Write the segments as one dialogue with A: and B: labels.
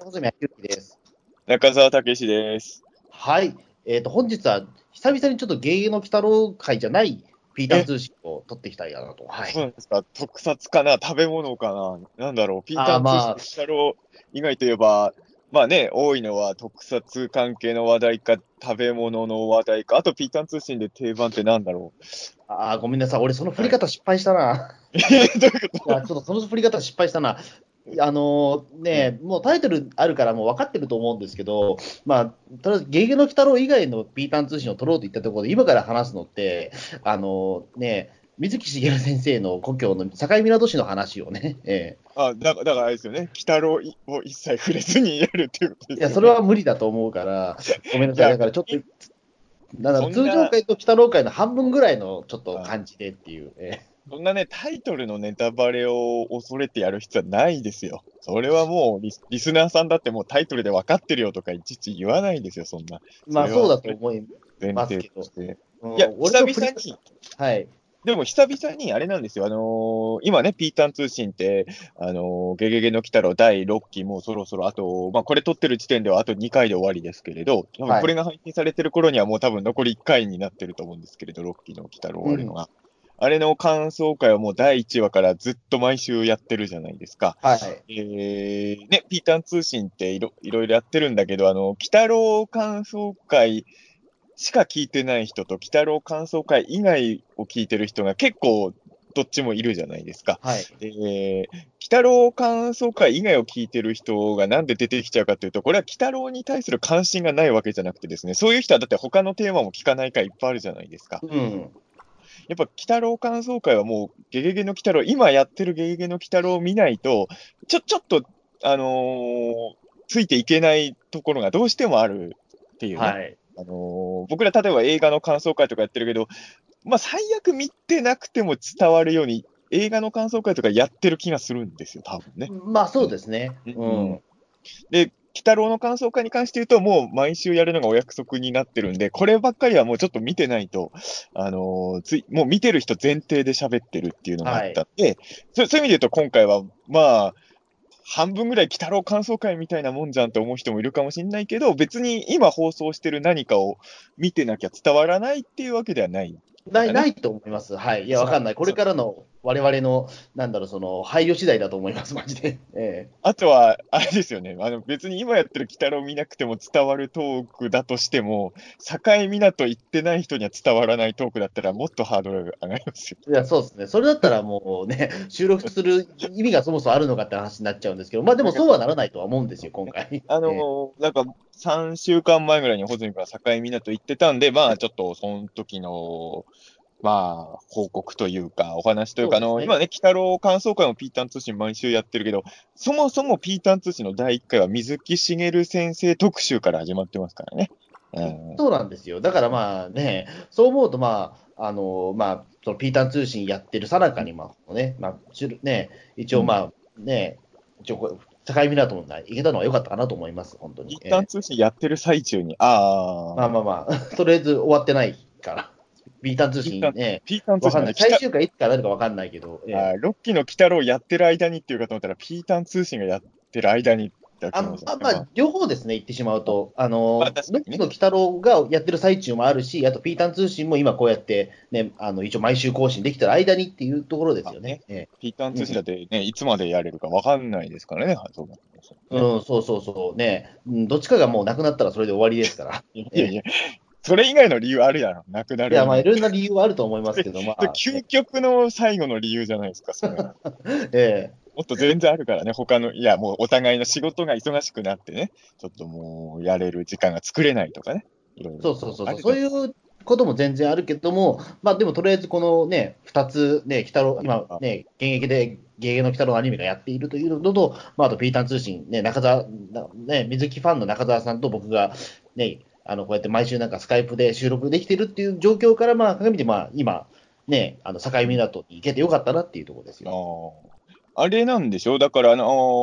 A: 小泉明之です。
B: 中澤武史です。
A: はい。えっ、と、本日は久々にちょっと芸能鬼太郎会じゃないピーター通信を撮っていきたいかなと。はい
B: そう。なんですか特撮かな食べ物かななんだろうピータ
A: あーまあ
B: ー・ツーシ太郎以外といえば、まあね、多いのは特撮関係の話題か、食べ物の話題か、あとピーター通信で定番ってなんだろう
A: ああ、ごめんなさい。俺、その振り方失敗したな。
B: えーどういう こ
A: いや、ちょっとその振り方失敗したな。あのーね、もうタイトルあるからもう分かってると思うんですけど、まあ、とりあえず、ゲゲの鬼太郎以外のピーターン通信を取ろうといったところで、今から話すのって、あのーね、水木しげる先生の故郷の境港市の話をね、え
B: とあだからだからあれですよね、鬼太郎を一切触れずにやるっていうこと
A: え
B: ですよね
A: いや、それは無理だと思うから、ごめんなさい、だからちょっと、だから
B: そ
A: 通
B: んな
A: 常会と鬼太郎会の半分ぐらいのちょっと感じでっていう、え
B: そんなね、タイトルのネタバレを恐れてやる必要はないですよ。それはもうリス、リスナーさんだってもうタイトルで分かってるよとかいちいち言わないですよ、そんな
A: えまあ
B: それ
A: そ
B: は
A: うだと思い
B: 前提として。
A: うん
B: いや、
A: 俺
B: 久
A: の振り
B: 々
A: 方
B: に、
A: はい、
B: でも久々にあれなんですよ、あのー今ね、ピーターン通信って、あのーゲゲゲの鬼太郎第6期、もうそろそろ、あと、まあ、これ撮ってる時点ではあと2回で終わりですけれど、多
A: はい
B: 分これが配信されてる頃にはもう多分残り1回になってると思うんですけれど、6期の鬼太郎終わるのが。あれの感想会はもう第1話からずっと毎週やってるじゃないですか。
A: はい。
B: えーね、ピーターン通信っていろいろいろやってるんだけど、あの、鬼太郎感想会しか聞いてない人と、鬼太郎感想会以外を聞いてる人が結構どっちもいるじゃないですか。
A: はい。
B: でえー、鬼太郎感想会以外を聞いてる人がなんで出てきちゃうかというと、これは鬼太郎に対する関心がないわけじゃなくてですね、そういう人はだって他のテーマも聞かないからいっぱいあるじゃないですか。
A: うん。
B: やっぱ、鬼太郎感想会はもう、ゲゲゲの鬼太郎、今やってるゲゲゲの鬼太郎を見ないと、ちょ、ちょっと、あのーついていけないところがどうしてもあるっていうね。
A: はい。
B: あのー僕ら例えば映画の感想会とかやってるけど、まあ、最悪見てなくても伝わるように、映画の感想会とかやってる気がするんですよ、多分ね。
A: まあそうですね。う
B: うん
A: ん。
B: で、鬼太郎の感想会に関して言うと、もう毎週やるのがお約束になってるんで、こればっかりはもうちょっと見てないと、あのーつい、もう見てる人前提で喋ってるっていうのがあったんで、そそういう意味で言うと今回は、まあ、半分ぐらい鬼太郎感想会みたいなもんじゃんって思う人もいるかもしれないけど、別に今放送してる何かを見てなきゃ伝わらないっていうわけではない。
A: ない、ないと思います。はい。いや、わかんない。これからの我々の、なんだろう、その、配慮次第だと思います、マジで。え
B: あとは、あれですよね。あの、別に今やってる鬼太郎見なくても伝わるトークだとしても、境港行ってない人には伝わらないトークだったらもっとハードルが上がりますよ。
A: えいや、そうですね。それだったらもうね、収録する意味がそもそもあるのかって話になっちゃうんですけど、まあでもそうはならないとは思うんですよ、今回。
B: あ
A: ええ
B: の、なんか、3週間前ぐらいに穂積君は境港行ってたんで、まあ、ちょっと、その時の、まあ、報告というか、お話というか、あ
A: そ
B: の、
A: うですね
B: 今ね、鬼太郎感想会もピーターン通信毎週やってるけど、そもそもピーターン通信の第1回は水木しげる先生特集から始まってますからね。うん。
A: そうなんですよ。だからまあね、そう思うと、まあ、あの、まあ、そのピーターン通信やってるさなかに、まあ、ね、まあ、しゅね、一応まあ、ね、一応これ、境港も行けたのは良かったかなと思います、本当に。
B: 一旦通信やってる最中に、ああ、
A: まあまあまあ、 とりあえず終わってないから、ビータン通信ね、
B: ピーター
A: わ
B: ン通
A: か
B: 信
A: んな
B: ね
A: い、最
B: 北
A: 終回いつからなるかわかんないけど、ええ
B: あーロッキーの鬼太郎やってる間にっていうかと思ったら、ピーターン通信がやってる間にだけ
A: あ
B: の
A: まあまあ、両方ですね、言ってしまうと、あの、
B: ま
A: ロ
B: あ確か
A: ッ
B: にね
A: キーの鬼太郎がやってる最中もあるし、あと、ピータン通信も今こうやって、ね、あの、一応毎週更新できてる間にっていうところですよね。ええ
B: ピーターン通信だってね、いつまでやれるかわかんないですからね、そうなってますよね
A: うん、そうそうそう、ね、うんどっちかがもうなくなったらそれで終わりですから。
B: いやいや、それ以外の理由あるやろ、なくないる。
A: や、まあ、いろんな理由はあると思いますけど、ま あ、
B: 究極の最後の理由じゃないですか、それ は
A: ええ
B: もっと全然あるからね、他の、いや、もうお互いの仕事が忙しくなってね、ちょっともうやれる時間が作れないとかね、いろいろ
A: そうそうそう
B: あ
A: そう、
B: る
A: そういうことも全然あるけども、まあでもとりあえずこのね、2つね、鬼太郎、今ね、現役で、ゲゲの鬼太郎のアニメがやっているというのと、まああとピーターン通信、ね、中澤、なね、水木ファンの中澤さんと僕がね、あのこうやって毎週なんかスカイプで収録できてるっていう状況から、まあ、鏡でまあ今、ね、あの境港に行けてよかったなっていうところですよ。
B: あーあれなんでしょだから、あ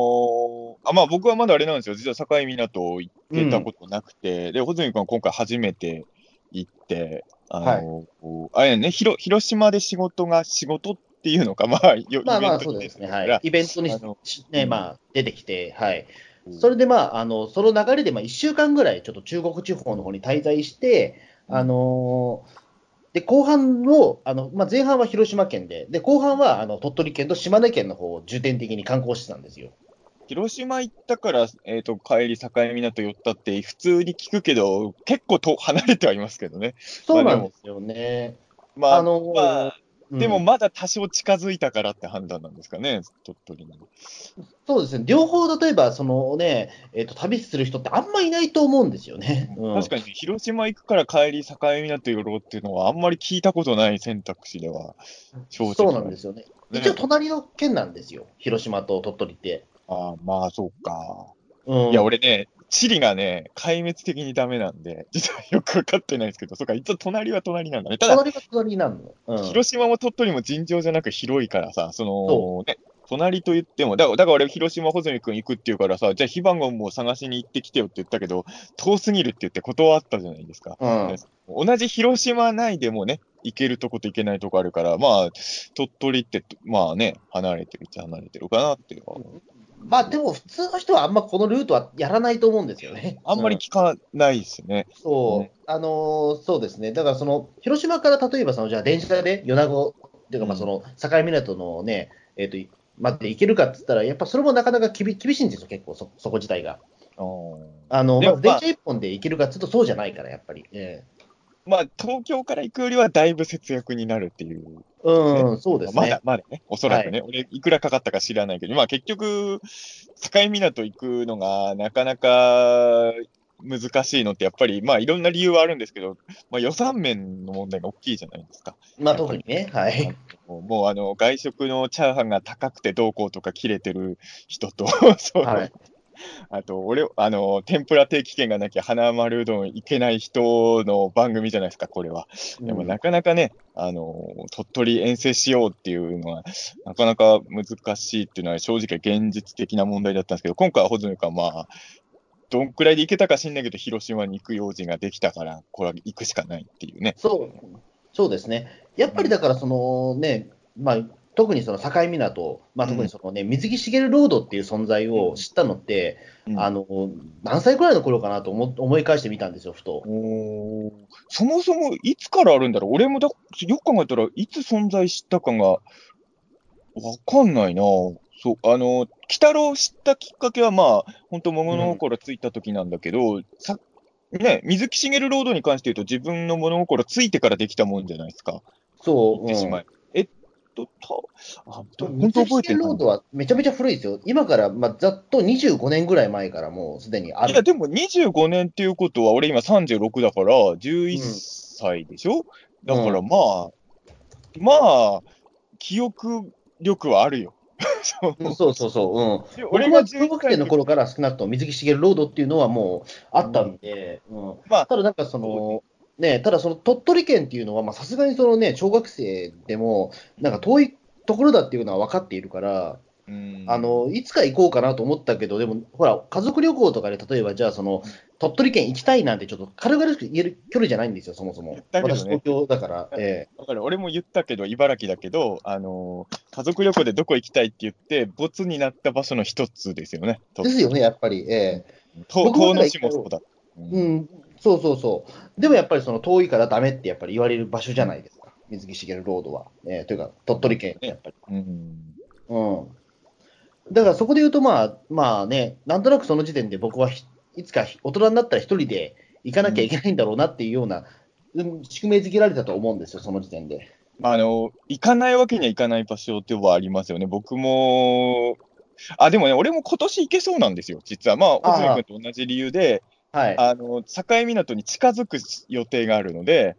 B: のーあまあ、僕はまだあれなんですよ、実は境港行ってたことなくて、で、穂積君は今回初めて行って、あのーあれね、ひろ広島で仕事が、仕事ってっていうのか、まあ、よ
A: まあまあ、
B: イベント
A: そうですね。
B: だか
A: は
B: ら
A: い。イベントに
B: あの
A: し、ね、
B: うん
A: まあ、出てきて、はい。
B: うん
A: それでまあ、あの、その流れで、まあ、1週間ぐらい、ちょっと中国地方の方に滞在して、あのーで、後半を、あの、まあ、前半は広島県で、で、後半は、あの、鳥取県と島根県の方を重点的に観光してたんですよ。
B: 広島行ったから、えっと帰り、境港寄ったって、普通に聞くけど、結構と離れてはいますけどね。
A: そうなんですよね。
B: まあ、
A: あのー
B: まあ
A: うん
B: でもまだ多少近づいたからって判断なんですかね、鳥取に。
A: そうですね、両方、例えば、そのね、えっと旅する人ってあんまいないと思うんですよね。うん
B: 確かに広島行くから帰り、境港寄ろうっていうのは、あんまり聞いたことない選択肢では、正直。
A: そうなんですよね。
B: ね
A: 一応、隣の県なんですよ、広島と鳥取って。
B: ああ、まあ、そうか。
A: うん、
B: いや、俺ね、地理がね、壊滅的にダメなんで、 実はよくわかってないんですけど、そうか、一応隣は隣なんだね。ただ、
A: 隣が隣なの。うん、
B: 広島も鳥取も尋常じゃなく広いからさ、そ
A: そ
B: の、ね、隣と言っても、だから、だから俺、広島、穂積君行くっていうからさ、じゃあ、非番号も探しに行ってきてよって言ったけど、遠すぎるって言って断ったじゃないですか。
A: うん、
B: 同じ広島内でもね、行けるとこと行けないとこあるから、まあ、鳥取って、まあね、離れてるっちゃ離れてるかなっていうのは
A: まあ、でも、普通の人はあんまこのルートはやらないと思うんですよね。
B: あんまり
A: う
B: 聞かないですね。
A: そう、
B: ね
A: あのーそうですね、だからその広島から例えばその、じゃあ電車で米子っていうか、まあ
B: うん
A: その境港のね、えっと待って行けるかって言ったら、やっぱそれもなかなかきび厳しいんですよ、結構そ、そこ自体が。
B: あー
A: あの
B: でも
A: まず電
B: まあ
A: 車一本で行けるかっていうと、そうじゃないから、やっぱり。え
B: まあ、東京から行くよりはだいぶ節約になるっていう。
A: えうん、そうですね。
B: まだ、まだね、おそらくね、俺、いくらかかったか知らないけど、まあ結局、境港行くのがなかなか難しいのって、やっぱり、まあいろんな理由はあるんですけど、まあ予算面の問題が大きいじゃないですか。
A: まあ、特にね、はい。
B: もうあの外食のチャーハンが高くてどうこうとか切れてる 人と、そう
A: はい
B: あと俺あの、天ぷら定期券がなきゃ花丸うどん行けない人の番組じゃないですか、これは。 でもなかなかね、あの鳥取遠征しようっていうのは、なかなか難しいっていうのは、正直現実的な問題だったんですけど、今回は穂積君はまあ、どんくらいで行けたか知んないけど、広島に行く用事ができたから、これは行くしかないっていうね。
A: そうそうですね、やっぱりだから、そのね、まあ、特にその境港、まあ、特にその、ね水木しげるロードっていう存在を知ったのって、
B: うん
A: あの何歳くらいの頃かなと思思い返してみたんですよ、ふと。
B: おーそもそもいつからあるんだろう俺もだよく考えたらいつ存在したかがわかんないなそうあの鬼太郎知ったきっかけはまあ本当物心ついた時なんだけど、さね、水木しげるロードに関して言うと自分の物心ついてからできたもんじゃないですか
A: そう、
B: 言ってしま
A: い
B: え、えっとたあど
A: 水
B: 本当
A: 木
B: 覚
A: し
B: えて
A: げ
B: る
A: るロードはめちゃめちゃ古いですよ、今から、まあ、ざっと25年ぐらい前からもうすでにあ
B: いや、
A: る。
B: でも25年っていうことは、俺今36だから、11歳でしょ、だからまあ、まあ、記憶力はあるよ。そう
A: うんそうそうそう、うん、
B: 俺
A: 俺
B: が
A: が16
B: 11歳
A: 歳
B: の
A: の頃
B: 頃、
A: から少なくとも水木しげるロードっていうのはもうあったんで、うん
B: まあ
A: ただなんかその、ね、ただその鳥取県っていうのはまあさすがにそのね、小学生でもなんか遠いところだっていうのは分かっているから、
B: うん
A: あ、のいつか行こうかなと思ったけど、でもほら、家族旅行とかで例えばじゃあその鳥取県行きたいなんてちょっと軽々しく言える距離じゃないんですよ、そもそも。
B: だけどね
A: 私東京だから。ええ
B: だから俺も言ったけど、茨城だけど、あのー家族旅行でどこ行きたいって言って、ボツになった場所の一つですよね。と
A: ですよね、やっぱり。ええ
B: と
A: 僕もだ
B: 遠
A: から
B: 野市もそうだ。
A: う
B: うん
A: ん、そうそうそう。でもやっぱりその遠いからダメってやっぱり言われる場所じゃないですか。水木しげるロードは。えーというか、鳥取県ってやっぱり。
B: うん
A: うん。だからそこで言うと、まあ、まあね、なんとなくその時点で僕はひいつかひ大人になったら一人で行かなきゃいけないんだろうなっていうような、うん、宿命づけられたと思うんですよ、その時点で。
B: まあ、あの、行かないわけにはいかない場所ではありますよね。僕も、あ、でもね、俺も今年行けそうなんですよ、実は。まあ、
A: あ
B: 小
A: あ
B: 泉君と同じ理由で、
A: はい。
B: あの、境港に近づく予定があるので、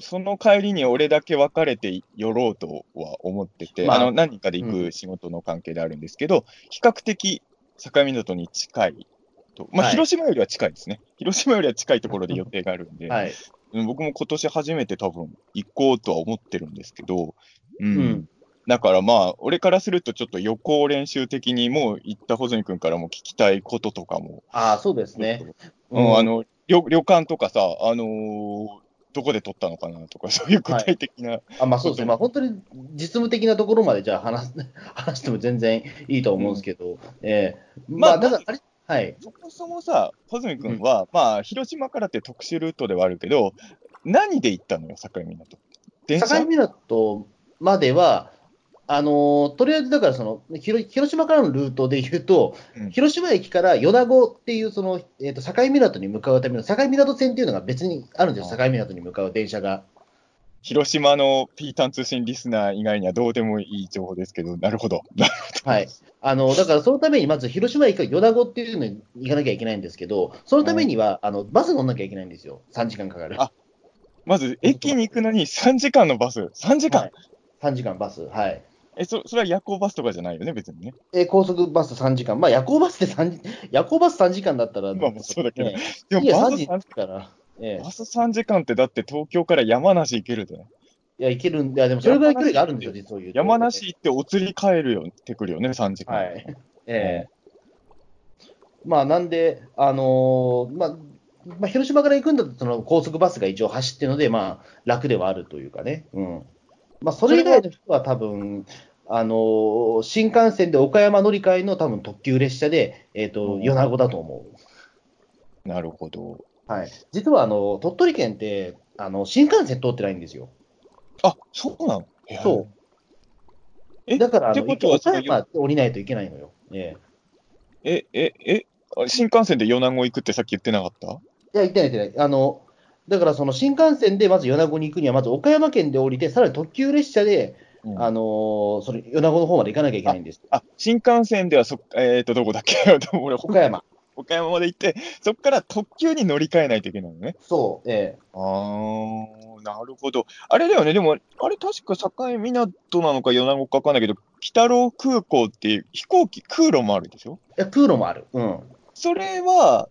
B: その帰りに俺だけ別れて寄ろうとは思ってて、
A: まあ
B: あの、何人かで行
A: う
B: く仕事の関係であるんですけど、比較的境港に近いと。まあ、
A: はい
B: 広島よりは近いですね。広島よりは近いところで予定があるん で、
A: はい。
B: うん僕も今年初めて多分行こうとは思ってるんですけど、うん
A: うん
B: だからまあ、俺からするとちょっと予行練習的にもう行った穂積君からも聞きたいこととかも、
A: ああ、そうですね。
B: うんあの旅旅館とかさ、あのーどこで撮ったのかなとか、そういう具体的な、
A: あまあ、そうですね、まあ、本当に実務的なところまでじゃあ話す 話しても全然いいと思うんですけど、ええま
B: まあ
A: あ、だから、あれはい、
B: そもそもさ、穂積君は、まあ、広島からって特殊ルートではあるけど、何で行ったのよ、境港。電車
A: 境港までは、あのーとりあえずだからその広、広島からのルートで言うと、
B: うん
A: 広島駅から米子っていうその、えー、と境港に向かうための境港線っていうのが別にあるんですよ、境港に向かう電車が。
B: 広島のピータン通信リスナー以外にはどうでもいい情報ですけど、なるほど。
A: はい、あのだからそのためにまず広島駅から米子っていうのに行かなきゃいけないんですけど、そのためには、あのバス乗んなきゃいけないんですよ、3時間かかる。
B: あまず、駅に行くのに3時間のバス。3時間、
A: はい、3時間バス、はい
B: えそ、それは夜行バスとかじゃないよね、別にね。
A: えー高速バス3時間、まあ、夜行バスで3夜行バス3時間だったら、
B: まあまあそうだけど
A: ね
B: で
A: い
B: も
A: や、
B: バ
A: 3
B: ス
A: 時
B: 3
A: ですから。ええ
B: バス3時間ってだって東京から山梨行けるで、
A: いや、いけるんで、いやでもそれぐらい距離があるんですよ、実を言うと
B: 山梨行ってお釣り帰るよ、ってくるよね、3時間。
A: はい。ええまあ、なんで、あのーまあ、まあ、広島から行くんだと、その高速バスが一応走ってるので、まあ、楽ではあるというかね。うん。まあ、それ以外の人は多分、あのー新幹線で岡山乗り換えの多分特急列車で、えっ、
B: う
A: と、
B: ん
A: 米子だと思う。
B: なるほど。
A: はい、実はあの鳥取県ってあの新幹線通ってないんですよ。
B: あ、そうなのへえ
A: そ
B: え
A: うだからあ
B: って
A: の、
B: ことは
A: 一応岡山で降りないといけないのよ。ええ
B: え、え、え、あ新幹線で米子行くってさっき言ってなかった
A: いや、行ってない、行ってない。あのだからその新幹線でまず米子に行くには、まず岡山県で降りて、さらに特急列車で、
B: うん
A: あのーそれ米子の方まで行かなきゃいけないんです。
B: あ、新幹線ではそっ、えっ、と、どこだっけ 俺、
A: 岡山。
B: 岡山まで行って、そこから特急に乗り換えないといけないのね。
A: そう、ええ
B: あー、なるほど。あれだよね、でも、あれ確か境港なのか米子かわかんないけど、北郎空港っていう飛行機、空路もあるでしょ
A: いや空路もある。うん。
B: それは、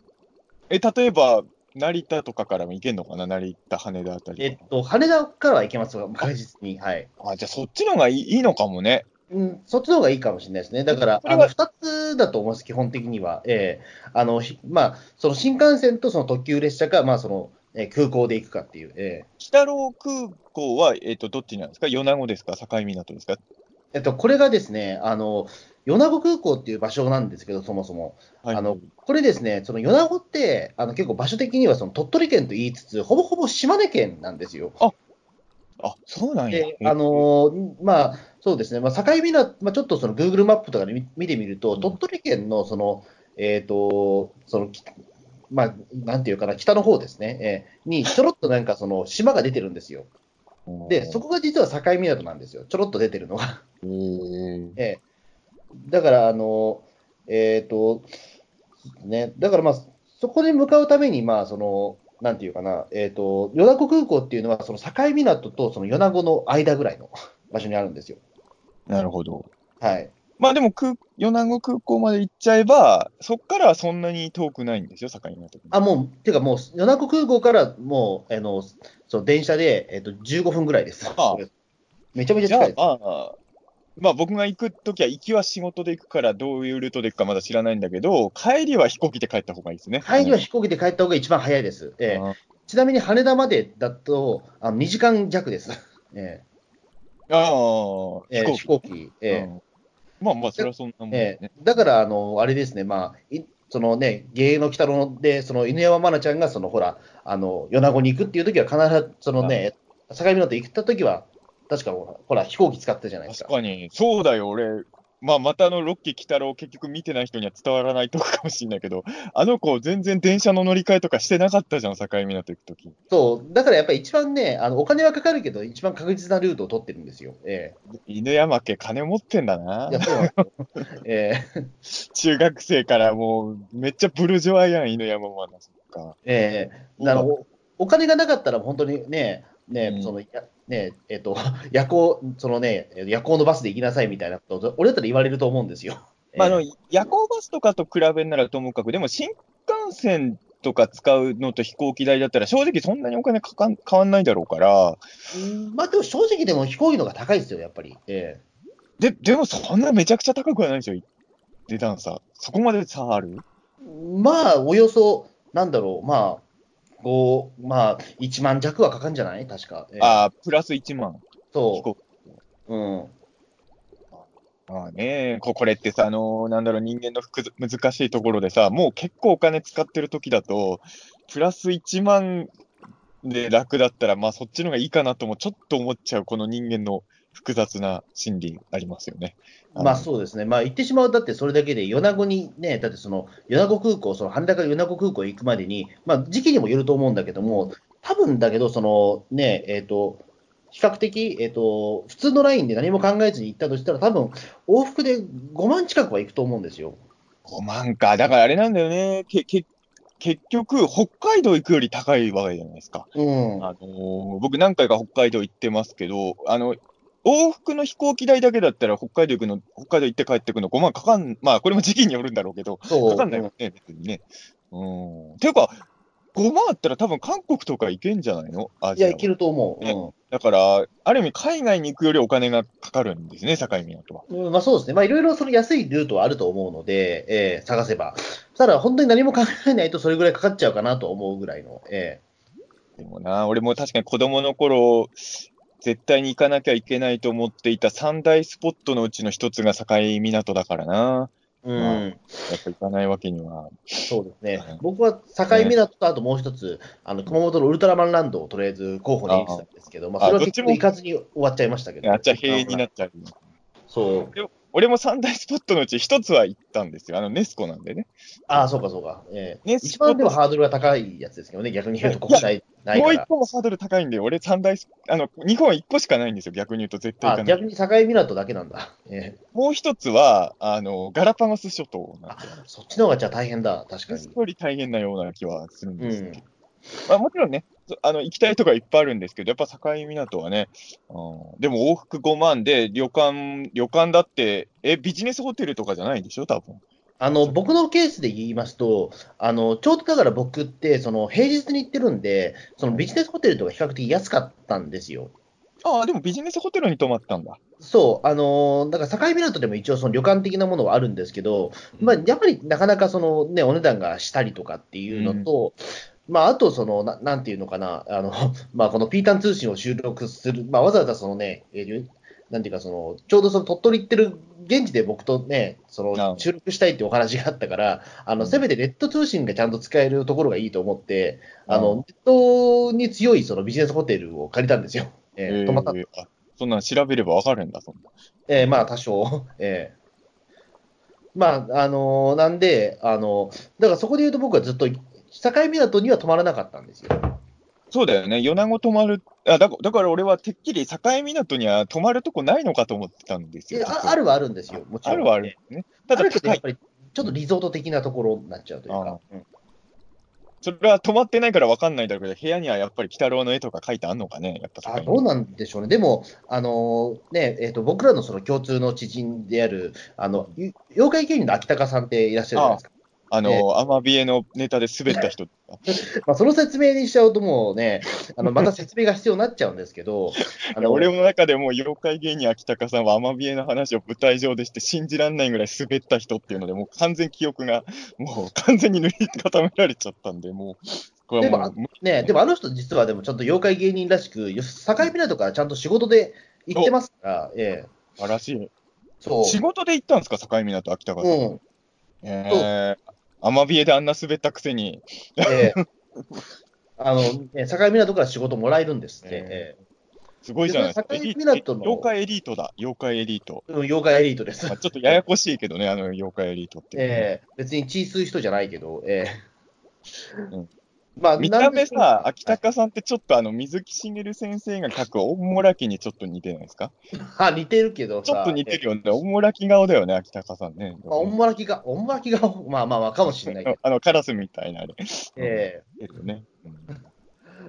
B: え、例えば、成田とかからも行けんのかな成田、羽田あたりとか。
A: えっと、羽田からは行けますが、確実に。はい。
B: あ、じゃあそっちの方がいいいいのかもね。
A: うん、そっちの方がいいかもしれないですね。だから、
B: これ
A: あ
B: は
A: の2つだと思います、基本的には。ええあのひまあ、その新幹線とその特急列車か、まあそのえー空港で行くかっていう、え
B: 北郎空港は、えっ、と、どっちなんですか米子ですか境港ですか
A: ええっと、これがですねあの、米子空港っていう場所なんですけど、そもそも。
B: はい
A: あのこれですね、その米子ってあの結構場所的にはその鳥取県と言いつつ、ほぼほぼ島根県なんですよ。
B: あ、そうなんや。
A: で、あのーまあ、そうですね、まあ、境港、まあ、ちょっとその Google マップとかで見見てみると、
B: うん
A: 鳥取県のその、えっ、と、その、きまあ、なんていうかな、北の方ですね、えーにちょろっとなんかその島が出てるんですよ。で、そ
B: こ。
A: こが実は境港なんですよ、ちょろっと出てるのが。
B: へー
A: えーだから、あのーえっ、と、ね、だからまあ、そこに向かうために、まあ、その、なんていうかな、えっ、と、米子空港っていうのは、その境港とその米子の間ぐらいの 場所にあるんですよ。
B: なるほど。
A: はい。
B: まあでも空、米子空港まで行っちゃえば、そこからはそんなに遠くないんですよ、境港。
A: あ、もう、てかもう、米子空港からもう、あの、その電車で、えっと、15分ぐらいです。
B: あ
A: めちゃめちゃ
B: じゃ
A: 近い
B: あ
A: です。、
B: まあ、まあ僕が行くときは、行きは仕事で行くから、どういうルートで行くかまだ知らないんだけど、帰りは飛行機で帰った方がいいですね。
A: 帰りは飛行機で帰った方が一番早いです。ええ
B: あー
A: ちなみに羽田までだと、あの2時間弱です。え
B: あー、
A: えええ飛
B: 飛行
A: 行機。ええ
B: うんまあまあ、それはそんなもんだよ
A: え
B: ね
A: え。だから、あの、あれですね、まあ、いそのね、芸の鬼太郎で、その犬山愛菜ちゃんが、そのほら、あの、米子に行くっていう時は、必ず、そのね、境港行った時は、確かほら、飛行機使ってたじゃないです
B: 確
A: か。
B: かに、そうだよ、俺、まあ、またあのロッキー鬼太郎、結局見てない人には伝わらないとこかもしれないけど、あの子、全然電車の乗り換えとかしてなかったじゃん、境港行くとき。
A: そう、だからやっぱり一番ね、あのお金はかかるけど、一番確実なルートを取ってるんですよ。え
B: 犬山家、金持ってんだ
A: え
B: ない
A: や、。そうなんです よ。ええ
B: 中学生からもう、めっちゃブルジョワやん、犬山マナそっか。
A: ええあのおお金がなかったら、本当にね、ね、
B: うん
A: その、やね、えっ、と、夜行、そのね、夜行のバスで行きなさいみたいなことを、俺だったら言われると思うんですよ。
B: まあ、あ
A: え
B: の
A: え
B: 夜行バスとかと比べんならともかく、でも新幹線とか使うのと飛行機代だったら、正直そんなにお金かかん変わんないだろうから、
A: うんまあ、でも正直でも飛行機の方が高いですよ、やっぱり。え
B: ででもそんなめちゃくちゃ高くはないでしょ、値段さ。そこまで差ある
A: えまあ、およそ、なんだろう、まあ、 5、まあ、1万弱はかかるんじゃない確か。えー
B: ああ、プラス1万。飛
A: そ
B: 行
A: う。うん。
B: まあねこ、これってさ、あのーなんだろう、人間の複雑難しいところでさ、もう結構お金使ってる時だと、プラス1万で楽だったら、まあそっちの方がいいかなともちょっと思っちゃう、この人間の複雑な心理ありますよね。
A: まあそうですね、まあ、言ってしまう、だってそれだけで、米子にね、だってその米子空港、その羽田から米子空港行くまでに、まあ、時期にもよると思うんだけども、多分だけど、そのね、えっ、と、比較的、えっ、と、普通のラインで何も考えずに行ったとしたら、多分往復で5万近くは行くと思うんですよ。
B: 5万か。だからあれなんだよね。けけ結局、北海道行くより高いわけじゃないですか。
A: うん。
B: あのー僕何回か北海道行ってますけど、あの、往復の飛行機代だけだったら北海道行くの、北海道行って帰ってくの5万かかん、まあこれも時期によるんだろうけど、
A: そう
B: かかんないもんね、別にね。うん。ていうか、5万あったら多分韓国とか行けんじゃないのア
A: い
B: ジア
A: や、
B: は
A: 行けると思う。うん
B: だから、ある意味海外に行くよりお金がかかるんですね、境港は。
A: うんまあ、そうですね、まあ、いろいろその安いルートはあると思うので、えー探せば、ただ本当に何も考えないと、それぐらいかかっちゃうかなと思うぐらいの、え
B: でもな、俺も確かに子供の頃、絶対に行かなきゃいけないと思っていた三大スポットのうちの一つが境港だからな。
A: ーう
B: ま
A: ん、
B: やっぱ行かないわけには。
A: そうです
B: はい
A: ね、僕は境港とあともう一つ、あの熊本のウルトラマンランドをとりあえず候補に入れてたんですけど、まあ、
B: あ
A: それは
B: どっ
A: 結
B: ちも
A: 局行かずに終わっちゃいましたけど、
B: あっちゃ閉園になっちゃう。
A: そう、
B: 俺も三大スポットのうち一つは行ったんですよ。あの、ネスコなんでね。
A: ああ、そうかそうか、えー
B: ね
A: 一番ではハードルが高いやつですけどね、逆に言うと国内ない
B: も
A: か
B: う一
A: ら。
B: 個もハードル高いんで、俺三大ス、あの、日本は一個しかないんですよ。逆に言うと絶対行
A: あ
B: かな
A: 逆
B: い。
A: に境港だけなんだ、え
B: もう一つは、あの、ガラパゴス諸島なんで
A: ーそっちの方がじゃあ大変だ、確か
B: ネス
A: に。
B: コより大変なような気はする
A: う
B: んですけど。
A: ん、
B: まあ、もちろんね、そあの行きたいとこはいっぱいあるんですけど、やっぱ境港はね、うん、でも往復5万で旅館、旅館だって、え、ビジネスホテルとかじゃないでしょ、多分
A: あの僕のケースで言いますと、あのちょうどだから僕って、その平日に行ってるんで、そのビジネスホテルとか比較的安かったんですよ。
B: ああ、でもビジネスホテルに泊まったんだ。
A: そう、あのだから境港でも一応、その旅館的なものはあるんですけど、まあ、やっぱりなかなかその、ね、お値段がしたりとかっていうのと、まあ、あとそのな、なんていうのかな、あの まあ、このピータン通信を収録する、まあ、わざわざそのね、えーなんていうかその、ちょうどその鳥取行ってる現地で僕とね、そ
B: なるほ
A: の
B: ど
A: 収録したいってお話があったから、あ
B: う
A: の
B: ん
A: せめてネット通信がちゃんと使えるところがいいと思って、あ
B: うん
A: のネットに強いそのビジネスホテルを借りたんですよ。えー泊まった
B: えーあそんなん調べればわかるんだ、そんな。
A: えー、まあ、多少。 えーまあ、あのーなんで、あのーだからそこで言うと僕はずっと、境港には泊まらなかったんですよ。
B: そうだよね、米子泊まる、あだだから俺はてっきり境港には泊まるとこないのかと思ってたんです
A: え
B: よ。
A: ああるはあるんですよ、もちろ
B: あ
A: ん。
B: るはあるん
A: え
B: ですね。
A: ー。
B: ただ
A: あるけど、
B: 高
A: やっ
B: い。
A: ぱり、ちょっとリゾート的なところになっちゃうという
B: ああ
A: か。うん
B: それは泊まってないからわかんないだろうけど、部屋にはやっぱり鬼太郎の絵とか書いてあんのかね、やっぱ
A: あ
B: 境
A: どう
B: 港。
A: なんでしょうね、でも、あのーねえー、と僕らのその共通の知人である、あのゆ妖怪芸人の秋高さんっていらっしゃるじゃないですか、
B: あ
A: え
B: の、アマビエのネタで滑った人。
A: まあ、その説明にしちゃうと、もうね、あのまた説明が必要になっちゃうんですけ ど、あの
B: 俺の中でもう妖怪芸人秋高さんはアマビエの話を舞台上でして信じらんないぐらい滑った人っていうので、もう完全記憶が、もう完全に塗り固められちゃったんで、もう、これはもう
A: でねでもあの人、実はでもちゃんと妖怪芸人らしく、よ境港からちゃんと仕事で行ってますから、ええ、
B: 素晴らしい。
A: そう。
B: 仕事で行ったんですか、境港秋高さん。
A: うん、
B: えー、アマビエであんな滑ったくせに、
A: ええあの、ね、境港から仕事もらえるんですって、
B: え
A: え
B: すごいじゃないですか。
A: で
B: エ
A: そ
B: リ
A: れ
B: ー
A: 境港
B: ト
A: の
B: 妖怪エリートだ、妖怪エリート。
A: えうん妖怪エリートです
B: まあ、。ちょっとややこしいけどね、あの妖怪エリートって。
A: ええ別に血吸う人じゃないけど、ええ
B: うん
A: まあ
B: 見た目さ、秋
A: か
B: 高さんってちょっとあの水木しげる先生が描く大もらきにちょっと似てないですか
A: あ、似てるけどさ、
B: ちょっと似てる
A: よ。
B: よね。大もらき顔だよね、秋高さんね。
A: まあ、おんまらきが、おんまらきが、まあまあまあ、かもしれ ないけど、
B: あのカラスみたいなあれ。
A: ええ
B: えっとね。うん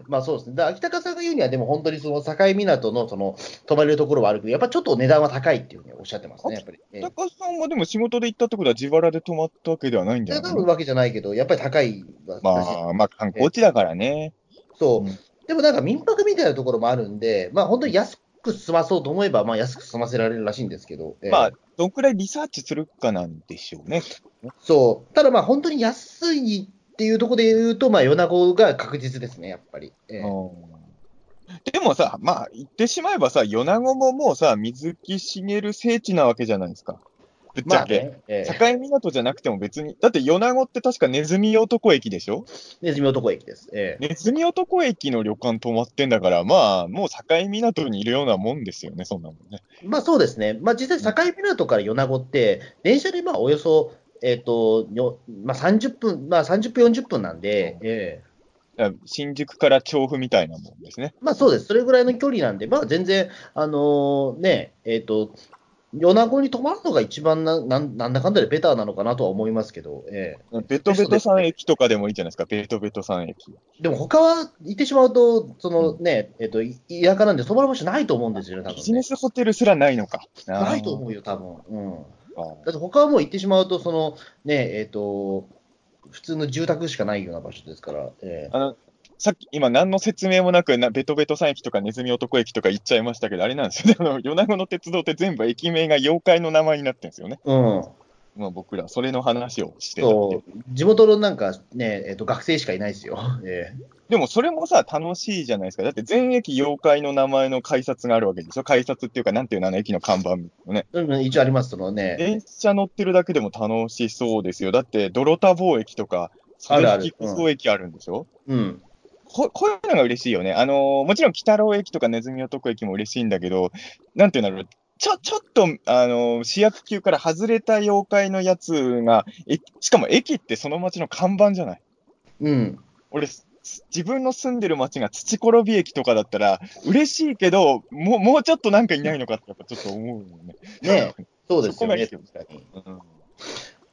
A: まあそうですね、だから秋高さんが言うには、でも本当にその境港のその泊まれるところはあるけど、やっぱちょっと値段は高いっていうふうにおっしゃってますね、やっぱり。ええ
B: 秋高さんはでも仕事で行ったってことは自腹で泊まったわけではないんじゃない
A: 高いわけじゃないけど、やっぱり高いわ
B: ま
A: だし
B: あ、まあ観光地だからね。。
A: そううんでもなんか民泊みたいなところもあるんで、まあ本当に安く済まそうと思えば、まあ安く済ませられるらしいんですけど、ええ
B: まあ、どんくらいリサーチするかなんでしょうね。
A: そう。ただまあ本当に安いっていうところで言うと、まあ、米子が確実ですね、やっぱり。ええ
B: うんでもさ、まあ、言ってしまえばさ、米子ももうさ、水木しげる聖地なわけじゃないですか。ぶっち
A: ま
B: ゃ
A: あ
B: け。
A: ね、ええ、
B: 境港じゃなくても別に、だって米子って確かネズミ男駅でしょ
A: ネズミ男駅です。ええ
B: ネズミ男駅の旅館泊まってんだから、まあ、もう境港にいるようなもんですよね、そんなもんね。
A: まあそうですね、まあ、実際、境港から米子って、電車でまあおよそ、えっとよまあ、30分、まあ、30分、40分なんで、ええ
B: だから新宿から調布みたいなもんですね。
A: まあそうです、それぐらいの距離なんで、まあ、全然、あのーね、えっと、米子に泊まるのが一番ななんなんだかんだでベターなのかなとは思いますけど、え
B: ベトベトさん駅とかでもいいじゃないですか、ベトベトさん駅。
A: え、でも他は行ってしまうと、そのね、えっと、い田舎なんで泊まる場所ないと思うんですよね、多
B: ビ
A: 分
B: ジ
A: ね
B: ネ。スホテルすらないのか。
A: ないと思うよ、多分。うん。
B: あ
A: だって他はもう行ってしまうと、そのね、えっ、と、普通の住宅しかないような場所ですから、ええ
B: あのさっき、今、何の説明もなくな、ベトベトさん駅とかネズミ男駅とか言っちゃいましたけど、あれなんですよね、 あの米子の鉄道って全部駅名が妖怪の名前になってるんですよね。
A: うん、
B: まあ、僕ら、それの話をしてたっていう
A: そう、地元のなんかね、えっと学生しかいないですよ、ええ
B: でもそれもさ、楽しいじゃないですか。だって全駅妖怪の名前の改札があるわけでしょ改札っていうか、なんていうの、あの駅の看板のね。
A: うんうん、一応あります、そのね、
B: 電車乗ってるだけでも楽しそうですよ。だって、泥田坊駅とか、
A: あるある
B: 鈴木小駅あるんでしょ
A: うん、
B: ここういうのが嬉しいよね。あのーもちろん、鬼太郎駅とかネズミ男駅も嬉しいんだけど、なんていうんだろう。ちょ、ちょっと、あのー、市役級から外れた妖怪のやつが、えしかも駅ってその町の看板じゃない
A: うん、
B: 俺、す自分の住んでる町が土転び駅とかだったら、嬉しいけど、もうもうちょっとなんかいないのかって、やっぱちょっと思うよね。
A: ね、そうで
B: そ
A: す
B: こ
A: よ
B: が
A: ね
B: いい。よねうん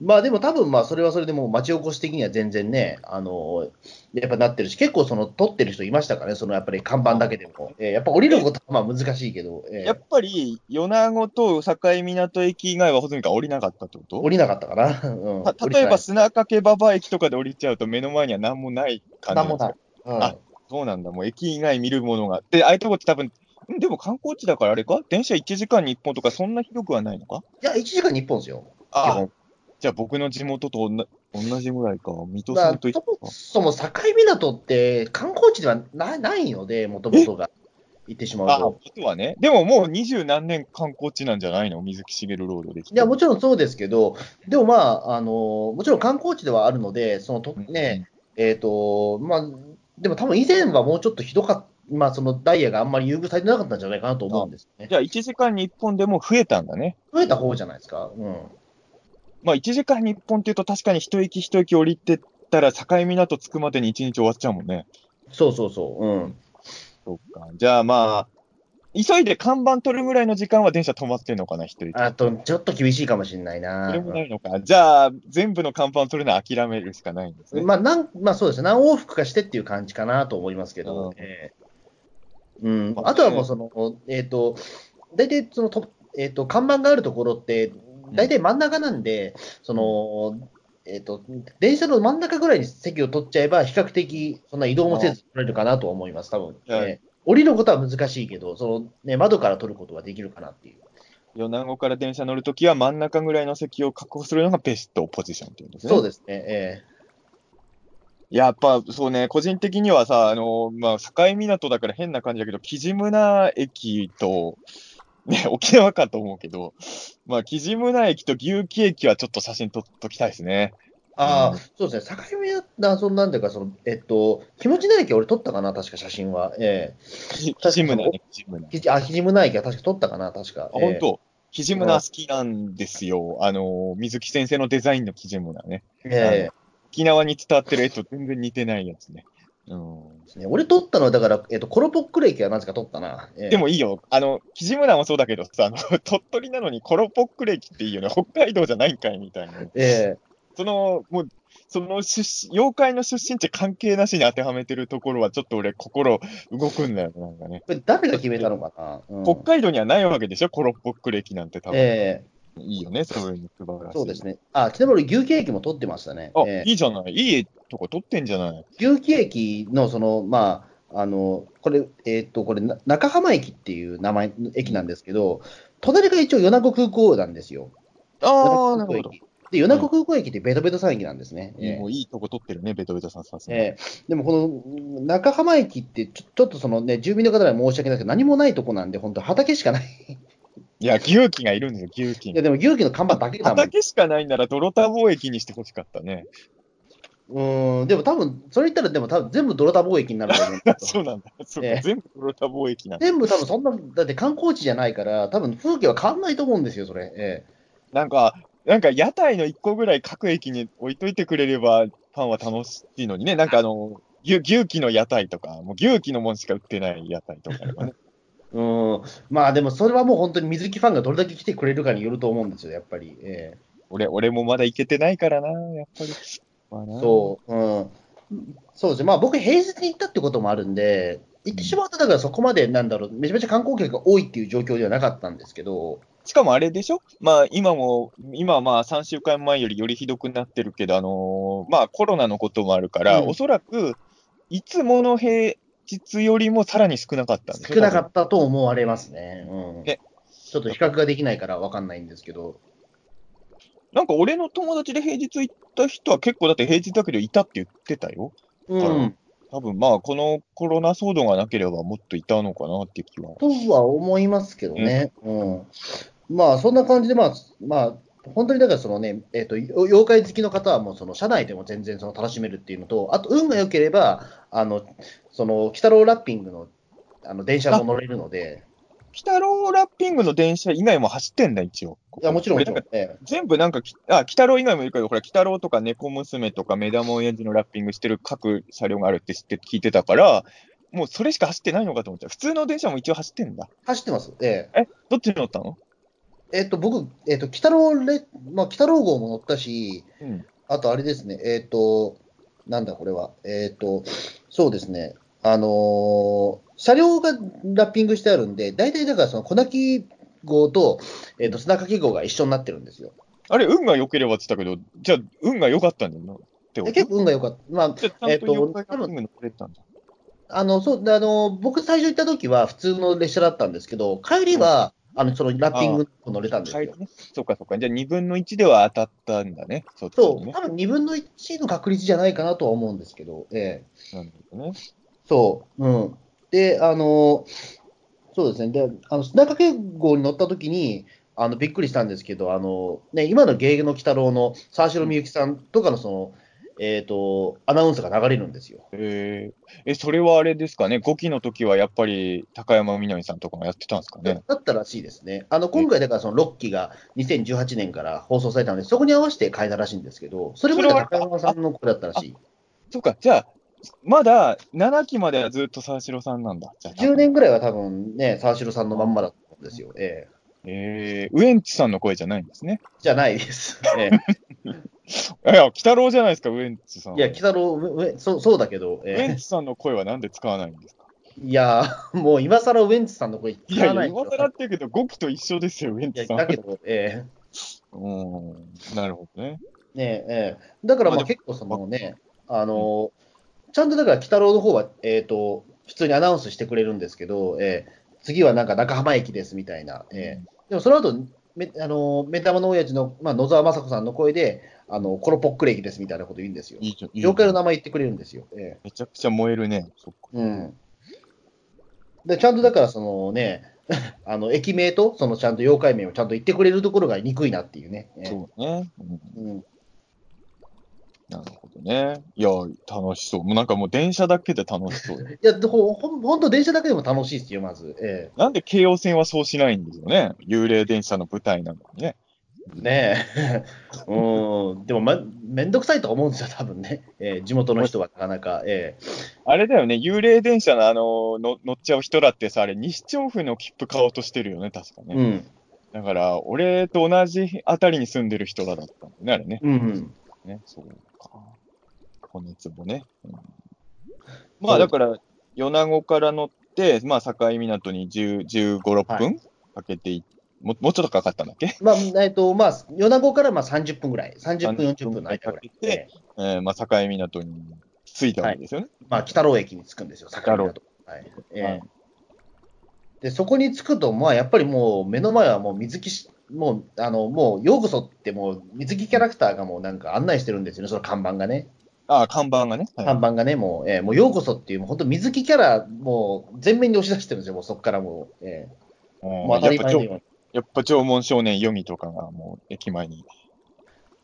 A: まあでも多分まあそれはそれでもう町おこし的には全然ね、あのやっぱなってるし、結構その撮ってる人いましたからね、そのやっぱり看板だけでも、ええやっぱ降りることはまあ難しいけど、ええ
B: やっぱり、米子と境港駅以外は、ほとんど降りなかったってこ
A: 降
B: と
A: りなかったかな、うん、
B: た例えば、砂掛け馬場駅とかで降りちゃうと、目の前には何もない感じ
A: なん
B: んで
A: も
B: すか
A: ない。うん
B: あそうなんだ、もう駅以外見るものが。で、ああいうとこって多分、んでも観光地だからあれか電車1時間に1本とか、そんなひどくはないのか
A: いや、1時間に1本ですよ。
B: ああ。じゃあ僕の地元とおんな同じぐらいか。水戸
A: ま
B: さ
A: あ、
B: んと一緒
A: そ
B: か。
A: もそも境港って観光地ではなないので、もともとが行ってしまう
B: あ、
A: と。
B: 実はね。でももう二十何年観光地なんじゃないの水木しげるロードできて。
A: いやもちろんそうですけど、でもまあ、あのもちろん観光地ではあるので、そのとね、えっ、と、まあ、でも多分以前はもうちょっとひどかった、まあ、そのダイヤがあんまり優遇されてなかったんじゃないかなと思うんですね
B: じ。ゃあ1時間に1本でも増えたんだね。
A: 増えた方じゃないですか。うん。
B: まあ1時間に1本っていうと確かに一駅一駅降りてったら境港着くまでに一日終わっちゃうもんね。
A: そうそうそう。うん。
B: そっか。じゃあまあ、急いで看板取るぐらいの時間は電車止まってんのかな、一駅。
A: あと、ちょっと厳しいかもしれない
B: そ
A: な
B: れ。もないのか。じゃあ、全部の看板取るのは諦めるしかないんですね。
A: まあ、なんまあ、そうですね、何往復かしてっていう感じかなと思いますけ
B: うん
A: ど、ええうん
B: ま、あ
A: あとはもうその、えっ、と、大体そのと、えっと看板があるところって、大体真ん中なんで、その、えっと電車の真ん中ぐらいに席を取っちゃえば、比較的、そんな移動もせず取れるかなと思います、多分、
B: はい
A: ええ降りることは難しいけど、そのね、窓から取ることはできるかなっていう。
B: 米子から電車乗るときは真ん中ぐらいの席を確保するのがベストポジションっていうんですね。
A: そうですね、え
B: やっぱそうね、個人的にはさ、あのまあ、境港だから変な感じだけど、キジムナ駅と、ね、 沖縄かと思うけど、まあ、キジムナ駅と牛木駅はちょっと写真撮っときたいですね。
A: えああ、
B: うん
A: そうですね、境目だ、そのなんていうか、その、えっと、気持ちない駅、俺、撮ったかな、確か写真は。ええ
B: キジムナね、キジムナ。あ、
A: ひじあ、ひじむない駅は確か取ったかな、確か。
B: 本
A: え
B: 当キジムナ好きなんですよ。あの水木先生のデザインのキジムナね。
A: ええ
B: 沖縄に伝わってる絵と全然似てないやつね。うん
A: えね俺取ったのは、だから、えっと、コロポックル駅はなぜか取ったな。ええ
B: でもいいよ。あの、キジムナもそうだけどさ、あの、鳥取なのにコロポックレキっていいよね。北海道じゃないんかいみたいな。
A: ええ
B: その、もう、その出身、妖怪の出身地関係なしに当てはめてるところは、ちょっと俺、心動くんだよね、なんかね。
A: これ誰が決めたのかな。うん
B: 北海道にはないわけでしょ、コロポックレキなんて多分。
A: え
B: いいよね、そういうの素晴
A: え
B: らしい。
A: そうですね。あ、ちなみに俺牛気駅も取ってましたね。
B: あ、
A: ええ
B: いいじゃない。いいとこ撮ってんじゃない。
A: 牛気駅の、その、まあ、あの、これ、えっと、これ、な中浜駅っていう名前、駅なんですけど、隣が一応、米子空港なんですよ。
B: ああ、なる
A: 米子
B: ほど
A: 空。港駅で、米子空港駅ってベトベト3駅なんですね。え
B: もういいとこ取ってるね、ベトベトさんさす
A: え
B: が
A: ええでもこの中浜駅ってちょ、ちょっとそのね、住民の方には申し訳ないですけど、何もないとこなんで、本当畑しかない。
B: いや、牛機がいるんですよ、牛機
A: いや、でも牛気の看板だけだもん。
B: 畑しかないなら、泥田貿易にしてほしかったね。
A: うーん、でも多分、それ言ったら、でも多分全部泥田貿易になると思うんです よ
B: そうなんだ。そう
A: ええ
B: 全部泥田貿易なんだ。
A: 全部多分そんな、だって観光地じゃないから、多分風景は変わんないと思うんですよ、それ。え
B: なんか、なんか屋台の一個ぐらい各駅に置いといてくれれば、ファンは楽しいのにね。なんかあの、牛牛機の屋台とか、もう牛機のもんしか売ってない屋台とかと かね。
A: えうん、まあでもそれはもう本当に水木ファンがどれだけ来てくれるかによると思うんですよ、やっぱり。ええ
B: 俺、俺もまだ行けてないからな、やっぱり。まあな
A: そう、うん、そうですね、まあ僕、平日に行ったってこともあるんで、行ってしまうと、だからそこまでなんだろう、めちゃめちゃ観光客が多いっていう状況ではなかったんですけど、
B: しかもあれでしょまあ今も、今はまあ3週間前よりよりひどくなってるけど、あのーまあコロナのこともあるから、
A: うん
B: おそらく、いつもの平日よりもさらに少なかったんです
A: 少なか
B: た。
A: ったと思われますね。うん、
B: え
A: ちょっと比較ができないから分かんないんですけど、
B: なんか俺の友達で平日行った人は結構だって平日だけどいたって言ってたよ。
A: う
B: あ
A: ん、
B: 多分まあこのコロナ騒動がなければもっといたのかなって気は。
A: とは思いますけどね。うんまあそんな感じで、まあ、まあ本当にだからそのね、えっとよ妖怪好きの方はもうその社内でも全然その楽しめるっていうのと、あと運が良ければ、あのその鬼太郎ラッピングのあの電車も乗れるので、
B: 鬼太郎ラッピングの電車以外も走ってんだ、一応。
A: いやもちろんも
B: 俺
A: ち
B: なん
A: ろん
B: か、
A: ええ
B: 全部なんかき、あ、鬼太郎以外もいるけど、ほら、鬼太郎とか猫娘とか目玉親父のラッピングしてる各車両があるって知って聞いてたから、もうそれしか走ってないのかと思っちゃう。普通の電車も一応走ってんだ。
A: 走ってます。ええ
B: え、どっちに乗ったの
A: えっと僕、えっと鬼太郎レ、まあ、鬼太郎号も乗ったし、
B: うん。
A: あとあれですね、えっ、と、なんだこれは、えっ、と、そうですね、あのー車両がラッピングしてあるんで、大体だからその小泣き号と、えっ、と、砂かけ号が一緒になってるんですよ。
B: あれ、運が良ければって言ったけど、じゃあ、運が良かったんだよな。って
A: え
B: こと
A: 結構運が良かった。まあ、
B: じゃあ、ちゃんと妖怪ラッピング乗れたんだ。
A: あの、そう、あのー僕最初行った時は普通の列車だったんですけど、帰りは、あの、そのラッピング乗れたんです
B: 帰
A: よ
B: り。ね。そうかそうか。じゃあ、2分の1では当たったんだね。そっち
A: そ
B: に
A: う、
B: ね。
A: 多分2分の1の確率じゃないかなとは思うんですけど、ええ
B: なるほどね。
A: そう、うん。で、あの、そうですね、で、あの砂掛け号に乗った時に、あのびっくりしたんですけど、あのね、今の芸の鬼太郎の沢城みゆきさんとかのその、えっ、と、アナウンスが流れるんですよ。
B: えー、え、それはあれですかね。5期の時はやっぱり高山みなみさんとかがやってたんですかね。
A: だったらしいですね。あの今回、だからその6期が2018年から放送されたので、そこに合わせて変えたらしいんですけど、それまでは高山さんの声だったらしい。
B: そうか、じゃあ、まだ7期まではずっと沢城さんなんだ。じゃあ
A: 10。年ぐらいは多分ね、沢城さんのまんまだったんですよ。ええ
B: えー、ウエンツさんの声じゃないんですね。
A: じゃないです。え
B: いや、鬼太郎じゃないですか、ウエンツさ
A: え
B: ん。
A: いや、鬼太郎、ううそうそうだけど、え
B: ウ
A: え
B: エンツさんの声はなんで使わないんですか
A: いやー、もう今更ウェンツさんの声
B: い
A: 聞
B: や
A: か
B: い
A: な
B: や、
A: いでしょ
B: 今更って言うけど、5期と一緒ですよ、ウエン
A: いや
B: ツさん。
A: だけど、え
B: うん、なるほどね。
A: えねえええだからま
B: ま
A: あ
B: あ
A: 結構そのね、あのーちゃんとだから、鬼太郎の方は、えっ、と、普通にアナウンスしてくれるんですけど、ええ次はなんか中浜駅ですみたいな。ええでもその後、めあのー目玉の親父の、まあ、野沢雅子さんの声で、あのコロポックレ駅ですみたいなこと言うんですよ。
B: いいじゃん。いいじゃん
A: 妖怪の名前言ってくれるんですよ。ええ
B: めちゃくちゃ燃えるね。そっか
A: うん。で、ちゃんとだから、そのね、 あの、駅名と、そのちゃんと妖怪名をちゃんと言ってくれるところが憎いなっていうね。
B: そうね。うん
A: うん、
B: なるほどね。いや、楽しそう。もうなんかもう電車だけで楽しそう。
A: いや、ほほんほんと電車だけでも楽しいですよ、まず。え
B: なんで京王線はそうしないんですよね。幽霊電車の舞台なのにね。
A: えね え。うん。でも、ま、めんどくさいと思うんですよ、多分ね。ええ地元の人はなかなか。ええ
B: あれだよね、幽霊電車のあのの乗っちゃう人らってさ、あれ、西調布の切符買おうとしてるよね、確かね。
A: うん。
B: だから、俺と同じあたりに住んでる人らだったんだよね、あれね。
A: うん。
B: ねそうか。骨壺ね。うんまあ、だから、米子から乗って、まあ、境港に10 15、6分かけてい、ももうちょっとかかったんだっけ、
A: まあ、えっと、まあ、米子からまあ30分ぐらい、30分、40
B: 30
A: 分の間ぐらい。
B: で
A: ええ
B: えーまあ、境港に着いたわけですよね。
A: まあ、北郎駅に着くんですよ、坂道だと。はい。ええ
B: はい
A: で、そこに着くと、まあ、やっぱりもう目の前はもう水木しもう、あの、もう、ようこそってもう、水着キャラクターがもうなんか案内してるんですよね、その看板がね。
B: ああ、看板がね。はい
A: 看板がね、もう、えーもうようこそっていう、もう本当水着キャラ、もう、全面に押し出してるんですよ、もうそこからもう。えーもう
B: うん
A: 当た
B: やっ
A: り
B: ぱ
A: 前
B: 縄
A: のように
B: やっぱ縄文少年読みとかがもう駅前に。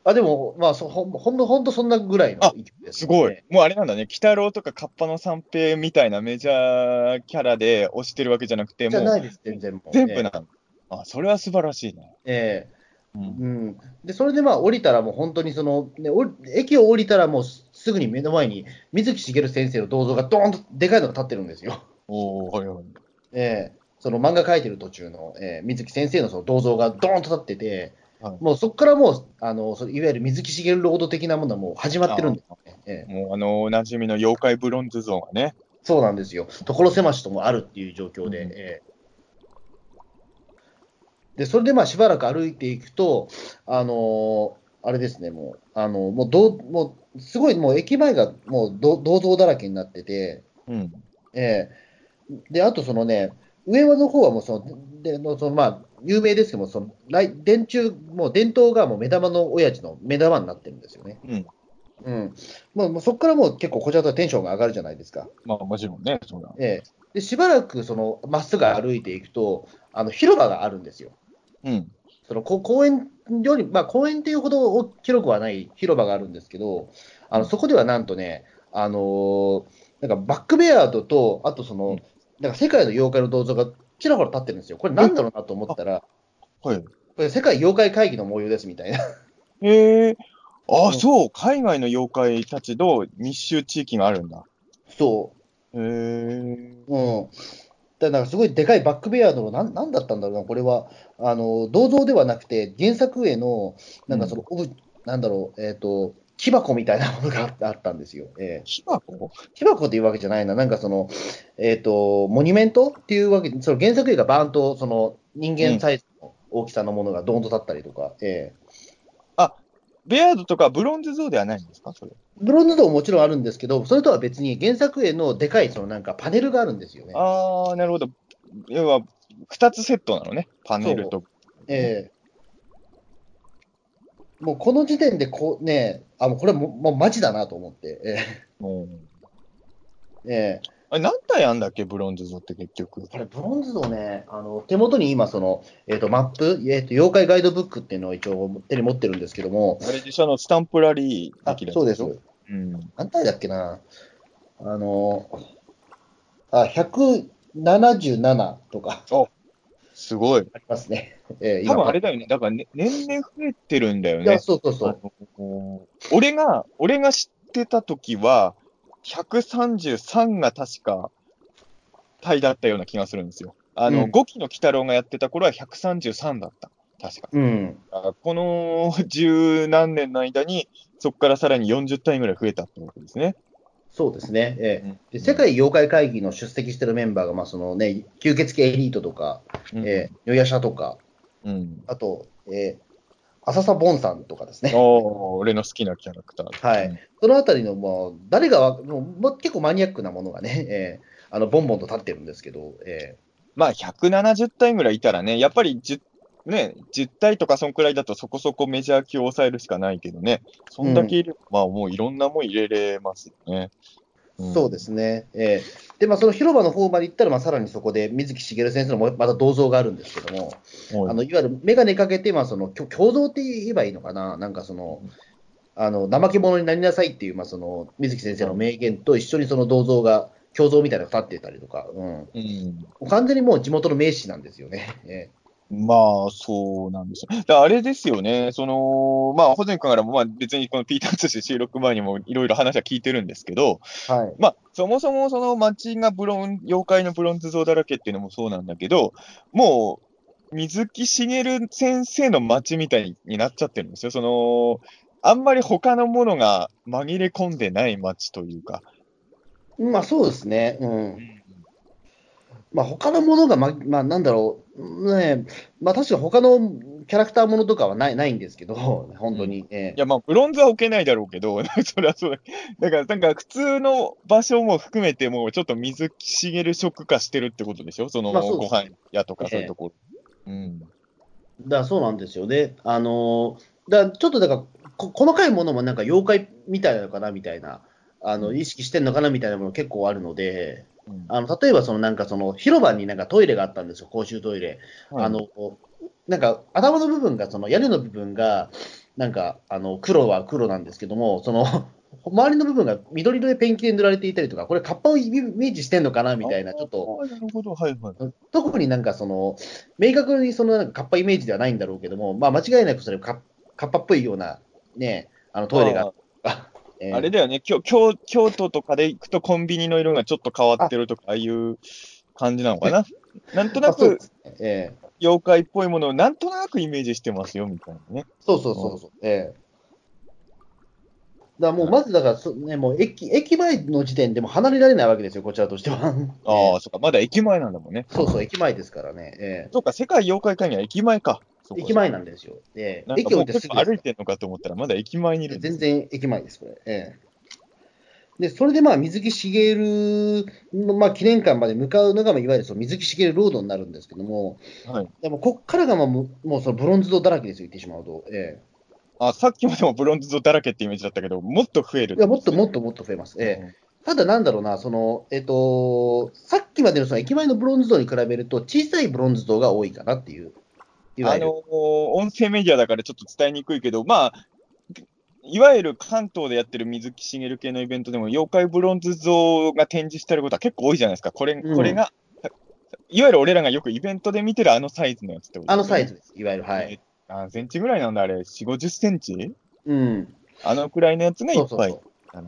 A: あ、でも、まあ、そほんほんと、ほんとそんなぐらいの
B: あ
A: 勢いですね、
B: すごい。もうあれなんだね。鬼太郎とかカッパの三平みたいなメジャーキャラで推してるわけじゃなくて、
A: じゃ
B: も
A: な
B: う
A: いです、全然もう。
B: 全部なんだ。あ、それは素晴らしいね。
A: えー
B: うん
A: うん、でそれでまあ降りたら、もう本当にその、ね、降り駅を降りたら、もうすぐに目の前に水木しげる先生の銅像がどーンとでかいのが立ってるんですよ。
B: おおはいはい。
A: ええその漫画描いてる途中の、ええ水木先生のその銅像がどーンと立ってて、
B: はい
A: もうそこからもうあのそのいわゆる水木しげるロード的なものはもう始まってるんですよね、ええ
B: もうあの、おなじみの妖怪ブロンズ像がね。
A: そうなんですよ、所狭しともあるっていう状況で、
B: うん
A: ええでそれでまあしばらく歩いていくと、あのーあれですね、もう、あのもうどうもうすごいもう駅前がもうど銅像だらけになってて、
B: うん。
A: ええであとそのね、上の方はもうその、でのそのまあ有名ですけども、その来電柱、もう伝統がもう目玉の親父の目玉になってるんですよね。
B: うん。
A: うん、もうもうそこからもう結構、こちらとはテンションが上がるじゃないですか。
B: まあもちろんね、そうだ。
A: ええ、でしばらくそのまっすぐ歩いていくと、あの広場があるんですよ。
B: うん。
A: そのこ公園より、まあ、公園っていうほど大きくはない広場があるんですけど、あのそこではなんとね、あのーなんかバックベアードと、あとその、
B: うん
A: なんか世界の妖怪の銅像がちらほら立ってるんですよ。これなんだろうなと思ったら、
B: はい。
A: これ世界妖怪会議の模様ですみたいな。
B: へえ。
A: う
B: あ、
A: ん
B: そう。海外の妖怪たちの密集地域があるんだ。
A: そ
B: へえ。
A: う。うん。だからなんかすごいでかいバックベアードのなん、なんだったんだろうな、これは。あの、銅像ではなくて、原作への、なんかその、オブなんだろう、えっ、と、木箱みたいなものがああったんですよ。え
B: 木箱
A: ー木箱っていうわけじゃないな、なんかその、えっ、と、モニュメントっていうわけで、その原作映がバーンと、その、人間サイズの大きさのものがドーンと立ったりとか、えー
B: ベアードとかブロンズ像ではないんですかそれ。
A: ブロンズ像ももちろんあるんですけど、それとは別に原作へのでかい、そのなんかパネルがあるんですよね。
B: ああ、なるほど。要は、二つセットなのね。パネルと。
A: ええもうこの時点でこう、ね、あ、もうこれも、もうマジだなと思って、え
B: うん
A: ーえー
B: あれ何体あんだっけブロンズ像って結局。
A: これ、ブロンズ像ね、あの手元に今その、えーと、マップ、えーと、妖怪ガイドブックっていうのを一応手に持ってるんですけども、
B: あれでしょあの、スタンプラリー
A: あ
B: できるやつ
A: そうで
B: ですしょ。うん。
A: 何体だっけな、あの、あ、177とか
B: すごい。
A: ありますね。えー
B: 多分あ
A: れ
B: れだよね。だからね、年々増えてるんだよ
A: いや、
B: ね。
A: そうそうそう。
B: あの俺が、俺が知ってた時は、133が確か、タイだったような気がするんですよ。あの、
A: うん
B: 5期の鬼太郎がやってた頃は133だった。確か。
A: うん。
B: あこの十何年の間に、そこからさらに40体ぐらい増えたってわけですね。
A: そうですね。えー
B: う
A: で
B: ん
A: 世、界妖怪会議の出席してるメンバーが、まあそのね、吸血鬼エリートとか、
B: うん
A: えー、よやしゃとか、
B: うん。
A: あと、えー、浅草ボンさんとかです ね、
B: おー俺の好きなキャラクター。
A: はい
B: うん。
A: そのあたりのもう、誰がわもうもう結構マニアックなものがね、えー、あのボンボンと立ってるんですけど、え
B: まあ、170体ぐらいいたらね、やっぱり10、ね、10体とかそんくらいだとそこそこメジャー級を抑えるしかないけどね、そんだけいれば、まあもういろんなもん入れれますよね。。
A: ーそうですすね、えーでまあ、その広場の方まで行ったら、まあ、さらにそこで水木しげる先生のもまた銅像があるんですけども、
B: はい
A: あのいわゆる眼鏡かけて、まあ、そのきょ共像って言えばいいのかな、なんかその
B: うん、
A: あの怠け者になりなさいっていう、まあ、その水木先生の名言と一緒にその銅像が、共像みたいなのが立ってたりとか、うん、も
B: うん
A: う完全にもう地元の名士なんですよね。え
B: まあ、そうなんですよ。だからあれですよね、その、まあ、保全君からも、まあ、別にこのピーター通信収録前にもいろいろ話は聞いてるんですけど、
A: ーはい
B: まあ、そもそもその街がブロン、妖怪のブロンズ像だらけっていうのもそうなんだけど、もう、水木しげる先生の街みたいになっちゃってるんですよ。その、あんまり他のものが紛れ込んでない街というか。
A: まあそうですね、うんまあ他のものがま、まあ、なんだろう、うんねまあ、確か他のキャラクターものとかはないないんですけど、本当に、え
B: いや、まあ、ブロンズは置けないだろうけど、 それはそうだ。だから、なんか、普通の場所も含めて、もうちょっと水木しげる食化してるってことでしょその、
A: まあそう
B: ご飯屋とかそういう
A: ええ
B: ところ。うん。
A: だそうなんですよね。あのーだちょっとだからこ、細かいものもなんか妖怪みたいなのかなみたいな、あの意識してんのかなみたいなもの結構あるので、
B: うん
A: あの例えばそのなんかその広場になんかトイレがあったんですよ、公衆トイレ。
B: はい
A: あのなんか頭の部分が、その屋根の部分が、なんかあの黒は黒なんですけども、その周りの部分が緑色でペンキで塗られていたりとか、これ、カッパをイメージしてんのかなみたいな、ちょっと。
B: あーなるほど、はいはい。
A: 特になんかその、明確にそのなんかカッパイメージではないんだろうけども、まあ、間違いなくそれカッ、カッパっぽいような、ね、あのトイレが、あえー
B: あれだよね、京京京都とかで行くとコンビニの色がちょっと変わってるとか、ああいう感じなのかな。なんとな
A: あそう
B: く
A: ですねえー
B: 妖怪っぽいものをなんとなくイメージしてますよみたいなね。
A: そうそうそうそう、えーだからもうまずだからそ、ね、もう駅駅前の時点でもう離れられないわけですよ、こちらとしては。
B: ああ、
A: えー
B: そっか、まだ駅前なんだもんね。
A: そうそう、駅前ですからね、え
B: そうか、世界妖怪会議は駅前か。そ
A: ー
B: うか
A: 駅前なんですよ。えー
B: なんか
A: 駅
B: も
A: 降
B: う
A: りてす
B: 結
A: ぐ
B: 構
A: です
B: 歩いてんのかと思ったら、まだ駅前にいるんです
A: 全然駅前です、これ。ええ、でそれでまあ水木しげるの、まあ、記念館まで向かうのが、まあいわゆるその水木しげるロードになるんですけども、
B: はい。
A: でもこっからがまあもうもうそのブロンズ像だらけですよ、言ってしまうと。え
B: あ、さっきまでもブロンズ像だらけってイメージだったけど、もっと増え
A: え、
B: る。
A: いやもっともっともっと増えます。ええ
B: え
A: ただなんだろうな、そのえっとさっきまでのその駅前のブロンズ像に比べると、小さいブロンズ像が多いかなっていう、いわ
B: あ
A: ゆ
B: の
A: る。
B: ー音声メディアだからちょっと伝えにくいけど、まあ、いわゆる関東でやってる水木しげる系のイベントでも、妖怪ブロンズ像が展示してあることは結構多いじゃないですか。これ
A: うん
B: これが、いわゆる俺らがよくイベントで見てるあのサイズのやつってこと
A: あのサイ
B: ズ。
A: ズです、いわゆる、はい。
B: 何センチぐらいなんだ、あれ、4、50センチ
A: うん、
B: あのくらいのやつがいっ
A: そうそう
B: ぱ
A: そ。。
B: いう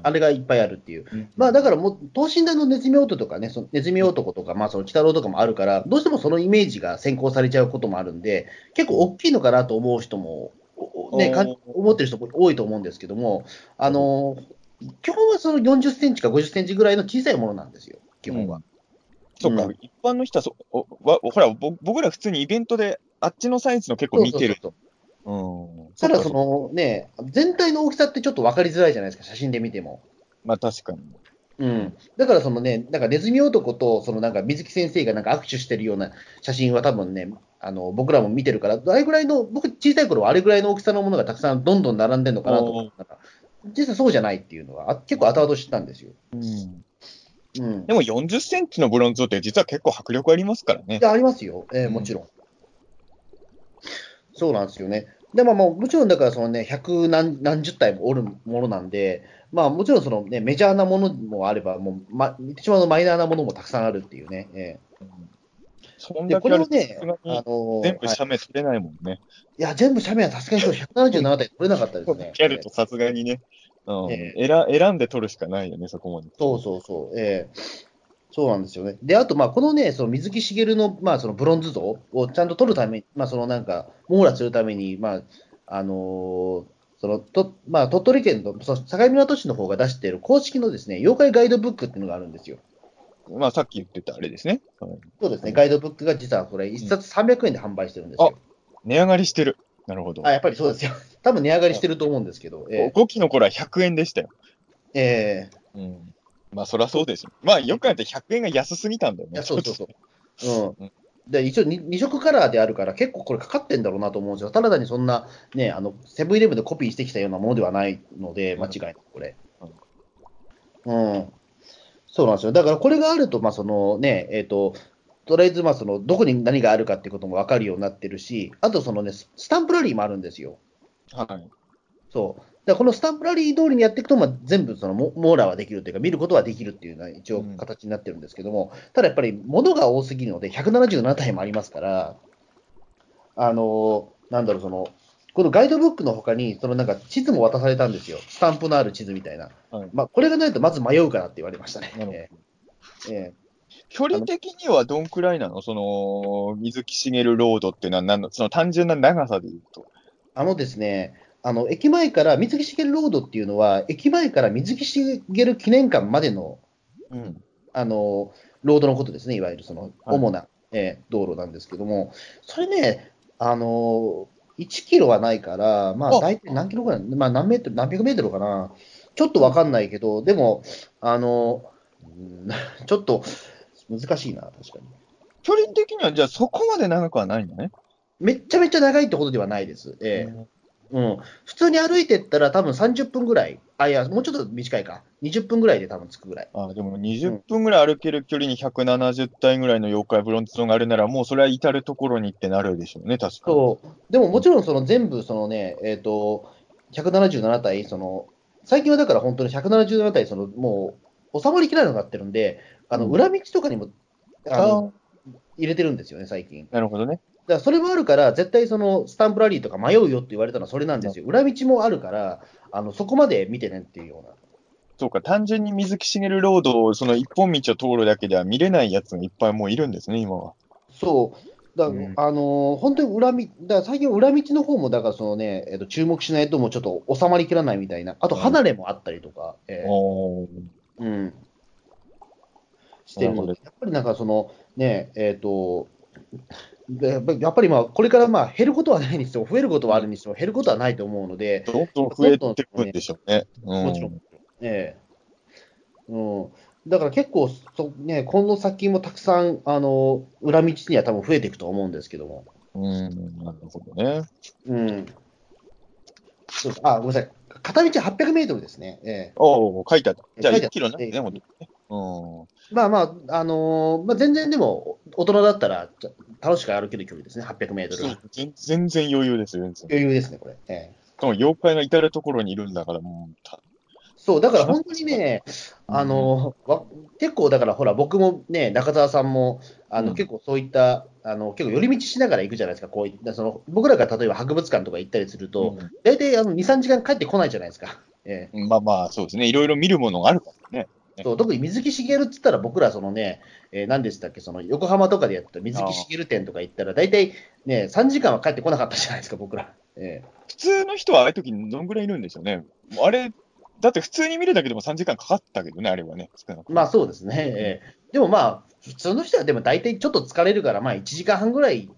A: あれがいっぱいあるっていう。まあだからもう、等身大のネズミ男とかね、そのネズミ男とか、まあその鬼太郎とかもあるから、どうしてもそのイメージが先行されちゃうこともあるんで、結構大きいのかなと思う人も、おおね、かん
B: おー
A: 思ってる人も多いと思うんですけども、あのー基本はその40センチか50センチぐらいの小さいものなんですよ、基本は。
B: そっか、
A: うん
B: 一般の人はそおわ、ほら、ぼ僕ら普通にイベントであっちのサイズの結構見てる。
A: そうそうそう
B: うん。
A: ただ
B: っか
A: そのね、全体の大きさってちょっと分かりづらいじゃないですか、写真で見ても。
B: まあ確かに。
A: うん、だからそのね、なんかネズミ男とそのなんか水木先生がなんか握手してるような写真は多分ね、あの僕らも見てるから、あれぐらいの、僕、小さい頃はあれぐらいの大きさのものがたくさんどんどん並んでるのかなと思ったら、実はそうじゃないっていうのは、あ結構後々知ったんですよ。
B: うん、
A: うん、
B: でも40センチのブロンズ像って実は結構迫力ありますからね
A: い。や、ありますよ、えーもちろん。そうなんですよね。でも、まあ、もちろんだから、そのね、百何何十体もおるものなんで、まあ、もちろんその、ね、メジャーなものもあれば、もう、ま、言ってしまうとマイナーなものもたくさんあるっていうね。えー
B: そん
A: で
B: だ
A: こ
B: けあ
A: れ
B: る
A: をね
B: とさすが、
A: あの
B: に全部
A: はい、
B: 写メ取れないもんね。
A: いや、全部写メはさすがにそう177体取れなかったですね。
B: やるとさすがにね、うん
A: え
B: 選。選んで取るしかないよね、そこまで。
A: そうそうそう、ええそうなんですよね。で、あと、まあ、このね、その水木しげるの、まあ、そのブロンズ像をちゃんと取るために、まあ、そのなんか、網羅するために、まあ、あのーそのとまあ、鳥取県のその境港市の方が出している公式のですね妖怪ガイドブックっていうのがあるんですよ。
B: まあさっき言ってたあれですね。はい
A: そうですね、ガイドブックが実はこれ、1冊300円で販売してるんですよ。
B: 値上がりしてる。なるほど。
A: あやっぱりそうですよ。多分値上がりしてると思うんですけど、え
B: 5期の頃は100円でしたよ。
A: えええ
B: うんまあそりゃそうですよ。まあよく考えて100円が安すぎたんだよ
A: い
B: ね。
A: やそうそうそう
B: ちょっと。
A: うんで一応に2色カラーであるから、結構これかかってんだろうなと思うんですよ。ただ単にそんな、ね、あのセブンイレブンでコピーしてきたようなものではないので、間違いなくこれ。うん。そうなんですよ。だからこれがあると、まあそのね、えっ、と、とりあえずまあそのどこに何があるかってことも分かるようになってるし、あとそのね、ススタンプラリーもあるんですよ。
B: はい。
A: そう。だからこのスタンプラリー通りにやっていくと、まあ、全部そのも網羅はできるというか、見ることはできるっていうのは一応
B: うん
A: 形になってるんですけども、ただやっぱり物が多すぎるので、177体もありますから、あのーなんだろう、その、このガイドブックの他に、そのなんか地図も渡されたんですよ。スタンプのある地図みたいな。
B: はい
A: まあ、これがないとまず迷うからって言われましたね。
B: なるほど
A: えええ
B: 距離的にはどんくらいなのその、水木しげるロードっていうのは何の、その単純な長さで言うと。
A: あのですね、あの駅前から水木しげるロードっていうのは、駅前から水木しげる記念館までの
B: うん。
A: あのロードのことですね、いわゆるその主な、えー道路なんですけども、それね、あの1キロはないから、まあ、
B: あ
A: 大体何キロぐらい、まあ、何メートル、何百メートルかな、ちょっとわかんないけど、でも、あのうんちょっと難しいな、確かに。
B: 距離的にはじゃあそこまで長くはないんだね。
A: めっちゃめちゃ長いってことではないです。ええうん、普通に歩いてったら、多分30分ぐらい、あ、いや、もうちょっと短いか、20分ぐらいで多分着くぐらい。
B: あでも20分ぐらい歩ける距離に170体ぐらいの妖怪ブロンズゾーンがあるなら、もうそれは至るところにってなるでしょうね、確かに。
A: そうでももちろんその全部、そのね、えっ、と、177体、その、最近はだから本当に177体、その、もう、収まりきらなくなってるんで、あの、
B: うん
A: 裏道とかにも、あ
B: あ
A: の、入れてるんですよね、最近。
B: なるほどね。
A: だからそれもあるから、絶対そのスタンプラリーとか迷うよって言われたのはそれなんですよ。裏道もあるから、あのそこまで見てねっていうような。
B: そうか、単純に水木しげるロードを、その一本道を通るだけでは見れないやつがいっぱいもういるんですね、今は。
A: そう。だ
B: うん
A: あのー本当に裏道、だから最近裏道の方も、だからそのね、えっと注目しないともうちょっと収まりきらないみたいな。あと
B: うん
A: 離れもあったりとか、えー
B: おー
A: うん。してるの
B: なる
A: で、やっぱりなんかその、ね、えっ、と、でやっぱりやっぱりまあこれからまあ減ることはないにしても、増えることはあるにしても、減ることはないと思うので、
B: どんどん増えていくんでしょうね。も
A: もちろん。ええうん、だから結構そ、ね、この先もたくさんあの裏道には多分増えていくと思うんですけども。
B: うん、なるほどね。
A: うん、そうあごめんなさい、片道800メートルですね。ええ
B: おお、書いてあった。じゃあ
A: 書いてあった
B: 1キロなんですね、もうね。うん。
A: まあまあ、あのーまあ、全然でも大人だったらちょ楽しく歩ける距離ですね、800メートル。
B: 全全然余裕ですよ、全然。
A: 余裕ですね、これ。ええ
B: しかも妖怪が至るところにいるんだから、もうた、
A: そう、だから本当にね、あのーわ結構だからほら、僕もね、中澤さんも、あの、
B: うん
A: 結構そういった、あの、結構寄り道しながら行くじゃないですか、こういった、その、僕らが例えば博物館とか行ったりすると、大体あの2、3時間帰ってこないじゃないですか。え
B: うんまあまあ、そうですね。いろいろ見るものがあるからね。
A: えそう特に水木しげるっつったら、僕らそのね、えー何でしたっけ、その横浜とかでやった水木しげる展とか行ったら、大体ね、3時間は帰ってこなかったじゃないですか、僕ら。ええ
B: 普通の人はああいう時にどんぐらいいるんでしょうね。もうあれ、だって普通に見るだけでも3時間かかったけどね、あれはね。少なくとも
A: まあそうですね。ええでもまあ、普通の人はでも大体ちょっと疲れるから、まあ1時間半ぐらい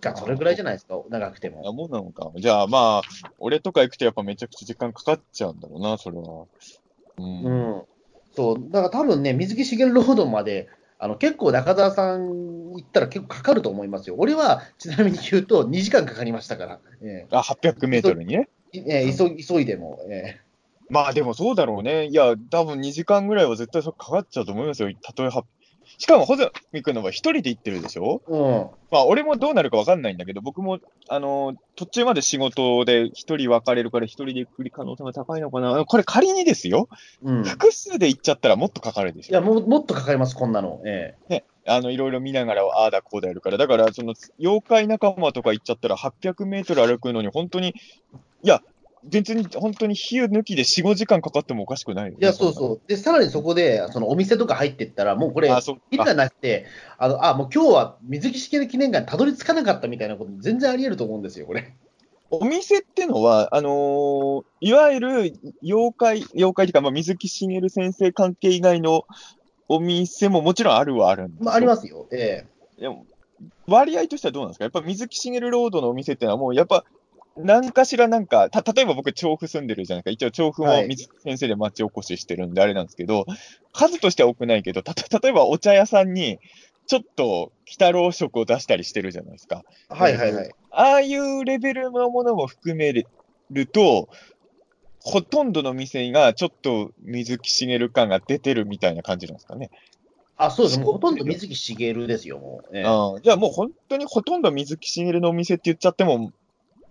A: がそれぐらいじゃないですか、長くても。
B: あ、もうなのか。じゃあまあ、俺とか行くとやっぱめちゃくちゃ時間かかっちゃうんだろうな、それは。うん。
A: うん、そう、だから多分ね、水木しげるロードまで、あの結構中澤さん行ったら結構かかると思いますよ。俺はちなみに言うと2時間かかりましたから、え
B: あ、800メートルにね。
A: えいええ急い急いでも、ええ
B: まあでもそうだろうね。いや、多分2時間ぐらいは絶対それかかっちゃうと思いますよ。たとえは。しかも、ホゼミ君の場合、一人で行ってるでしょ
A: うん、
B: まあ、俺もどうなるかわかんないんだけど、僕も、あのー途中まで仕事で一人別れるから一人で行く可能性が高いのかな。これ仮にですよ。
A: うん。い
B: 複数で行っちゃったらもっとかかるでしょ。
A: やもう、もっとかかります、こんなの。ええ
B: ね、あのいろいろ見ながら、ああだこうだやるから、だから、その妖怪仲間とか行っちゃったら、800メートル歩くのに、本当に、いや、別に本当に火抜きで4、5時間かかってもおかしくないよね、
A: いや、そう
B: こんな
A: そ
B: の
A: う。で、さらにそこで、そのお店とか入ってったら、もうこれ、
B: あ、そう
A: 意味がなくて、あのあ、もう今日は水木しげる記念館にたどり着かなかったみたいなこと、全然あり得ると思うんですよ、これ。
B: お店ってのは、あのーいわゆる妖怪、妖怪というか、まあ、水木しげる先生関係以外のお店ももちろんあるはあるんですよ
A: まあ、ありますよ。え
B: でも割合としてはどうなんですかやっぱ水木しげるロードのお店ってのはもうやっぱ何かしらなんか、た例えば僕、調布住んでるじゃないですか。一応調布
A: は
B: も
A: い
B: 水木先生で町おこししてるんであれなんですけど、数としては多くないけど、た例えばお茶屋さんにちょっと鬼太郎食を出したりしてるじゃないですか。
A: えはいはいはい。
B: ああいうレベルのものも含めると、ほとんどの店がちょっと水木しげる感が出てるみたいな感じなんですかね。
A: あ、そうです。もうほとんど水木しげるですよ、もう。ええ
B: うん、じゃあもう本当にほとんど水木しげるのお店って言っちゃっても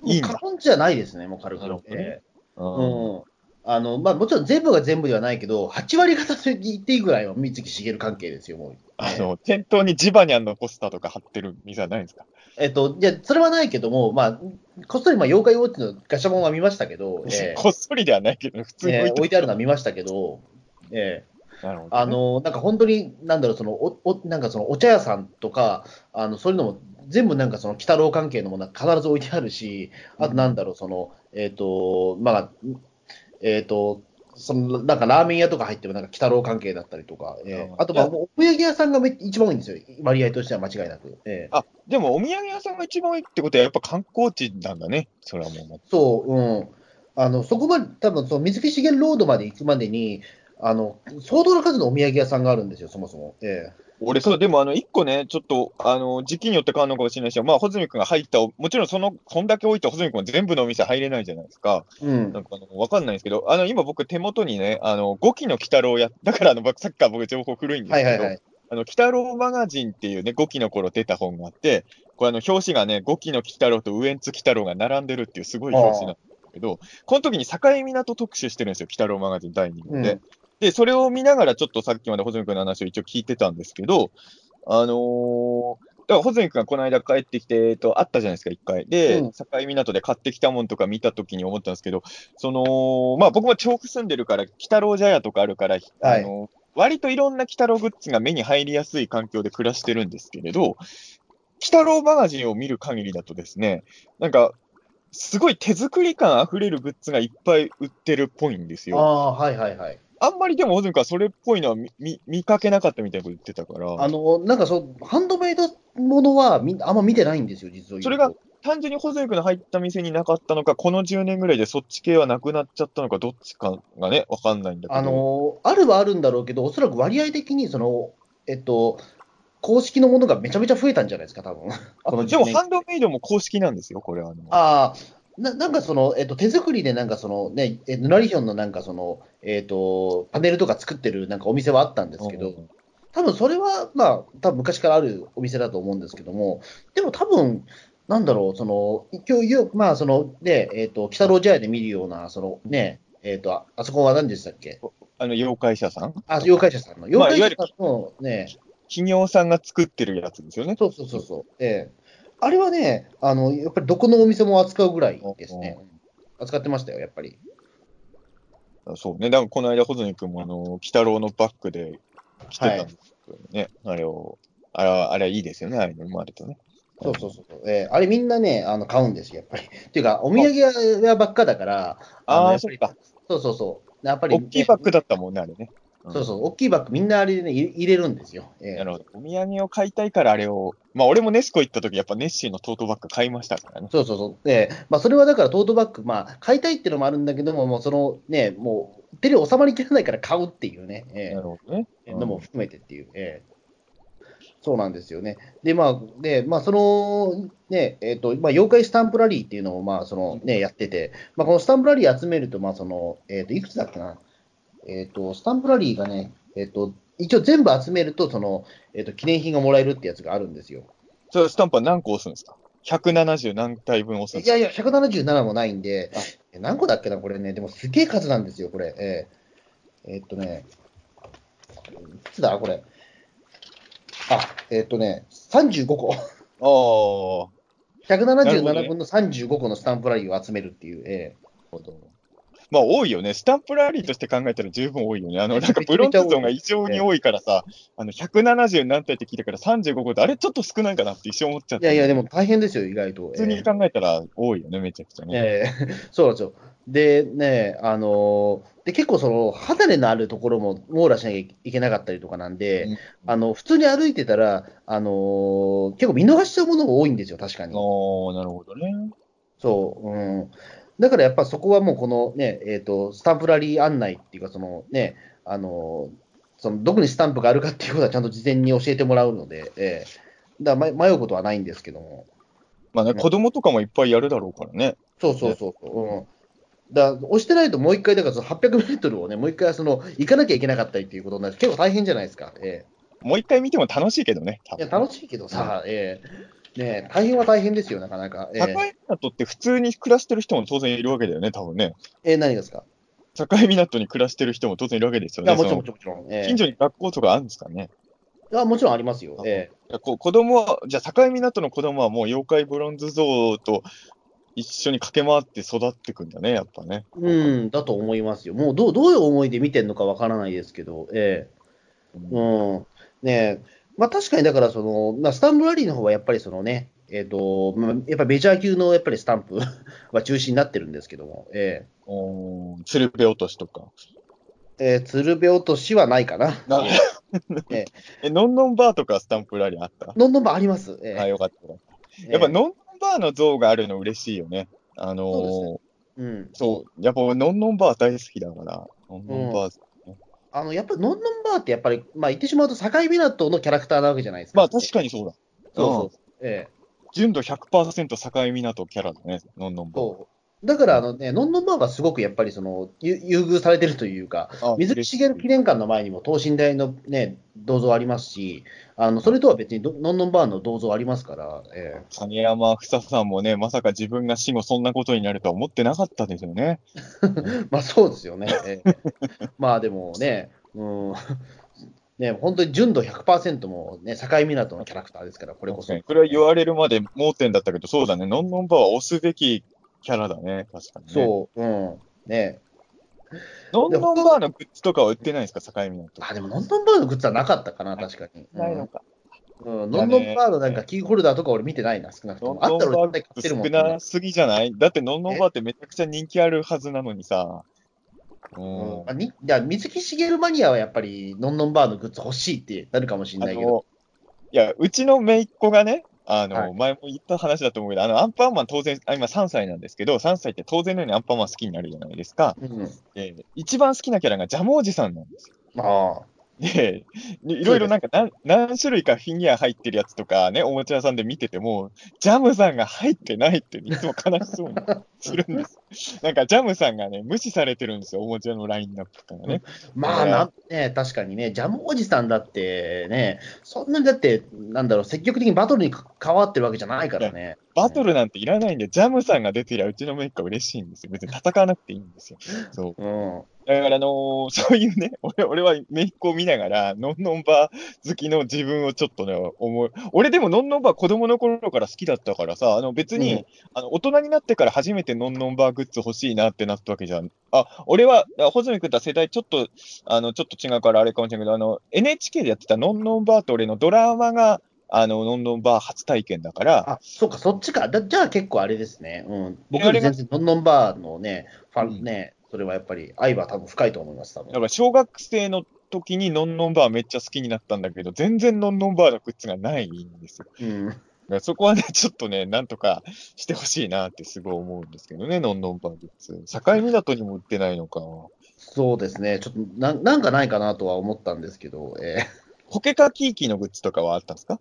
B: いいん
A: 過
B: だ。
A: 言じゃないですね、もう軽く。
B: なるほど
A: え
B: ね
A: え
B: うん
A: うんあのまあ、もちろん全部が全部ではないけど、8割方と言っていいぐらいは水木しげる関係ですよ、もう。
B: あの店頭にジバニャンのポスターとか貼ってる店はないんですか
A: えっと、いや、それはないけども、まあ、こっそり、まあ、妖怪ウォッチのガシャモンは見ましたけど、え
B: こっそりではないけど、普
A: え
B: 通に
A: ええ置いてあるの
B: な。
A: は見ましたけど、ええ
B: なるほどね
A: あのなんか本当に、なんだろう、そのおおなんかそのお茶屋さんとか、あのそういうのも全部なんかその鬼太郎関係のものは必ず置いてあるし、あとなんだろう、その、えっ、と、まあ、えっ、と、そのなんかラーメン屋とか入っても、なんか鬼太郎関係だったりとか、えー
B: うん
A: あと、まあ、
B: いや
A: お土産屋さんがめ一番多いんですよ、割合としては間違いなく。えー
B: あ、でもお土産屋さんが一番多いってことはやっぱ観光地なんだね。それはもう。
A: そう、うん。あのそこまで、多分その水木しげるロードまで行くまでに、あの相当な数のお土産屋さんがあるんですよ、そもそも。えー
B: 俺、そう、でも、あの、一個ね、ちょっと、あの、時期によって変わるのかもしれないし、まあ、穂積君が入った、もちろん、その、こんだけ置いた穂積君は全部のお店入れないじゃないですか。
A: うん
B: な。んかあの、わかんないんですけど、あの、今僕、手元にね、あの、5期の鬼太郎や、だから、あの、僕さっきから僕、情報古いんです
A: はい
B: けど、
A: はいはい。
B: あの、鬼太郎マガジンっていうね、5期の頃出た本があって、これあの、表紙がね、5期の鬼太郎とウエンツ鬼太郎が並んでるっていうすごい表紙なんですけど、この時に境港特集してるんですよ、鬼太郎マガジン第2号で。
A: うん
B: で、それを見ながらちょっとさっきまで穂積君の話を一応聞いてたんですけど、あのー、だから、穂積君がこの間帰ってきて、えっと、あったじゃないですか、一回。で、
A: うん
B: 境港で買ってきたもんとか見たときに思ったんですけど、その、まあ僕も調布住んでるから、鬼太郎茶屋とかあるから、あ
A: はい
B: の割といろんな鬼太郎グッズが目に入りやすい環境で暮らしてるんですけれど、鬼太郎マガジンを見る限りだとですね、なんか、すごい手作り感あふれるグッズがいっぱい売ってるっぽいんです
A: あ
B: よ。
A: あ、はいはいはい。
B: あんまりでも、ほずんかそれっぽいのは見見見かけなかったみたいなこと言ってたから、
A: あの、なんかそう、ハンドメイドものはみあんま見てないんですよ、実を言うと。
B: それが単純にホズミ君の入った店になかったのか、この10年ぐらいでそっち系はなくなっちゃったのか、どっちかがね、わかんないんだけど。
A: あの、あるはあるんだろうけど、おそらく割合的に、その、えっと、公式のものがめちゃめちゃ増えたんじゃないですか、多分この
B: でも
A: 10年
B: ハンドメイドも公式なんですよ、これは。あの
A: ああ、ななんかその、えっと、手作りでなんかそのね、えぬらりひょんのなんかその、えっと、パネルとか作ってるなんかお店はあったんですけど、
B: うん
A: 多分それは、まあ、多分昔からあるお店だと思うんですけども、でも多分、なんだろう、その、一応言う、まあ、その、で、えっと、北郎茶屋で見るような、そのね、えっと、ああそこは何でしたっけ
B: あの妖怪者さん
A: あ、妖怪者さんの。
B: まあ
A: 妖怪者さんのね、
B: 企業さんが作ってるやつですよね。
A: そうそうそうそう。ええあれはね、あの、やっぱりどこのお店も扱うぐらいですね。扱ってましたよ、やっぱり。
B: あそうね。だからこの間、穂積君も、あの、鬼太郎のバッグで着てたんですけどね。あれを、あれは、あれはいいですよね、ああいうのもあるとね。
A: そうそうそうそう。えーあれみんなね、あの買うんですよ、やっぱり。っていうか、お土産屋ばっかだから、
B: あ
A: の
B: あ
A: やっ
B: ー、
A: ぱ
B: そう
A: り
B: か。
A: そうそうそう。やっぱり、
B: 大きいバッグだったもんね、あれね。
A: うんそうそう、大きいバッグ、みんなあれでね、入入れるんですよ。え
B: な
A: ー
B: るほど。お土産を買いたいから、あれを。まあ、俺もネスコ行った時、やっぱネッシーのトートバッグ買いましたからね。
A: そうそうそう。で、まあ、それはだからトートバッグ、まあ、買いたいっていうのもあるんだけども、もうそのね、もう、手に収まりきらないから買うっていうね。えー
B: なるほどね。
A: のも含めてっていう、ええそうなんですよね。で、まあ、でまあ、その、ね、えっ、と、まあ、妖怪スタンプラリーっていうのを、まあ、その、ね、やってて、まあ、このスタンプラリー集めると、まあ、その、えっ、と、いくつだっけな、えっ、と、スタンプラリーがね、えっ、と、一応全部集めると、その、えっ、と、記念品がもらえるってやつがあるんですよ。
B: それスタンプは何個押すんですか ?170 何体分押すんで
A: い
B: す
A: や
B: か
A: いや、177もないんで、え何個だっけな、これね、でもすげえ数なんですよ、これ。えーえーっとね、いつだ、これ。あ、えーっとね、35個。
B: ああ。なるほどね
A: 177分の35個のスタンプラリーを集めるっていう。え
B: なるほどまあ多いよね。スタンプラリーとして考えたら十分多いよね。あの、なんか
A: めち
B: ブ
A: ゃ
B: ロン
A: め
B: ズ
A: ちゃ多い
B: 像が異常に多いからさ、あの、170何体って聞いたから35個って、あれちょっと少ないかなって一瞬思っちゃっ
A: ーい
B: た。
A: やいや、でも大変ですよ、意外と。
B: 普通に考えたら多いよね、めちゃくちゃね。
A: え えそうなんですよ。でね、あのーで結構その離れのあるところも網羅しなきゃいけなかったりとかなんで、
B: うん
A: あの普通に歩いてたら、あのー結構見逃しちゃうものが多いんですよ、確かに。
B: おー、なるほどね。
A: そう、うん。だからやっぱそこはもうこのね、えっ、と、スタンプラリー案内っていうか、そのね、あのー、その、どこにスタンプがあるかっていうことはちゃんと事前に教えてもらうので、ええだから迷迷うことはないんですけども。
B: まあね、子供とかもいっぱいやるだろうからね。
A: そうそうそうそう。うん。だから押してないともう一回、だからその800メートルをね、もう一回その、行かなきゃいけなかったりっていうことになる結構大変じゃないですか。え
B: もう一回見ても楽しいけどね、多
A: えい
B: 分
A: や、楽しいけどさ、ええねえ大変は大変ですよ、なかなか。ええ
B: 境港って普通に暮らしてる人も当然いるわけだよね、多分ね。
A: ええ何がですか
B: 境港に暮らしてる人も当然いるわけですよ
A: い
B: ね。
A: や、もちろん、も
B: その
A: ちろん、もちろん。ええ
B: 近所に学校とかあるんですかね。
A: いやもちろんありますよ。ええ
B: いやこう子供は、じゃあ境港の子供はもう妖怪ブロンズ像と一緒に駆け回って育ってくんだね、やっぱね。
A: うん、だと思いますよ。もうどうどういう思いで見てるのかわからないですけど、ええうん、ねえ、まあ確かにだからその、まあ、スタンプラリーの方はやっぱりそのね、えっ、と、まあ、やっぱメジャー級のやっぱりスタンプ は中心になってるんですけども、え
B: おー鶴瓶落としとか。
A: えええ鶴瓶落としはないかな。 え
B: え、のんのんバーとかスタンプラリーあった
A: どんどんばあります。ええ
B: あ、よかったよかっ
A: ええ
B: た。やっぱのんのんバーの像があるの嬉しいよね。あのー
A: そうですうん、
B: そう、やっぱ俺のんのんバー大好きだから、のんのんバー、
A: あの、やっぱりノンノンバーってやっぱり、まあ言ってしまうと境港のキャラクターなわけじゃないですか。
B: まあ確かにそう
A: そ
B: だ。
A: う
B: う
A: そ
B: ん
A: うそう。ええ
B: 純度100%境港キャラだね、のんのんぼ。
A: そう。だから、あのね、ノンノンバーがすごくやっぱりその、ゆ優遇されてるというか、
B: あ
A: 水木しげる記念館の前にも等身大のね、銅像ありますし、あの、それとは別にどノンノンバーの銅像ありますから、え
B: 谷山房さんもね、まさか自分が死後そんなことになるとは思ってなかったんですよね。
A: え まあそうですよね。え えまあでもね、うん。 ね、本当に純度100%もね、境港のキャラクターですから、これこそ。
B: これは言われるまで盲点だったけど、そうだね、のんのんばは押すべきキャラだね、確かに、ね。
A: そう、うん。ね
B: う。のんのんばのグッズとかは売ってないですか、境港。
A: あ、でも、ノンノンバーのグッズはなかったかな、確かに。
B: ないのか。
A: うん、うん
B: い
A: ノ
B: や
A: ン
B: ね
A: ノンバーのなんかキーホルダーとか俺見てないな、少なくと
B: のん
A: も。あったら
B: の
A: 俺
B: ん
A: 絶対
B: ば
A: 買ってる
B: 少
A: もん
B: なすぎじゃないだって、のんのんばってめちゃくちゃ人気あるはずなのにさ。う
A: うん
B: ん。
A: まあ、にじゃあ水木しげるマニアはやっぱり、ノンノンバーのグッズ欲しいってなるかもしれ
B: あ
A: ないけど、
B: の、いや、うちの姪っ子がね、あの、
A: はい
B: 前も言った話だと思うけど、あの、アンパンマン当然、あ今3歳なんですけど、3歳って当然のようにアンパンマン好きになるじゃないですか。
A: うん、
B: で、一番好きなキャラがジャムおじさんなんですよ。
A: あ
B: で、でいろいろなんか何何種類かフィギュア入ってるやつとかね、おもちゃ屋さんで見てても、ジャムさんが入ってないっていつも悲しそうにする んです。なんかジャムさんがね、無視されてるんですよ、おもちゃのラインナップからね。
A: まあ
B: ね
A: なん、ね、確かにね、ジャムおじさんだってね、そんなにだって、なんだろう、積極的にバトルに関わってるわけじゃないからね。
B: バトルなんていらないんで、ジャムさんが出てりゃうちのメイクは嬉しいんですよ。別に戦わなくていいんですよ。そう。
A: うん、
B: だから、あのー そういうね、俺俺はメイクを見ながら、ノンノンバー好きの自分をちょっとね、思う。俺でもノンノンバー子供の頃から好きだったからさ、あの別に、
A: うん
B: あの大人になってから初めてノンノンバーグッズ欲しいなってなったわけじゃん。あ、俺は、あ穂積君とは世代ちょっと、あの、ちょっと違うからあれかもしれないけど、あの、NHK でやってたノンノンバーと俺のドラマが、あの、ノンノンバー初体験だから、
A: あそうか、そっちか。だじゃあ結構あれですね。うん、僕よ
B: あれ
A: り
B: が
A: 全然、ノンノンバーのね、ファ
B: う
A: ン
B: ん
A: ね、それはやっぱり愛は多分深いと思います、多
B: だか
A: 分。
B: ら小学生の時にノンノンバーめっちゃ好きになったんだけど、全然ノンノンバーのグッズがないんですよ。だか
A: うん、
B: らそこはね、ちょっとね、 なんとかしてほしいなってすごい思うんですけどね、ノンノンバーグッズ。境港にも売ってないのか。
A: そうですね、ちょっとななんかないかなとは思ったんですけど、えー
B: ポケカキーキーのグッズとかはあったんですか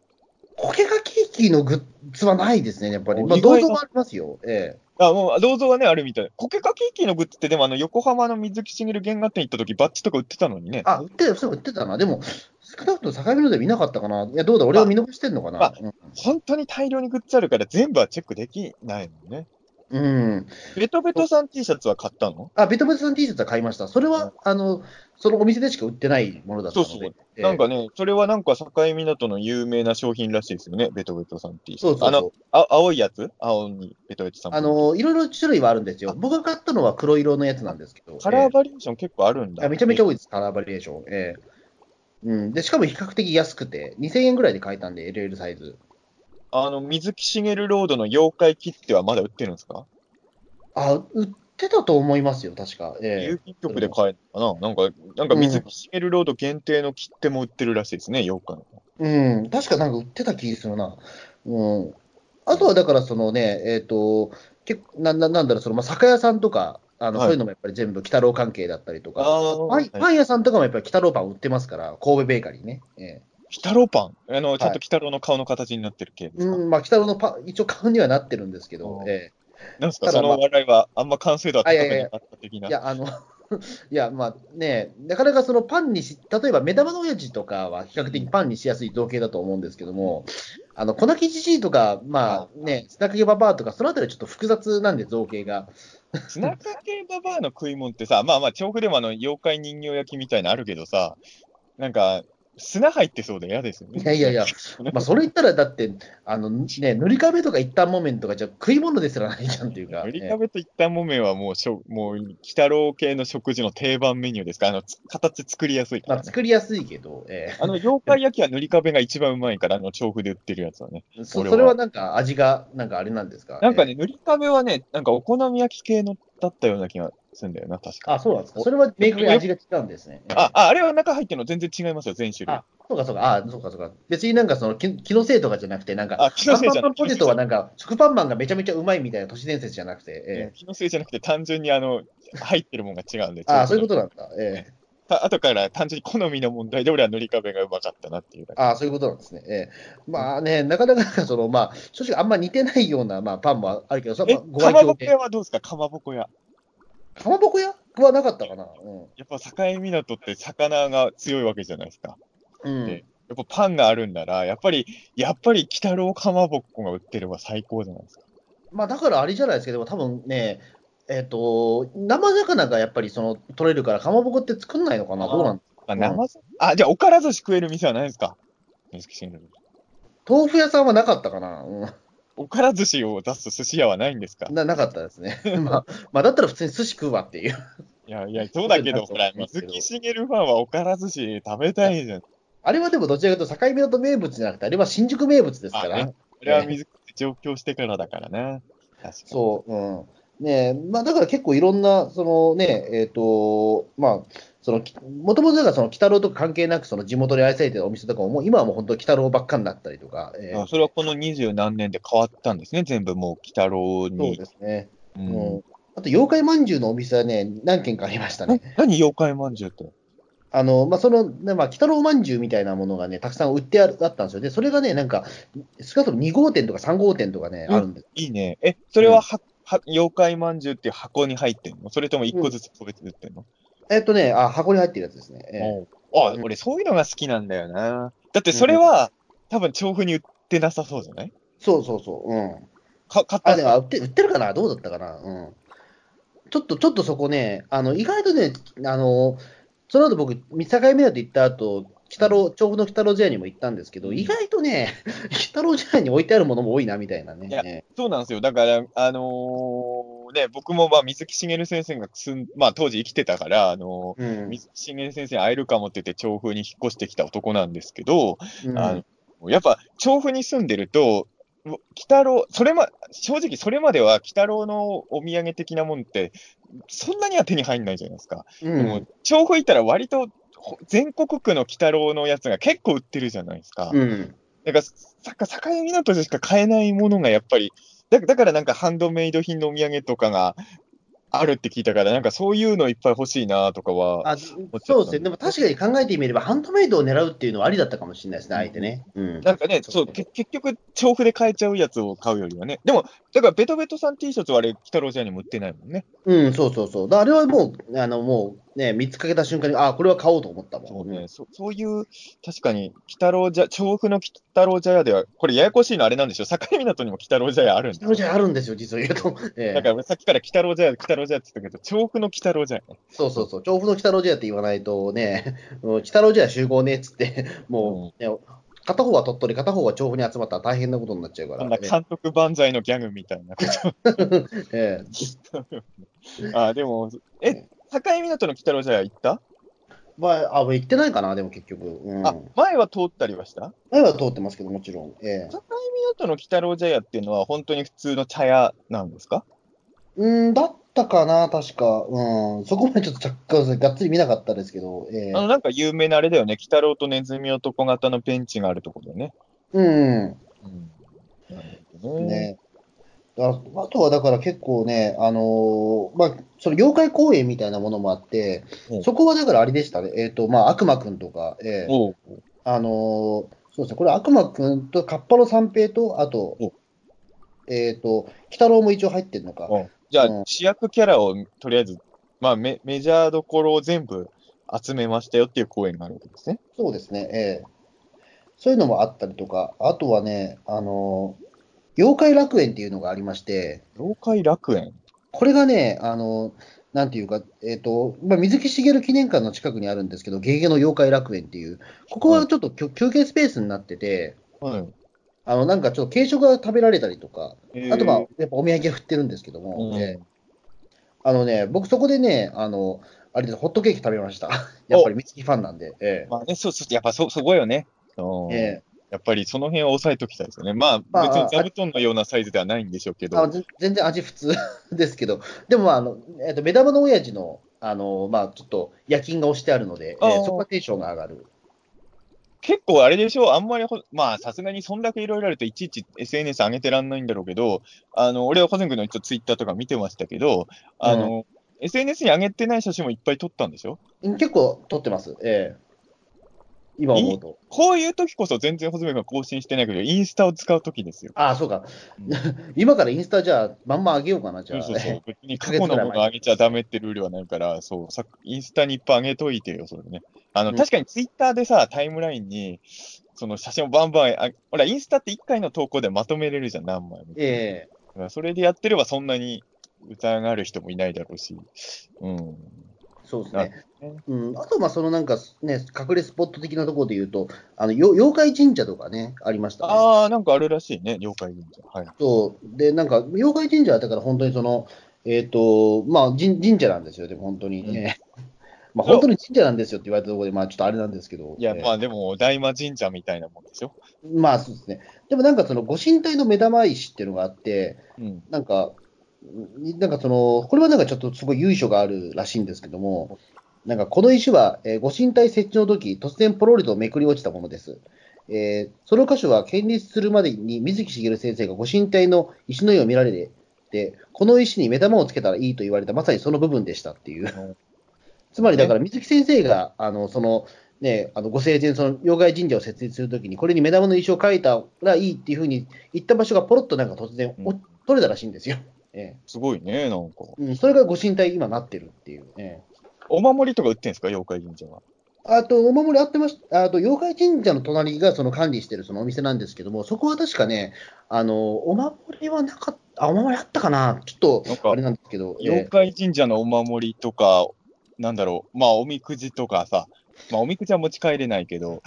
A: コケガキーキーのグッズはないですね、やっぱり。
B: お
A: まあ、
B: 意外
A: 銅像
B: だ
A: もありますよ。え
B: あ、もう、銅像はね、あるみたい。ポケカキーキーのグッズって、でもあの、横浜の水木しげる原画展行った時、バッジとか売ってたのにね
A: え。。あ、売ってた、そう売ってたな。でも、少なくとも境目で見なかったかな。いや、どうだ、俺が見逃してんのかな。
B: まあ
A: うん
B: 本当に大量にグッズあるから全部はチェックできないのね。
A: うん。
B: ベトベトさん T シャツは買ったの
A: あ、ベトベトさん T シャツは買いました。それは、あの、そのお店でしか売ってないものだったので。
B: そうそう
A: ええ
B: なんかね、それはなんか境港の有名な商品らしいですよね、ベトベトさんっていう。
A: そうそうそう
B: あの、あ青いやつ青にベトベトさん。
A: あ、の、いろいろ種類はあるんですよ。僕が買ったのは黒色のやつなんですけど。
B: カラー
A: え
B: バリエーション結構あるん
A: え
B: だ。
A: あめちゃめちゃ多いです、カラーバリエーション。ええうん、でしかも比較的安くて、2000円ぐらいで買えたんで、LL サイズ。
B: あの、水木しげるロードの妖怪切手はまだ売ってるんですか、
A: あ、売ってたと思いますよ、確か。ええ
B: 郵便局で買えるのかななんか、なんか水木しげるロード限定の切手も売ってるらしいですね、妖怪の。
A: うん、確かなんか売ってた気するな。うん。あとはだから、そのね、えっ、と、結構な、な、なんだろう、その、まあ、酒屋さんとか、あの、
B: はい
A: そういうのもやっぱり全部、鬼太郎関係だったりとか、
B: あー
A: パン
B: はい
A: パン屋さんとかもやっぱり鬼太郎パン売ってますから、神戸ベーカリーね。え
B: 鬼太郎パン。あの、ちゃん
A: はい
B: と鬼太郎の顔の形になってる系で
A: え
B: すか、
A: うん、まあ、鬼太郎のパン、一応買うにはなってるんですけど
B: う、ん
A: え
B: なんですか、
A: た
B: そ
A: だまあ
B: の笑いはあんま完成度は高く
A: あいやいやい
B: な
A: や
B: かった的
A: え
B: な。
A: いや、あの、 いや、まあね、なかなかそのパンにし、例えば目玉の親父とかは比較的パンにしやすい造形だと思うんですけども、あの、粉木じじいとか、まあね、砂掛けババアとか、そのあたりはちょっと複雑なんで、造形が。
B: ツナかけババアの食い物ってさ、まあまあ、調布でもあの妖怪人形焼きみたいなのあるけどさ、なんか、砂入ってそうで嫌ですよね。
A: いやいやいや、まあ、それ言ったら、だって、あのね、塗り壁とか一旦木綿とか、じゃ食い物ですらないじゃんっていうか、
B: 塗り壁と一旦もめはもうしょ、もう、鬼太郎系の食事の定番メニューですから、あの、つ形作りやすいか
A: ま
B: ら
A: あ、
B: ね。
A: 作りやすいけど、え
B: あの、妖怪焼きは塗り壁が一番うまいから、あの、調布で売ってるやつはね。
A: えそ
B: 俺は
A: それはなんか味が、なんかあれなんですか。
B: なんか
A: え
B: ね、塗り壁はね、なんかお好み焼き系のだったような気がするんだよな、確
A: え、
B: か。
A: あ、そうなんですか。それは明確に味が違うんですね。
B: あ、ああれは中入ってるの全然違いますよ、全種類。
A: あそうかそうか、あそうかそうか。別になんかその気気のせいとかじゃなくて、なんか、
B: あ気のせいじ
A: ア
B: ゃな
A: ン
B: い
A: パンマンポテトはなんか、食パンマンがめちゃめちゃうまいみたいな都市伝説じゃなくて、え
B: 気のせいじゃなくて、単純にあの、入ってるもんが違うんで。
A: えあそういうことなんだ。ええ
B: た後から単純に好みの問題で俺は塗り壁がうまかったなっていうだけ
A: ああ、そういうことなんですね。ええまあね、なかなか、その、まあ、正直あんま似てないような、まあ、パンもあるけど、それ
B: え、
A: は
B: か
A: まあ
B: ま
A: ご
B: ぼ
A: 愛
B: こ
A: 嬌で。
B: 屋はどうですかかまぼこ屋。
A: かまぼこ屋はなかったかな。
B: やっぱ境港って魚が強いわけじゃないですか。
A: うん。うん
B: でやっぱパンがあるんなら、やっぱり、やっぱり北郎かまぼっこが売ってれば最高じゃないですか。
A: まあ、だからあれじゃないですけど、多分ね、えっ、と、生魚がやっぱりその取れるから、かまぼこって作んないのかな、
B: あー
A: どうなん
B: あ、
A: うん
B: 生さ、あ、じゃあ、おから寿司食える店はないですか水木新郎
A: 豆腐屋さんはなかったかな、う
B: おから寿司を出す寿司屋はないんですか
A: ん、ななかったです ね。まあ、まあ、だったら普通に寿司食うわっていう。
B: いやいや、そうだけど、
A: そ
B: ほ
A: うだ
B: ら、
A: と思いますけど
B: 水木しげるファンはおから寿司食べたいじゃん。
A: あれはでもどちらかというと、境港名物じゃなくて、あれは新宿名物ですか
B: あ
A: ら
B: ね。これは水木上京してからだからな。確かに。
A: そう、うん。ねえまあ、だから結構いろんな、そのね、えっ、と、まあ、その、もともとだからその、鬼太郎とか関係なく、その地元で愛されてるお店とかも、もう今はもう本当、鬼太郎ばっかになったりとか、えー
B: あそれはこの二十何年で変わったんですね、全部もう鬼太
A: そ
B: 郎
A: う
B: に。
A: ですね。
B: う
A: うんん。あと、妖怪まんじゅうのお店はね、何軒かありましたね。
B: な何妖怪まんじゅうって。
A: あの、まあ、その、ね、まあ、鬼太郎まんじゅうみたいなものがね、たくさん売ってあるあったんですよね。それがね、なんか、少なくとも2号店とか3号店とかね、
B: うん
A: あるんです。
B: いいね。え、それはは、は妖怪まんじゅうっていう箱に入ってんのそれとも一個ずつ個別で売ってんの、
A: えっとね、あ、箱に入ってるやつですね。えー
B: おうあ、俺そういうのが好きなんだよな。だってそれは、多分調布に売ってなさそうじゃない
A: そうそうそう。うん。
B: か買っ
A: あ、
B: た
A: でも売って売ってるかなどうだったかなうん。ちょっと、ちょっとそこね、あの、意外とね、あの、その後僕、三境目だと行った後、北郎、調布の北郎茶屋にも行ったんですけど、
B: うん
A: 意外とね、 北郎茶屋に置いてあるものも多いな、みたいなね。
B: いやそうなんですよ。だから、あのーね、僕もまあ水木しげる先生がすん、まあ当時生きてたから、あの
A: う
B: ー
A: ん。
B: 水木しげる先生に会えるかもって言って調布に引っ越してきた男なんですけど、
A: うん
B: あのやっぱ調布に住んでると、う北郎、それま、正直それまでは北郎のお土産的なもんって、そんなには手に入んないじゃないですか。
A: う
B: で
A: ん
B: も調布行ったら割とほ全国区の北郎のやつが結構売ってるじゃないですか。
A: うん。
B: なんか、さ境港でしか買えないものがやっぱり、だだからなんかハンドメイド品のお土産とかがあるって聞いたから、なんかそういうのいっぱい欲しいなとかは、
A: あそうですね、でも確かに考えてみれば、ハンドメイドを狙うっていうのはありだったかもしれないですね、相手ね。うん、
B: なんかね、そう、け結局、調布で買えちゃうやつを買うよりはね。でも、だからベトベトさん T シャツはあれ、北郎ジャーにも売ってないもんね。
A: うん、そうそうそう、だからあれはもう、あのもうね、見つかけた瞬間に、あこれは買おうと思った
B: そ
A: も。
B: うんね、そそういう、確かに、北郎ジャー、調布の北郎ジャーでは、これややこしいのあれなんでしょ境港にも北郎ジャーあるん
A: 北
B: だ。
A: 郎じゃあるんですよ、実を言う と。ええ
B: だから俺さっきから北郎ジャー、北郎ジャーって言ったけど、調布の北郎ジャーね。
A: そうそうそう、調布の北郎じゃって言わないとね、 もう北郎じゃ集合ねっつって、 もう、ね片方は鳥取、片方は調布に集まったら大変なことになっちゃうか
B: こ
A: ら、
B: ん
A: ね
B: な監督万歳のギャグみたいなこと。
A: ええ
B: あ、でも、え、境港の鬼太郎じゃ行った、
A: まあ、あ行ってないかな、でも結局、うん、
B: あ、前は通ったりはした
A: 前は通ってますけど、もちろん。ええ
B: 境港の鬼太郎茶屋っていうのは本当に普通の茶屋なんですか
A: うんだったかな、確か。うん、そこまでちょっとちゃっかがっつり見なかったですけど、え
B: あの、
A: ー、
B: なんか有名なあれだよね。鬼太郎とネズミ男型のベンチがあるところだよね。
A: うん、
B: うん。なるほ
A: う
B: ど
A: ん、
B: ね。
A: ね。だからあとはだから結構ね、あのーまあ、その妖怪公園みたいなものもあって
B: う、ん
A: そこはだからあれでしたね、えっ、と、まあ、悪魔くんとか、えー
B: おう
A: あのーそうですね、これ悪魔くんと、カッパの三平と、あと
B: お、
A: えっ、と、鬼太郎も一応入ってるのか。
B: おうじゃ
A: う
B: あ
A: ん、
B: 主役キャラをとりあえず、まあメ、メジャーどころを全部集めましたよっていう公演があるわけですね。
A: そうですね、ええそういうのもあったりとか、あとはね、あの妖怪楽園っていうのがありまして、
B: 妖怪楽園。
A: これがね、あのなんていうか、えっとまあ、水木しげる記念館の近くにあるんですけど、ゲゲの妖怪楽園っていう、ここはちょっときょ休憩スペースになってて、
B: うん。
A: あのなんかちょっと軽食が食べられたりとか、あとは
B: は
A: やっぱお土産振ってるんですけども、
B: うん
A: ええあのね、僕、そこでね、あのあれです、ホットケーキ食べました、 やっぱり水木ファンなんで。ええ
B: まあね、そうそう、やっぱそ、そこよね。うん
A: ええ
B: やっぱりその辺を抑えときたいですよね。ま
A: ま
B: あ、
A: あ
B: 別に座布団のようなサイズではないんでしょうけど。
A: あぜ全然味普通 ですけど、でも、まああのえっと目玉の親父のあの、まあ、ちょっと夜勤が押してあるので、え
B: あ
A: ー
B: あ
A: そこはテンションが上がる。
B: 結構あれでしょあんまりほ、まあ、さすがにそんだけいろいろあると、いちいち SNS 上げてらんないんだろうけど、あの、俺は保全君の一応ツイッターとか見てましたけど、あの、 SNS に上げてない写真もいっぱい撮ったんでしょ
A: 結構撮ってます。ええ今思うと。
B: こういう時こそ全然ホズメが更新してないけど、インスタを使う時ですよ。
A: ああ、そうか
B: う。
A: 今からインスタじゃあ、まんま上げようかな、じ
B: そ
A: ゃ
B: う
A: あ。
B: そうそう。別に過去のもの上げちゃダメってルールはないから、そう、さインスタにいっぱい上げといてよ、それね。あの、
A: うん
B: 確かにツイッターでさ、タイムラインに、その写真をバンバン、あほら、インスタって1回の投稿でまとめれるじゃん、何枚も。
A: ええ
B: だからそれでやってればそんなに疑がる人もいないだろうし。うん。
A: そうですね
B: なるほ。
A: うん、あと、まあ、そのなんか、ね、隠れスポット的なところで言うと、あの、よ妖怪神社とかね、ありました、ね。
B: ああ、なんかあるらしいね、了解神社。はい。
A: そう。で、なんか、妖怪神社はだから本当にその、えっ、と、まあ神、神社なんですよ、でも本当にね。 まあ、本当に神社なんですよって言われたところで、まあ、ちょっとあれなんですけど。
B: いや、
A: えー
B: まあでも、大魔神社みたいなもんでしょ。
A: まあ、そうですね。でもなんか、その、ご神体の目玉石っていうのがあって、
B: うん。
A: なんか、んなんかその、これはなんかちょっとすごい由緒があるらしいんですけども、なんかこの石は、えーご神体設置の時、突然ポロリとめくり落ちたものです。えーその箇所は建立するまでに水木しげる先生がご神体の石の絵を見られて、でこの石に目玉をつけたらいいと言われた、まさにその部分でしたっていう。 つまりだから水木先生が、あの、その、ね、あのご生前、その妖怪神社を設立するときに、これに目玉の石を描いたらいいっていうふうに言った場所がポロッとなんか突然お、
B: うん
A: 取れたらしいんですよ。え
B: すごいね、なんか。
A: えうん、それがご神体、今なってるっていう、ね。
B: お守りとか売ってんですか、妖怪神社は。
A: あと、お守りあってました、あと、妖怪神社の隣がその管理してるそのお店なんですけども、そこは確かね、あの、お守りはなかった、あ、お守りあったかな、ちょっと、
B: なんか
A: あれ、なんですけど、ええ
B: 妖怪神社のお守りとか、なんだろう、まあ、おみくじとかさ、まあ、おみくじは持ち帰れないけど、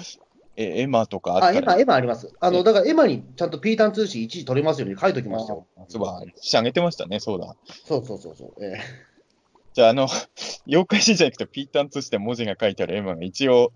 B: え、絵馬とかあ
A: あ、
B: った
A: エマ、
B: ら、
A: エマあります。あ
B: え
A: の、
B: え
A: だからエマにちゃんとピータン通信一時取れますように書いときましたよ。
B: つば、してあげてましたね、そうだ。
A: そうそうそうそう。ええ
B: じゃあ、あの、妖怪神社行くと、ピータンツして文字が書いてある絵馬が一応、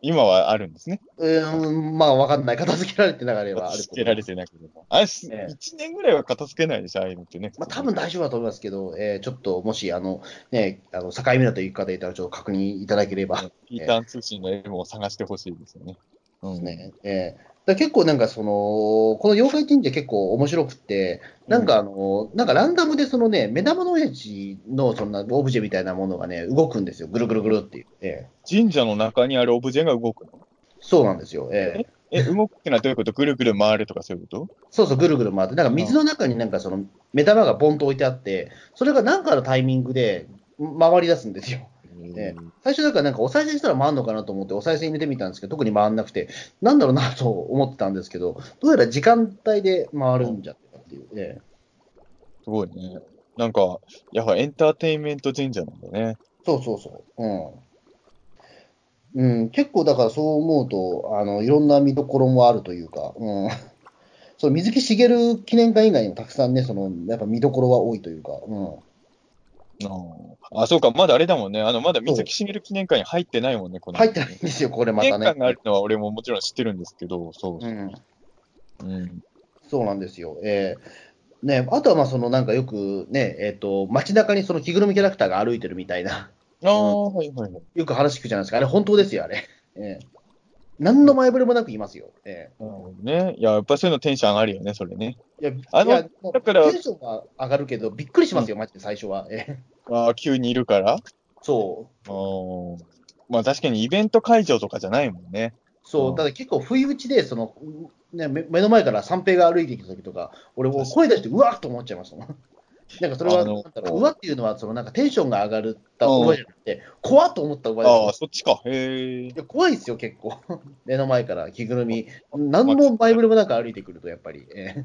B: 今はあるんですね。
A: うーん、まあ、わかんない。片付けられてながらはある
B: つけられ てなければ。あれ、す
A: ええ
B: 一年ぐらいは片付けないでしょ、ああいうのってね。
A: まあ、多分大丈夫だと思いますけど、えーちょっともし、あの、ね、あの境目だという方いたら、ちょっと確認いただければ、
B: ピーターン通信の絵を探してほしいですよね。うん
A: ね、えーだから結構なんかその、この妖怪神社結構面白くって、なんかあの、なんかランダムでそのね、目玉の親父のそんなオブジェみたいなものがね、動くんですよ。ぐるぐるぐるっていう。え
B: 神社の中にあるオブジェが動くの
A: ーそうなんですよ。えー
B: え、動くってのはどういうことぐるぐる回るとかそういうこと
A: そうそう、ぐるぐる回って、なんか水の中になんかその目玉がボンと置いてあって、それがなんかのタイミングで回り出すんですよ。え最初だからなんかお賽銭したら回るのかなと思ってお賽銭入れてみたんですけど、特に回んなくて、なんだろうなと思ってたんですけど、どうやら時間帯で回るんじゃったっていう。ええ
B: すごいね。なんか、やっぱエンターテインメント神社なんだね。
A: そうそうそう。うん。うん、結構だからそう思うと、あの、いろんな見どころもあるというか、うん。 そう、水木しげる記念館以外にもたくさんね、その、やっぱ見どころは多いというか、うん。
B: ああ、そうか、まだあれだもんね。あの、まだ水木しげる記念館に入ってないもんね、この。
A: 入ってないんですよ、これま
B: 記
A: た
B: 念館があ
A: ね。
B: るのは俺ももちろん知ってるんですけど、そうう。
A: ん、
B: うん。
A: そうなんですよ。えーね、あとはまあそのなんかよくね、えっと街中にその着ぐるみキャラクターが歩いてるみたいな、
B: ああ、はいはいはい。
A: よく話聞くじゃないですか、あれ本当ですよ、あれ。えー何の前触れもなく言いますよ。え
B: なるほどね。いや、やっぱりそういうのテンション上がるよね、それね。
A: ーいや
B: あの
A: いやもう
B: だから
A: テンションが上がるけど、びっくりしますよ、マジで最初は。えー
B: ああ、急にいるから。
A: そう、
B: あーまあ確かにイベント会場とかじゃないもんね。
A: そうう、
B: ん
A: ただ結構、不意打ちでその、ね、目目の前から三平が歩いてきた時とか、俺、もう声出して、うわーっと思っちゃいましたもん。 なんかそれ
B: あ
A: は、
B: の
A: なんだろううわっていうのは、そのなんかテンションが上がるった覚えじゃなくて、怖っと思った覚えだ
B: ああ、
A: っ
B: そっちか。へえ。
A: たいや怖いですよ、結構。 目の前から着ぐるみ、何も前触れもなく歩いてくると、やっぱり。ええ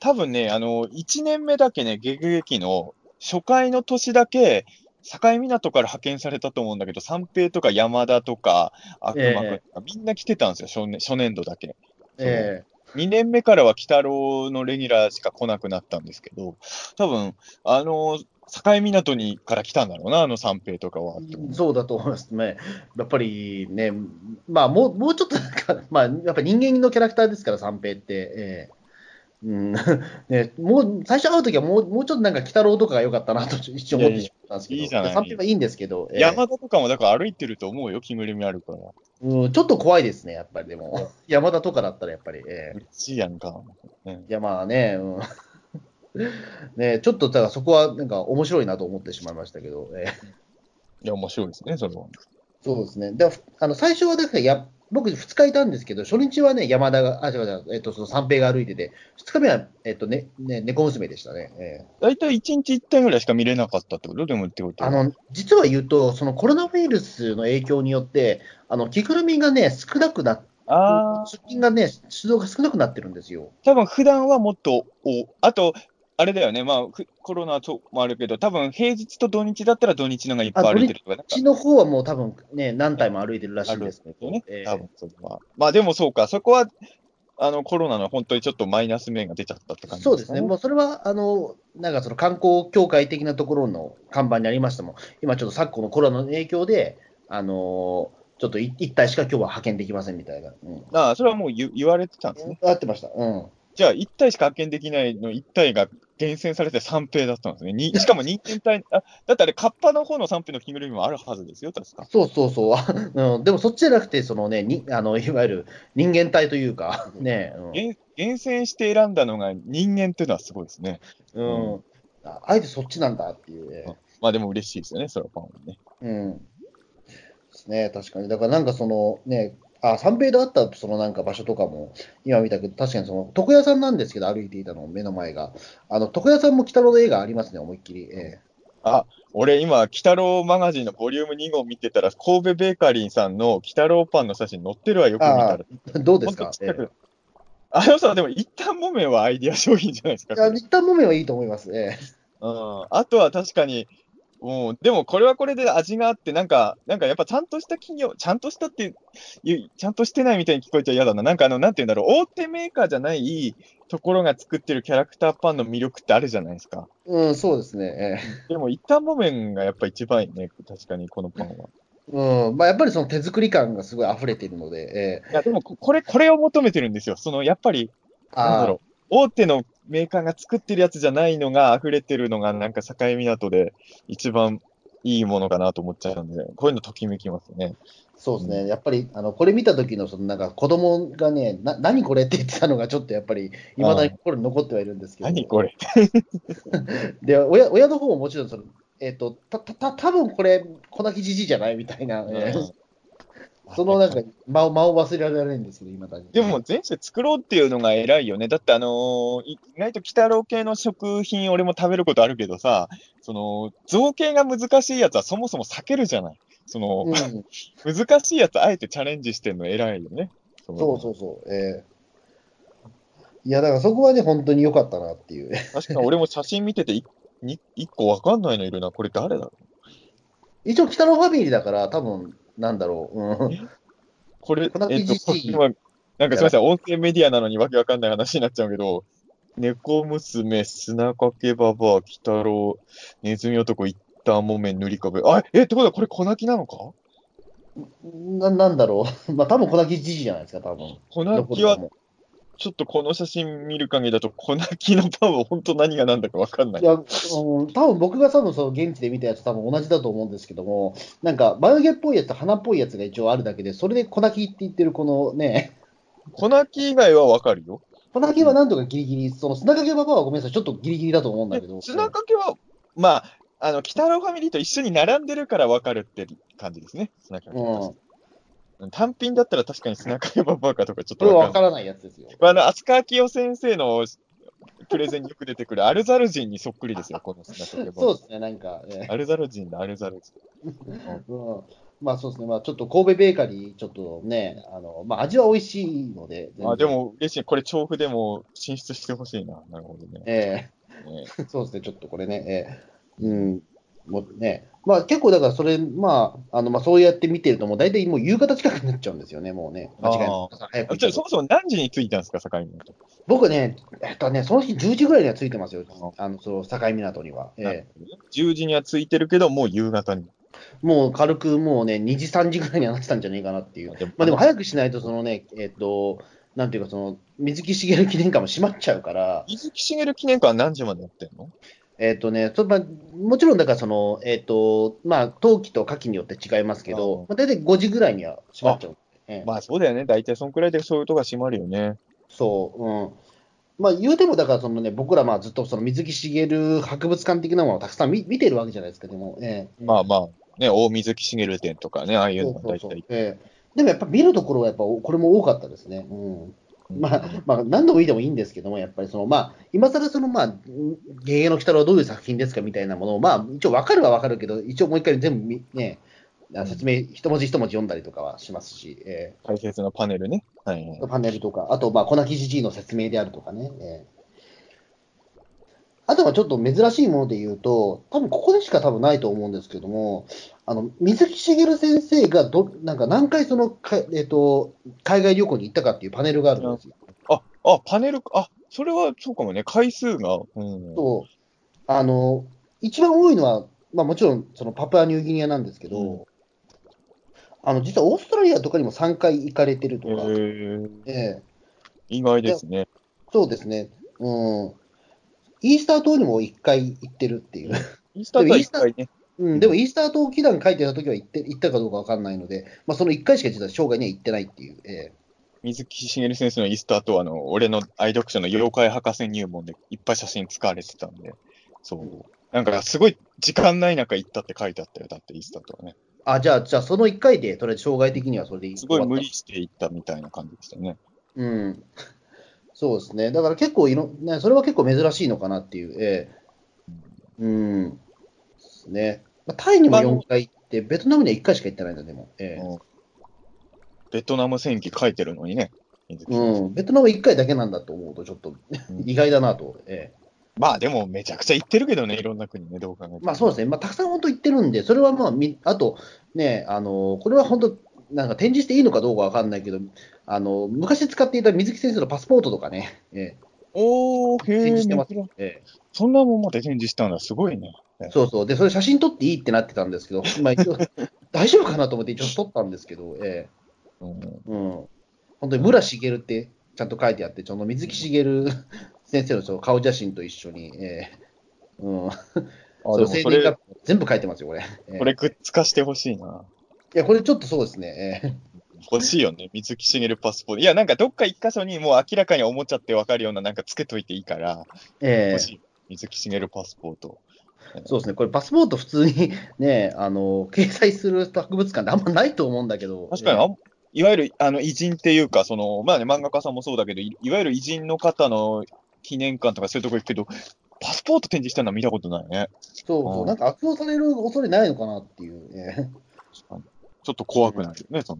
B: 多分ね、あの、1年目だけね、ゲゲゲキの初回の年だけ、境港から派遣されたと思うんだけど、三平とか山田とか、悪魔くんとか、みんな来てたんですよ、初年初年度だけ。
A: え
B: 2年目からは鬼太郎のレギュラーしか来なくなったんですけど、多分、あの、境港にから来たんだろうな、あの三平とかは。
A: えそうだと思いますね。やっぱりね、まあ、もうもうちょっとなんか、 まあ、やっぱ人間のキャラクターですから、三平って。ええうん ね、もう最初会うときはもう、もうちょっとなんか、鬼太郎とかが良かったなと 一瞬思ってしまったんですけど、
B: いやいやいいじゃない
A: 三平はいいんですけど、ええ
B: 山田とかもだから歩いてると思うよ、着ぐるみあるから。
A: うん、ちょっと怖いですね、やっぱりで も、山田とかだったらやっぱり、ええ
B: 嬉しいやんか。
A: いやまあね、うん、 ね、ちょっとだからそこはなんか面白いなと思ってしまいましたけど、ね、
B: いや、面白いですね、それは。
A: そうですね。だあの最初はだからや僕、2日いたんですけど、初日はね、山田が、あ、違う違う、えっと、その三平が歩いてて、2日目は、えっとね、ね、猫娘でしたね。え
B: 大体1日1回ぐらいしか見れなかったってことでもってこと
A: ーあ、の、実は言うと、そのコロナウイルスの影響によって、あの、着ぐるみがね、少なくなっ
B: あー
A: 出勤がね、出動が少なくなってるんですよ。
B: 多分普段はもっとお、あと、あれだよね、まあ、ふコロナともあるけど、多分平日と土日だったら土日のがいっぱい歩いてるとか、なん
A: うち
B: か
A: の方はもう多分ね、何体も歩いてるらし
B: あ
A: いん
B: る
A: で
B: んですす
A: けど
B: よね、
A: えー
B: 多分それは。まあでもそうか、そこはあのコロナの本当にちょっとマイナス面が出ちゃったって感じ
A: そうですね、
B: か
A: もうそれはあのなんかその観光協会的なところの看板にありましたもん、今ちょっと昨今のコロナの影響で、あのーちょっとい一体しか今日は派遣できませんみたいな、うん、
B: ああそれはもう言言われてたんですね。
A: 合ってました、うん、
B: じゃあ、1体しか発見できないの1体が厳選されて三平だったんですね。にしかも人間体、あだってあれ、カッパの方の三平の着ぐるみもあるはずですよ、確か。
A: そうそうそう あ、うん、でもそっちじゃなくて、そのねにあのいわゆる人間体という か、ね、うん
B: 厳厳選して選んだのが人間っていうのはすごいですね。
A: うん
B: う
A: ああえてそっちなんだっていうね。
B: まあでも嬉しいですよね、それはファンはね。
A: うん。ですね、確かに。だからなんかそのね、あ、三平であったそのなんか場所とかも今見たけど、確かにその床屋さんなんですけど、歩いていたの目の前が。あの床屋さんも北野の映画ありますね、思いっきり。え
B: 俺、今、鬼太郎マガジンのボリューム2号見てたら、神戸ベーカリーさんの鬼太郎パンの写真載ってるわ、よく見たら。
A: え どうで
B: 本
A: す
B: 当
A: か
B: ちっ、ち
A: え
B: ゃくあのさ、でも一旦もめはアイディア商品じゃないですか。
A: えいや一旦もめはいいと思います。ええ
B: うんあとは確かに、もうでもこれはこれで味があって、なんか、なんかやっぱちゃんとした企業、ちゃんとしたっていう、ちゃんとしてないみたいに聞こえちゃ嫌だな、なんかあの、なんていうんだろう、大手メーカーじゃないところが作ってるキャラクターパンの魅力ってあるじゃないですか。
A: うん、そうですね。ええ
B: でも、一旦木綿がやっぱ一番いいね、確かにこのパンは。
A: うん、まあやっぱりその手作り感がすごい溢れているので、ええ
B: いや、でもここれ、これを求めてるんですよ、そのやっぱり、なんだろう、大手のメーカーが作ってるやつじゃないのが溢れてるのが、なんか境港で一番いいものかなと思っちゃうんで、こういうのときめきますね。
A: そうですね、やっぱりあのこれ見た時のそのなんか子供がね、な何これって言ってたのが、ちょっとやっぱり、いまだに心に残ってはいるんですけど、
B: 何これ
A: で親親の方ももちろんその、えっとたたた多分これ、粉木じじいじゃないみたいな、え ーそのなんか間を間を忘れられないんですけど、いまだに。
B: でも、前世作ろうっていうのが偉いよね。だって、あのーい意外と鬼太郎系の食品、俺も食べることあるけどさ、その、造形が難しいやつはそもそも避けるじゃない。その
A: う、ん、そう
B: 難しいやつあえてチャレンジしてるの偉いよね。その
A: そうそう、えーいや、だからそこはね、本当に良かったなっていう。
B: 確か俺も写真見ててい、に一個わかんないのいるな。これ誰だろう
A: 一応、北のファミリーだから、多分なんだろう、うん、
B: これ、えっ
A: この
B: と、
A: PGC
B: こっちは、なんかすみません、音声メディアなのにわけわかんない話になっちゃうけど、猫娘、砂かけばばあ、鬼太郎、ネズミ男、一旦もめ、塗り壁。あ、え、ってことはこれ、粉木なのか
A: ななんだろう、 まあ多分粉木じじいじゃないですか、多分
B: 粉木は、ちょっとこの写真見る限りだと、粉木のパンは本当何が何だかわかんない
A: い。や、うん多分僕が多分その現地で見たやつ多分同じだと思うんですけども、なんか眉毛っぽいやつと鼻っぽいやつが一応あるだけで、それで粉木って言ってるこのね、
B: 粉木以外はわかるよ。
A: 粉木はなんとかギリギリ、その砂かけばばあはごめんなさい、ちょっとギリギリだと思うんだけど、
B: 砂かけは、まあ、あの、鬼太郎ファミリーと一緒に並んでるからわかるって感じですね。砂かけは確かに単品だったら確かに砂かけばばあかとかちょっ
A: ことれ
B: わかん
A: は
B: ない
A: 分からないやつですよ。
B: あの、浅川清先生のプレゼンによく出てくるアルザル人にそっくりですよ、この砂かけ
A: そ
B: ば
A: うですね、なんか、 ね
B: アルザル人だ、アルザル人。
A: うん、まあそうですね、まあちょっと神戸ベーカリー、ちょっとね、あのまあ、味は美味しいので、全然
B: あで、も嬉しい、これ調布でも進出してほしいな。なるほどね。
A: ええ
B: ね
A: そうですね、ちょっとこれね、えーうん、もうね、まあ結構だからそれ、まあ、あのまあそうやって見てると、もう大体もう夕方近くなっちゃうんですよね、もうね、間違いな
B: あ
A: く朝早く行
B: あ
A: っ
B: ち
A: た
B: ょそ
A: と
B: もそも何時に着いたんですか、境港。
A: 僕ね、えっとね、その日10時ぐらいには着いてますよ
B: あ、
A: あのその境港には、
B: な
A: え
B: るほどね10時には着いてるけど、もう夕方に。
A: えもう軽くもうね、2時、3時ぐらいにはなってたんじゃないかなっていう、まあでも早くしないと、そのね、えっと、なんていうか、その水木しげる記念館も閉まっちゃうから。
B: 水木しげる記念館は何時までやってんの
A: えっ、とね、そまあ、もちろんだからその、えっ、と、まあ、冬季と夏季によって違いますけ
B: うん
A: ど、まあ、大体5時ぐらいには閉まっちゃう。ええ
B: まあそうだよね、大体そんくらいでそういうとこが閉まるよね。
A: そう、うん。まあ、言うても、だからその、ね、僕らまあずっとその水木しげる博物館的なものをたくさん見見てるわけじゃないですか、でも。ええ
B: まあまあ、ね、大水木しげる展とかね、ああいうのが大体。
A: そうそうそうええでもやっぱ見るところはやっぱおこれも多かったですね。うんまあまあ、何度も見てもいいんですけども、やっぱりその、まあ、今更その、まあ、うんゲゲの鬼太郎はどういう作品ですかみたいなものを、まあ、一応分かるは分かるけど、一応もう一回全部み、ね、あ説明、一文字一文字読んだりとかはしますし、え
B: 解説のパネルね。はいはい
A: ーパネルとか、あと、まあ、粉木じじいの説明であるとかね。えーあとはちょっと珍しいもので言うと、多分ここでしか多分ないと思うんですけども、あの水木しげる先生がどなんか何回そのか、えっと海外旅行に行ったかっていうパネルがあるんですよ。
B: あ、あ、パネル、あ、それはそうかもね、回数が。うん、
A: とあの一番多いのは、まあ、もちろんそのパプアニューギニアなんですけど、
B: うん
A: あの実はオーストラリアとかにも3回行かれてると
B: へ
A: か、
B: ー
A: ええ
B: 意外ですね。
A: そうですね、うん、イースター島にも1回行ってるっていう、
B: イースターが一回ね。
A: うん、でもイースター島祈願書いてた時は行って行ったかどうかわかんないので、まあ、その1回しか実は生涯には行ってないっていう、ええ
B: 水木しげる先生のイースターとあの、俺の愛読書の妖怪博士入門でいっぱい写真使われてたんで、そう。なんかすごい時間ない中行ったって書いてあったよ、だってイースターとはね。
A: あじゃあ、じゃあその1回で、とりあえず生涯的にはそれでいい
B: すごい無理して行ったみたいな感じでしたね。
A: うん、そうですね、だから結構いろ、ね、それは結構珍しいのかなっていう、ええうん、ですね、まあ、タイにも
B: まああの
A: 4回行って、ベトナムには1回しか行ってないんだ、でも、ええ
B: うんベトナム戦記書いてるのにね、水木先生
A: うん、ベトナム1回だけなんだと思うと、ちょっと意外だなと、ええ
B: まあでもめちゃくちゃ行ってるけどね、いろんな国ね、どう考えても。
A: まあそうですね、まあ、たくさん本当行ってるんで、それはまあ、みあとね、あのこれは本当、なんか展示していいのかどうかわかんないけど、あの昔使っていた水木先生のパスポートとかね、え
B: おー、
A: え展
B: へ
A: 示して
B: ー
A: ます
B: 珍しい。
A: ええ
B: そんなもんまで展示したんだ、すごいね。
A: そうそう、で、それ写真撮っていいってなってたんですけど、まあ、一応 大丈夫かなと思って、一応撮ったんですけど、え
B: うん
A: えうん、本当に村重ってちゃんと書いてあって、その水木しげる先生のその顔写真と一緒に、ええうん、
B: あ
A: そ
B: で
A: の
B: もそ
A: 生年
B: れ
A: 月、日全部書いてますよ、これ。ええ
B: これグッズ化してほしいな。
A: いや、これちょっとそうですね、ええ
B: 欲しいよね、水木しげるパスポート。いや、なんかどっか一箇所にもう明らかにおもちゃってわかるような、なんかつけといていいから、
A: ええ
B: 欲しい。水木しげるパスポート。
A: そうですね、これ、パスポート、普通に ね、あの掲載する博物館ってあんまないと思うんだけど、
B: 確かにあん、いわゆるあの偉人っていうか、その、まあね、漫画家さんもそうだけど、いいわゆる偉人の方の記念館とかそういうとこ行くけど、パスポート展示したのは見たことないね。
A: そうそうう、
B: ん
A: なんか悪用される恐れないのかなっていう、ええ
B: ちょっと怖くなるよね、その。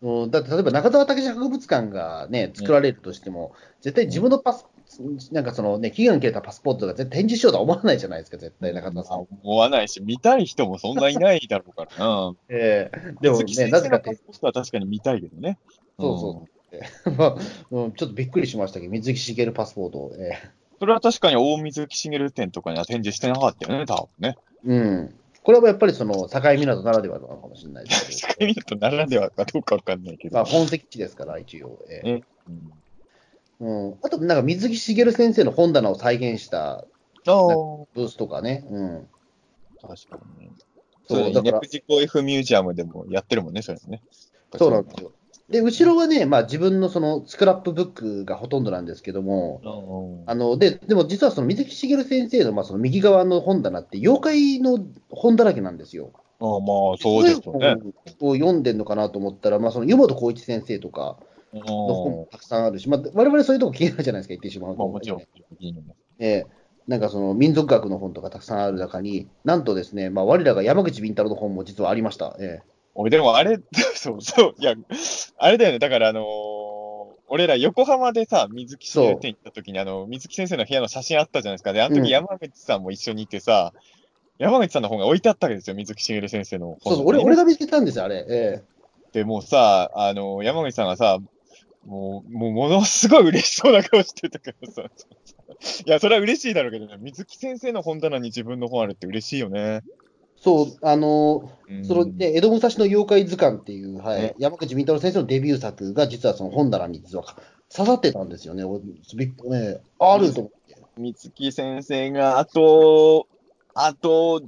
A: うんだって例えば中澤武史博物館がね、作られるとしても、絶対自分のパス、なんかそのね、期限切れたパスポートが絶対展示しようとは思わないじゃないですか、絶対中澤さん。
B: 思わないし、見たい人もそんないないだろうからな。
A: ええでも
B: 鈴木先
A: ね、
B: 生
A: なぜかって
B: の、パスポートは確かに見たいけどね。
A: そうそまあうんちょっとびっくりしましたけど、水木しげるパスポート、ええ
B: うんそれは確かに大水木しげる展とかには展示してなかったよね、多 分ね。
A: うん。これはやっぱりその境港ならではなのかもしれないです
B: 確
A: けど、
B: かにとならではかどうかわかんないけど。
A: まあ本籍地ですから、一応。ええ
B: ねうん
A: うん、あと、なんか水木しげる先生の本棚を再現した
B: ああ、
A: ブースとかね、うん、
B: 確かにね。
A: そう
B: そ
A: だ
B: う、イ
A: か
B: ネ
A: ら
B: プジコ F ミュージアムでもやってるもんね、それね。
A: そうなんですよ。で、後ろはね、まあ、自分のそのスクラップブックがほとんどなんですけども、
B: うん
A: あのででも実はその水木しげる先生のまあその右側の本棚って、妖怪の本だらけなんですよ。
B: ああ、まあ、そうですよ
A: どう
B: ね。
A: いう本を読んでるのかなと思ったら、まあ、その湯本浩一先生とか
B: うん
A: の本もたくさんあるし、まあ我々そういうとこ気になるじゃないですか、言ってしまうと。
B: まあ、もちろん、いいのも。
A: ええなんかその民族学の本とかたくさんある中に、なんとですね、まあ、我らが山口敏太郎の本も実はありました。ええ
B: 俺、でもあれ、 そうそう、いや、あれだよね、だから、あのー俺ら横浜でさ、水木先生って行った時に、あの、水木先生の部屋の写真あったじゃないですか。で、あの
A: うん
B: 時山口さんも一緒にいてさ、山口さんの本が置いてあったわけですよ、水木しげる先生の
A: そう
B: 本。
A: そう、俺俺が見つけたんですよ、あれ。え
B: でもうさ、あの、山口さんがさ、もう、もうものすごい嬉しそうな顔してたからさ、 いや、それは嬉しいだろうけどね、水木先生の本棚に自分の本あるって嬉しいよね。
A: えそう、あの
B: うん
A: そのね、江戸武蔵の妖怪図鑑っていう、はい
B: ね
A: 山口み太郎先生のデビュー作が、実はその本棚に実は刺さってたんですよね、俺びっねあると思って。
B: 水木先生があと、あと、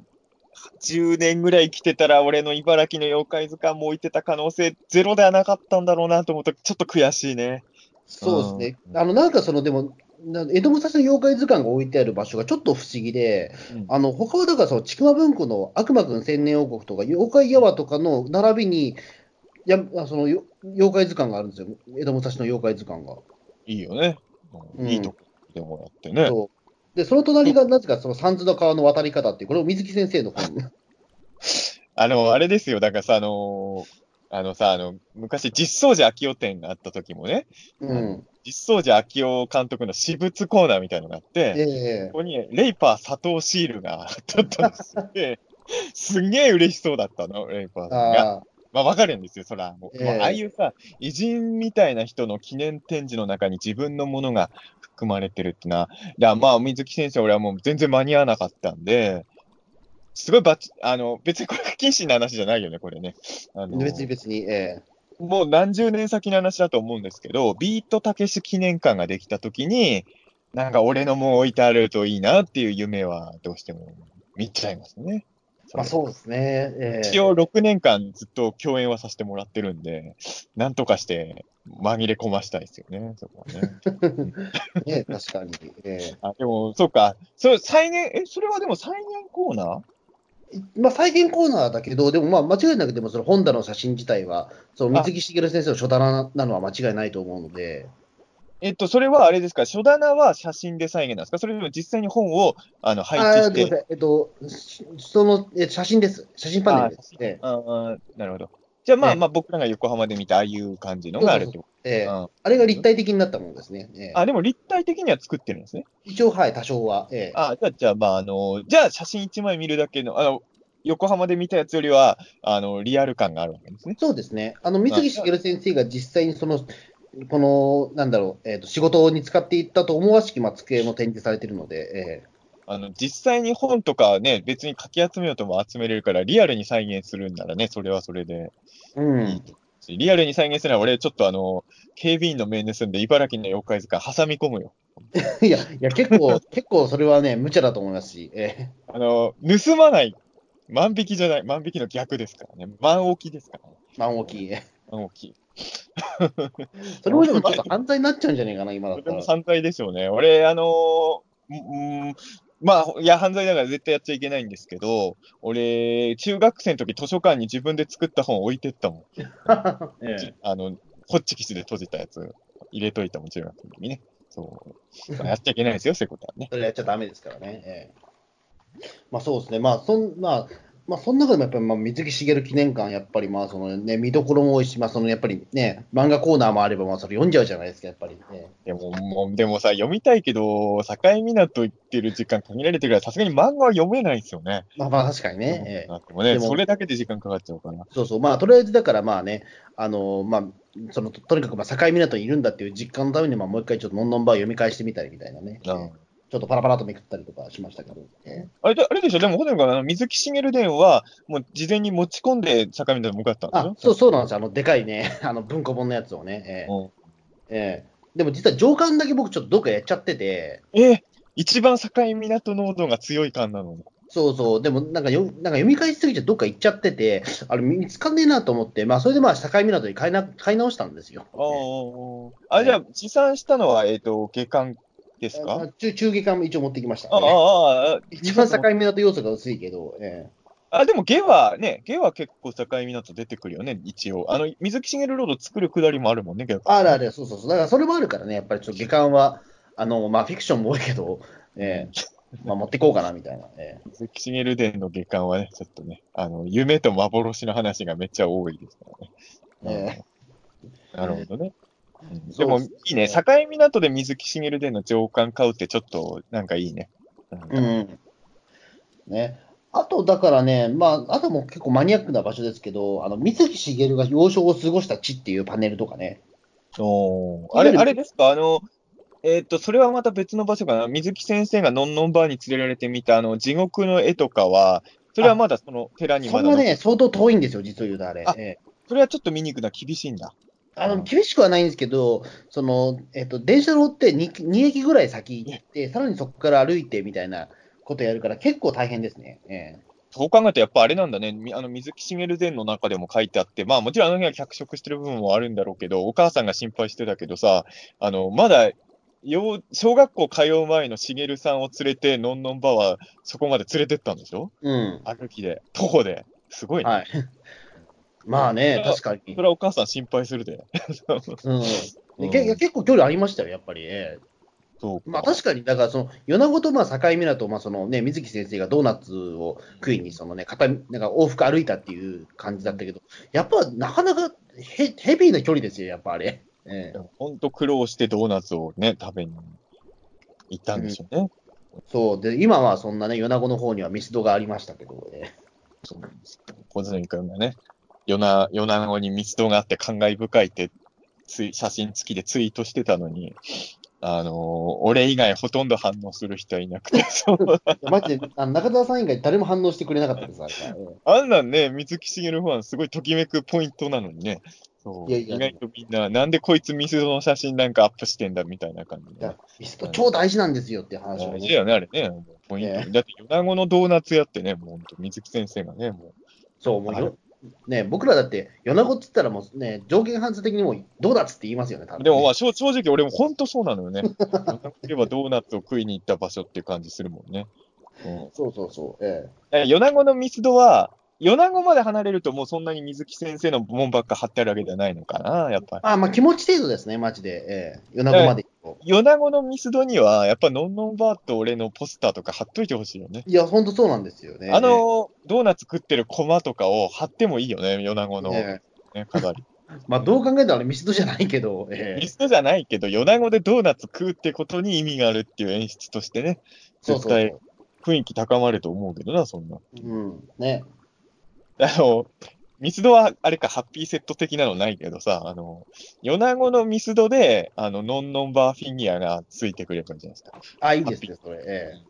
B: 10年ぐらい来てたら、俺の茨城の妖怪図鑑も置いてた可能性ゼロではなかったんだろうなと思うと、ちょっと悔しいね。
A: そうですね、
B: うん
A: あのなんかその、でも、な江戸武蔵の妖怪図鑑が置いてある場所がちょっと不思議で、
B: うん
A: あの他はだからその、ちくま文庫の悪魔くん千年王国とか、妖怪やわとかの並びに、やあそのよ妖怪図鑑があるんですよ、江戸武蔵の妖怪図鑑が。
B: いいよね。う
A: う
B: ん
A: ん
B: いいとこでもらってね。
A: そうでその隣が、なぜかその三途の川の渡り方っていう、これ、水木先生の本。
B: あの、あれですよ。だからさ、あのーあのさ、あの、昔、実相寺秋夫展があった時もね、
A: うん、
B: 実相寺秋夫監督の私物コーナーみたいのがあって、
A: ええ
B: ここにねレイパー佐藤シールがあったんです よ。ですんげえ嬉しそうだったの、レイパーさんが。
A: ああ
B: まあ、わかるんですよ、そら。もう
A: ええ
B: もうああいうさ、偉人みたいな人の記念展示の中に自分のものが含まれてるってな。だからまあ、水木先生、俺はもう全然間に合わなかったんで、すごいバチ、あの、別にこれ不謹慎な話じゃないよね、これね。あの
A: 別に別に、え
B: もう何十年先の話だと思うんですけど、ビートたけし記念館ができたときに、なんか俺のも置いてあるといいなっていう夢はどうしても見ちゃいますね。
A: えまあ、そうですね、ええ
B: 一応6年間ずっと共演はさせてもらってるんで、なんとかして紛れ込ましたいですよね、そこはね。
A: ね確かに。え
B: あでも、そうか、そう再現、え、それはでも再現コーナー
A: えまあ、再現コーナーだけど、でもまあ間違いなく、でもその本棚の写真自体は、その水木しげる先生の書棚なのは間違いないと思うので、
B: えっと、それはあれですか、書棚は写真で再現なんですかそれとも実際に本をあの配
A: あー
B: 置し
A: ごめん
B: て
A: な。さい、えっと、しそのえ写真です、写真パネルですね。
B: あーなるほど。じゃあまあ
A: ね
B: まあ僕らが横浜で見たああいう感じのがあるってこ
A: ええ
B: と。うん
A: あれが立体的になったものですね。ええ
B: あ、でも立体的には作ってるんですね。
A: 一応、はい、多少は。ええ
B: あ、じゃあ、じゃあまああの、じゃあ写真一枚見るだけの、あの、横浜で見たやつよりは、あの、リアル感があるわけですね。
A: そうですね、あの水木しげる先生が実際にその、この、なんだろう、えっと仕事に使っていったと思わしき、まあ、机も展示されているので、ええ
B: あの、実際に本とかね、別に書き集めようとも集めれるから、リアルに再現するんならね、それはそれで。
A: うん、
B: リアルに再現するなら、俺ちょっとあの、警備員の面盗んで茨城の妖怪図鑑挟み込むよ。
A: いや、いや結構、結構それはね、無茶だと思いますし、え
B: あの、盗まない。万引きじゃない。万引きの逆ですからね。万置きですからね。
A: ー、万大きい。
B: 万置き。
A: それもでもちょっと犯罪になっちゃうんじゃないかな、今だ
B: そ
A: っ
B: れ
A: た
B: も
A: ら。
B: 犯罪でしょうね。俺、あのーううーん、まあ、いや、犯罪だから絶対やっちゃいけないんですけど、俺、中学生の時図書館に自分で作った本置いてったもん。
A: ええ
B: あの、ホッチキスで閉じたやつ入れといたもん、中学生の時にね。そう。まあやっちゃいけないですよ、そういうことはね。
A: それやっちゃダメですからね。ええまあそうですね、まあそん、まあ、まあ、その中でもやっぱり、まあ、水木しげる記念館、やっぱりまあその、ね、見どころも多いし、まあ、そのやっぱりね、漫画コーナーもあれば、まあ、それ読んじゃうじゃないですか、やっぱり、ね。
B: でも、もう、でもさ、読みたいけど、境港行ってる時間限られてるから、さすがに漫画は読めないですよね。
A: まあまあ確かにね。ええ
B: なってもね、
A: でも
B: それだけで時間かかっちゃうから。
A: そうそう、まあとりあえずだからまあね、あのまあ、そのととにかくまあ境港にいるんだっていう実感のために、まあ、もう一回ちょっとのんのんばー読み返してみたりみたいなね、ええちょっとパラパラとめくったりとかしましたけど、ええ
B: あれで、あれでしょでも、ホテルから水木しげる伝は、もう事前に持ち込んで坂道で向かったんでし
A: あ
B: ょ
A: そうそうなんですよ、あのでかいね、 あの文庫本のやつをね、え
B: うん
A: えええでも実は上巻だけ僕、ちょっとどっかやっちゃってて、
B: えー一番境港濃度が強い感なのに。
A: そうそう、でもなんかよなんか読み返しすぎてどっか行っちゃってて、あれ見つかんねえなと思って、まあ、それでまあ境港に買いな買い直したんですよ。
B: ああ、あ、じゃあ、持参したのは、えっ、と、下巻です
A: ま
B: か
A: あ中中下巻も一応持ってきました、
B: ああ、
A: ね。
B: ああ、あ
A: 一番境港要素が薄いけど、ええ
B: あ、でも下はね、下は結構境港出てくるよね、一応。あの、水木しげるロード作るくだりもあるもんね、下巻。
A: あるある、そうそうそう。だからそれもあるからね、やっぱりちょっと下巻は、あの、まあ、フィクションも多いけど、 ええまあ、持ってこうかなみたいな。ええ
B: 水木しげる伝の下巻はね、ちょっとね、あの、夢と幻の話がめっちゃ多いですからね。うんなるほどね。うんでも、
A: そう
B: い
A: です
B: いね。境港で水木しげる伝の上巻買うってちょっと、なんかいいね。なんか
A: うん。ね。あと、だからね、まあ、あとも結構マニアックな場所ですけど、あの、水木しげるが幼少を過ごした地っていうパネルとかね。
B: おーあれ、あれですかあの、えーっと、それはまた別の場所かな。水木先生がのんのんバーに連れられてみた、あの、地獄の絵とかは、それはまだその寺に
A: そ
B: ま
A: ん
B: だ
A: な
B: 残っ
A: ね、相当遠いんですよ、実を言うとあれ。
B: あ
A: ええ
B: それはちょっと見に行くのは厳しいんだ。
A: あの厳しくはないんですけど、そのえっと電車乗って 2, 2駅ぐらい先行って、さらにそこから歩いてみたいなことやるから、結構大変ですね。え
B: そう考えると、やっぱあれなんだね、みあの水木しげる伝の中でも書いてあって、まあもちろんあの辺は脚色してる部分もあるんだろうけど、お母さんが心配してたけどさ、あのまだ幼小学校通う前のしげるさんを連れて、のんのんばはそこまで連れてったんでしょ
A: うん。
B: 歩きで、徒歩で。すごいね。
A: はい。 まあね、
B: そ
A: 確かに
B: そ。れはお母さん心配するで。
A: うん。
B: うん
A: け結構距離ありましたよ、やっぱりね。
B: そうか
A: まあ確かに、だからその、米子とまあ境港と、まあそのね、水木先生がドーナツを食いに、そのね、片、なんか往復歩いたっていう感じだったけど、やっぱなかなかヘヘビーな距離ですよ、やっぱあれ。ええ
B: ほんと苦労してドーナツをね、食べに行ったんでしょうね。
A: そう。で、今はそんなね、米子の方にはミスドがありましたけどね。
B: そうなんですよ小泉君がね、夜な、夜なのに密度があって感慨深いって、つい写真付きでツイートしてたのに、あのー俺以外ほとんど反応する人はいなくて、 そう
A: マジで、 あの中澤さん以外誰も反応してくれなかったです、あれはうん
B: あんなんね、水木しげるファン、すごいときめくポイントなのにね、そう
A: いやいや
B: 意外とみんな、なんでこいつミスドの写真なんかアップしてんだみたいな感じ
A: い
B: で、
A: やミスド超大事なんですよっていう話を
B: 大
A: ね
B: 事だよね、あれね、ポイント。
A: ね
B: だって、米子のドーナツ屋ってね、もう本当、水木先生がね、も
A: そう、もう
B: あ
A: よ、ね、僕らだって、米子っつったらもうね、条件反射的にもうドーナツって言いますよね、多分
B: う、
A: ね
B: でも、まあ、正正直、俺も本当そうなのよね。なければドーナツを食いに行った場所っていう感じするもんね。うん
A: そうそうそう、え
B: え、米子のミスドは、米子まで離れると、もうそんなに水木先生の門ばっか貼ってあるわけじゃないのかな、やっぱり
A: え。あまあ気持ち程度ですね、マジで、ええ米子まで行くと。
B: 米子のミスドには、やっぱ、のんのんばーと俺のポスターとか貼っといてほしいよね。
A: いや、ほんとそうなんですよね。
B: あの、ドーナツ食ってるコマとかを貼ってもいいよね、米子の、ね
A: え、
B: 飾り。
A: えまあどう考えたらあれミスドじゃないけど、ええ
B: ミスドじゃないけど、米子でドーナツ食うってことに意味があるっていう演出としてね、
A: そうそ
B: 絶
A: う
B: 対
A: そ
B: 雰囲気高まると思うけどな、そんな。
A: う。うん、ね。
B: あの、ミスドはあれか、ハッピーセット的なのないけどさ、あの、米子のミスドで、あの、ノンノンバーフィギュアがついてくればいいんじゃないですか。
A: あ、いいですね、それ。ええ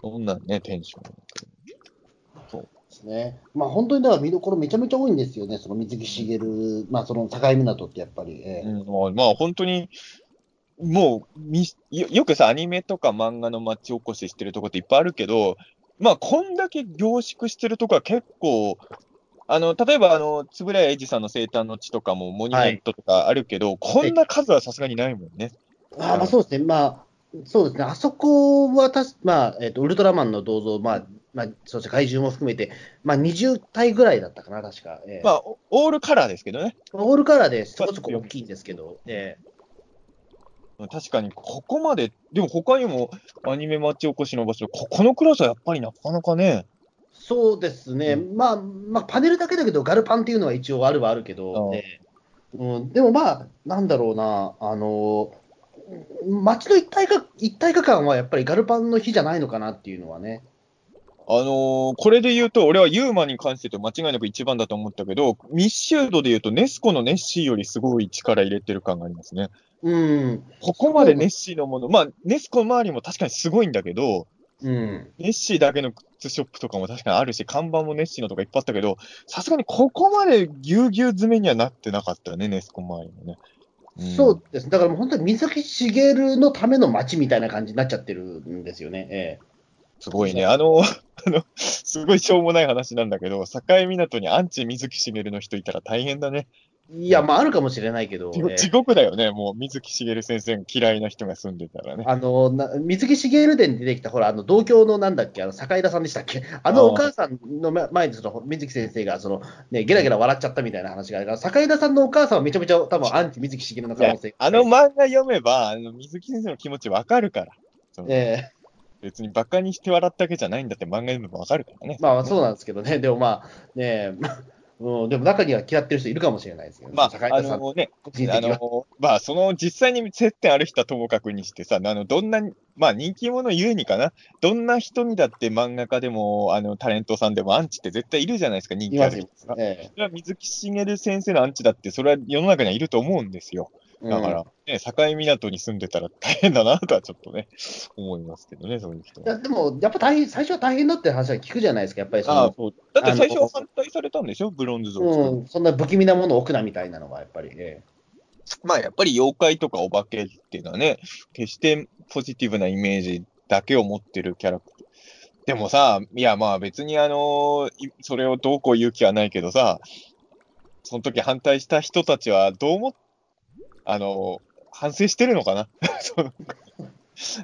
B: そんなんね、テンション。
A: ですね。まあ本当にだから見どころめちゃめちゃ多いんですよね、その水木しげる、まあその境港ってやっぱり。ええ
B: うん、まあ、まあ本当に、もうみよ、よくさ、アニメとか漫画の町おこししてるとこっていっぱいあるけど、まあ、こんだけ凝縮してるとこは結構、あの、例えば、あの、円谷英二さんの生誕の地とかもモニュメントとかあるけど、こんな数はさすがにないもんね。
A: あーまあそうですね、まあ、そうですね、あそこはたし、まあえっとウルトラマンの銅像、まあまあ、そして怪獣も含めて、まあ、20体ぐらいだったかな、確か。ええ
B: まあ、オオールカラーですけどね。
A: オールカラーでそこそこ大きいんですけど、ええ
B: 確かに、ここまで、でも他にもアニメ町おこしの場所、ここのクラスはやっぱりなかなかね、
A: そうですね、まあ、まあ、パネルだけだけど、ガルパンっていうのは一応あるはあるけど、
B: うん
A: ええうん、でもまあ、なんだろうな、あの街の一体化一体化感はやっぱりガルパンの日じゃないのかなっていうのはね。
B: あのーこれで言うと、俺はユーマに関して言うと間違いなく一番だと思ったけど、密集度で言うと、ネスコのネッシーよりすごい力入れてる感がありますね。
A: うん、
B: ここまでネッシーのもの、まあ、ネスコ周りも確かにすごいんだけど、
A: うん
B: ネッシーだけの靴ショップとかも確かにあるし、看板もネッシーのとかいっぱいあったけど、さすがにここまでぎゅうぎゅう詰めにはなってなかったね、ネスコ周りもね。ん
A: そうです、だからもう本当に水木しげるのための街みたいな感じになっちゃってるんですよね、え
B: すごいね。
A: ね
B: あの、 あの、すごいしょうもない話なんだけど、境港にアンチ水木しげるの人いたら大変だね。
A: えいや、まあ、あるかもしれないけど、ええ
B: 地獄だよね。もう水木しげる先生が嫌いな人が住んでたらね。
A: あのな水木しげる伝に出てきた、ほら、あの同郷のなんだっけ、あの坂井田さんでしたっけ、あのお母さんのま前でその水木先生がその、ね、ゲラゲラ笑っちゃったみたいな話があるから、坂井田さんのお母さんはめちゃめちゃ多分アンチ水木しげるの可能性
B: いやあの漫画読めば、あの水木先生の気持ちわかるから。
A: ええ
B: 別にバカにして笑ったわけじゃないんだって漫画読めばわかるからね。
A: まあ、そうなんですけどね、でもまあ、ねえ、 うん、でも中には嫌ってる人いるかもしれないですけど、ね、
B: ま
A: 坂井
B: あ、あ
A: 田さん、
B: のね、
A: 個人的
B: あ
A: には。
B: の、まあ、その実際に接点ある人はともかくにしてさ、あの、どんなに、まあ、人気者ゆえにかな、どんな人にだって漫画家でも、あの、タレントさんでもアンチって絶対いるじゃないですか、人
A: い
B: 気あ
A: ます
B: る
A: よ
B: 人が。
A: え
B: それは水木しげる先生のアンチだって、それは世の中にはいると思うんですよ。
A: え
B: だから、ね、境港に住んでたら大変だなとはちょっとね、思いますけどね、そういう人
A: いや
B: は。
A: でも、やっぱ大変、最初は大変だって話は聞くじゃないですか、やっぱりそ
B: ああ
A: の、
B: そうだって最初は反対されたんでしょ、ブロンズ像を作る
A: うん、そんな不気味なものを置くなみたいなのが、やっぱり、え
B: まあやっぱり妖怪とかお化けっていうのはね、決してポジティブなイメージだけを持ってるキャラクター。でもさ、いやまあ別にあのいそれをどうこう言う気はないけどさ、その時反対した人たちはどう思っ、あの反省してるのかな その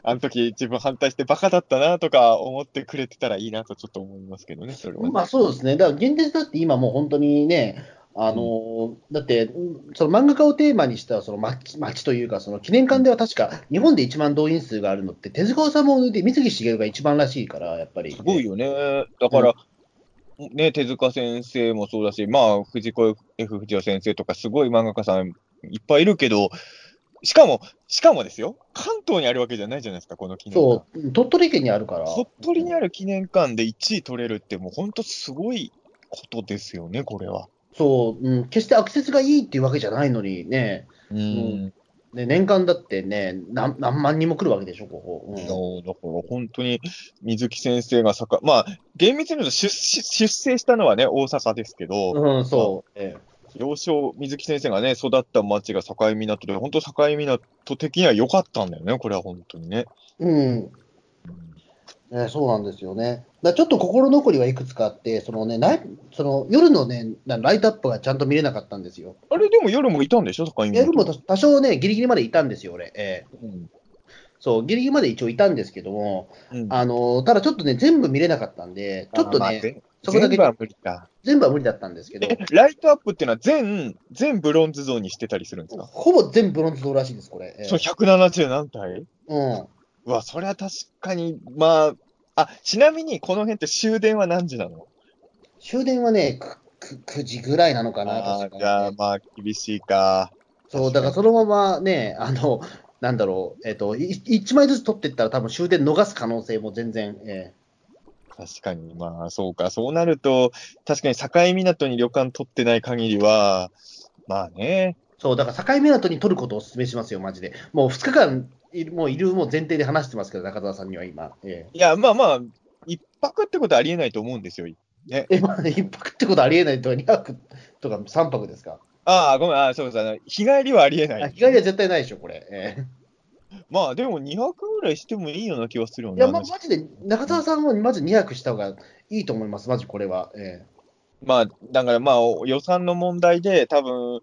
B: あの時自分反対してバカだったなとか思ってくれてたらいいなとちょっと思いますけどね、それはね、
A: まあそうですね、だから現実だって今もう本当にね、あのーだって、うんその漫画家をテーマにしたその町町というか、その記念館では確か日本で一番動員数があるのって、手塚治虫を抜いて水木しげるが一番らしいから、やっぱり、
B: すごいよね。だから、ね、手塚先生もそうだし、まあ、藤子 F 不二雄先生とか、すごい漫画家さんいっぱいいるけど、しかも、しかもですよ、関東にあるわけじゃないじゃないですか、この記念館。
A: そう、鳥取県にあるから。
B: 鳥取にある記念館で1位取れるって、もう本当すごいことですよね、これは。
A: そう、うん、決してアクセスがいいっていうわけじゃないのにね、
B: うん
A: んね年間だってね何、何万人も来るわけでしょ、ここ。うん
B: いやーだから本当に水木先生がさか、まあ、厳密に言うと出出出生したのはね、大阪ですけど、
A: うん、そう。え
B: 幼少、水木先生がね、育った町が境港で、本当境港的には良かったんだよね、これは本当にね。
A: えうん。ね、そうなんですよね。だからちょっと心残りはいくつかあって、そのね、ライその夜のね、なライトアップがちゃんと見れなかったんですよ。
B: あれ、でも夜もいたんでしょ、境港。
A: 夜も多多少ね、ギリギリまでいたんですよ、俺。ええ
B: うん、
A: そう、ギリギリまで一応いたんですけども、
B: うん
A: あのただちょっとね、全部見れなかったんで、ちょっと
B: まあ
A: ね、
B: 全
A: そこだけ
B: 全部は無理か。
A: 全部は無理だったんですけど、
B: え、ライトアップっていうのは全、全ブロンズ像にしてたりするんですか、
A: ほぼ全部ブロンズ像らしいです、これ。ええ
B: その170何体
A: うん。
B: うわ、それは確かに、まあ、あ、ちなみにこの辺って終電は何時なの
A: 終電はね、くく9時ぐらいなのかな、
B: あ
A: 確
B: ーじゃ
A: か
B: あ
A: に。
B: まあ厳しいか。
A: そう、だからそのままね、あの、なんだろう、えっ、と、い1枚ずつ取っていったら、多分終電逃す可能性も全然、え
B: 確かに、まあそうか、そうなると、確かに境港に旅館取ってない限りは、まあ
A: え
B: ね、
A: そう、だから境港に取ることをお勧めしますよ、マジで。もう2日間いる、もういるもう前提で話してますけど、中澤さんには今。え
B: いや、まあまあ、一泊ってことはありえないと思うんですよ。
A: ええ、まあ、1泊 ってことありえないと、2泊とか3泊ですか。
B: ああ、ごめん、ああそうですあの、日帰りはありえな
A: あ
B: い。
A: 日帰りは絶対ないでしょ、これ。ええ
B: まあでも2泊ぐらいしてもいいような気はするよ
A: い
B: ね。
A: や、
B: あ
A: ま、
B: の
A: マジで、中澤さんはまず2泊した方がいいと思います、マジこれは。ええ
B: まあ、だからまあ、お予算の問題で、多分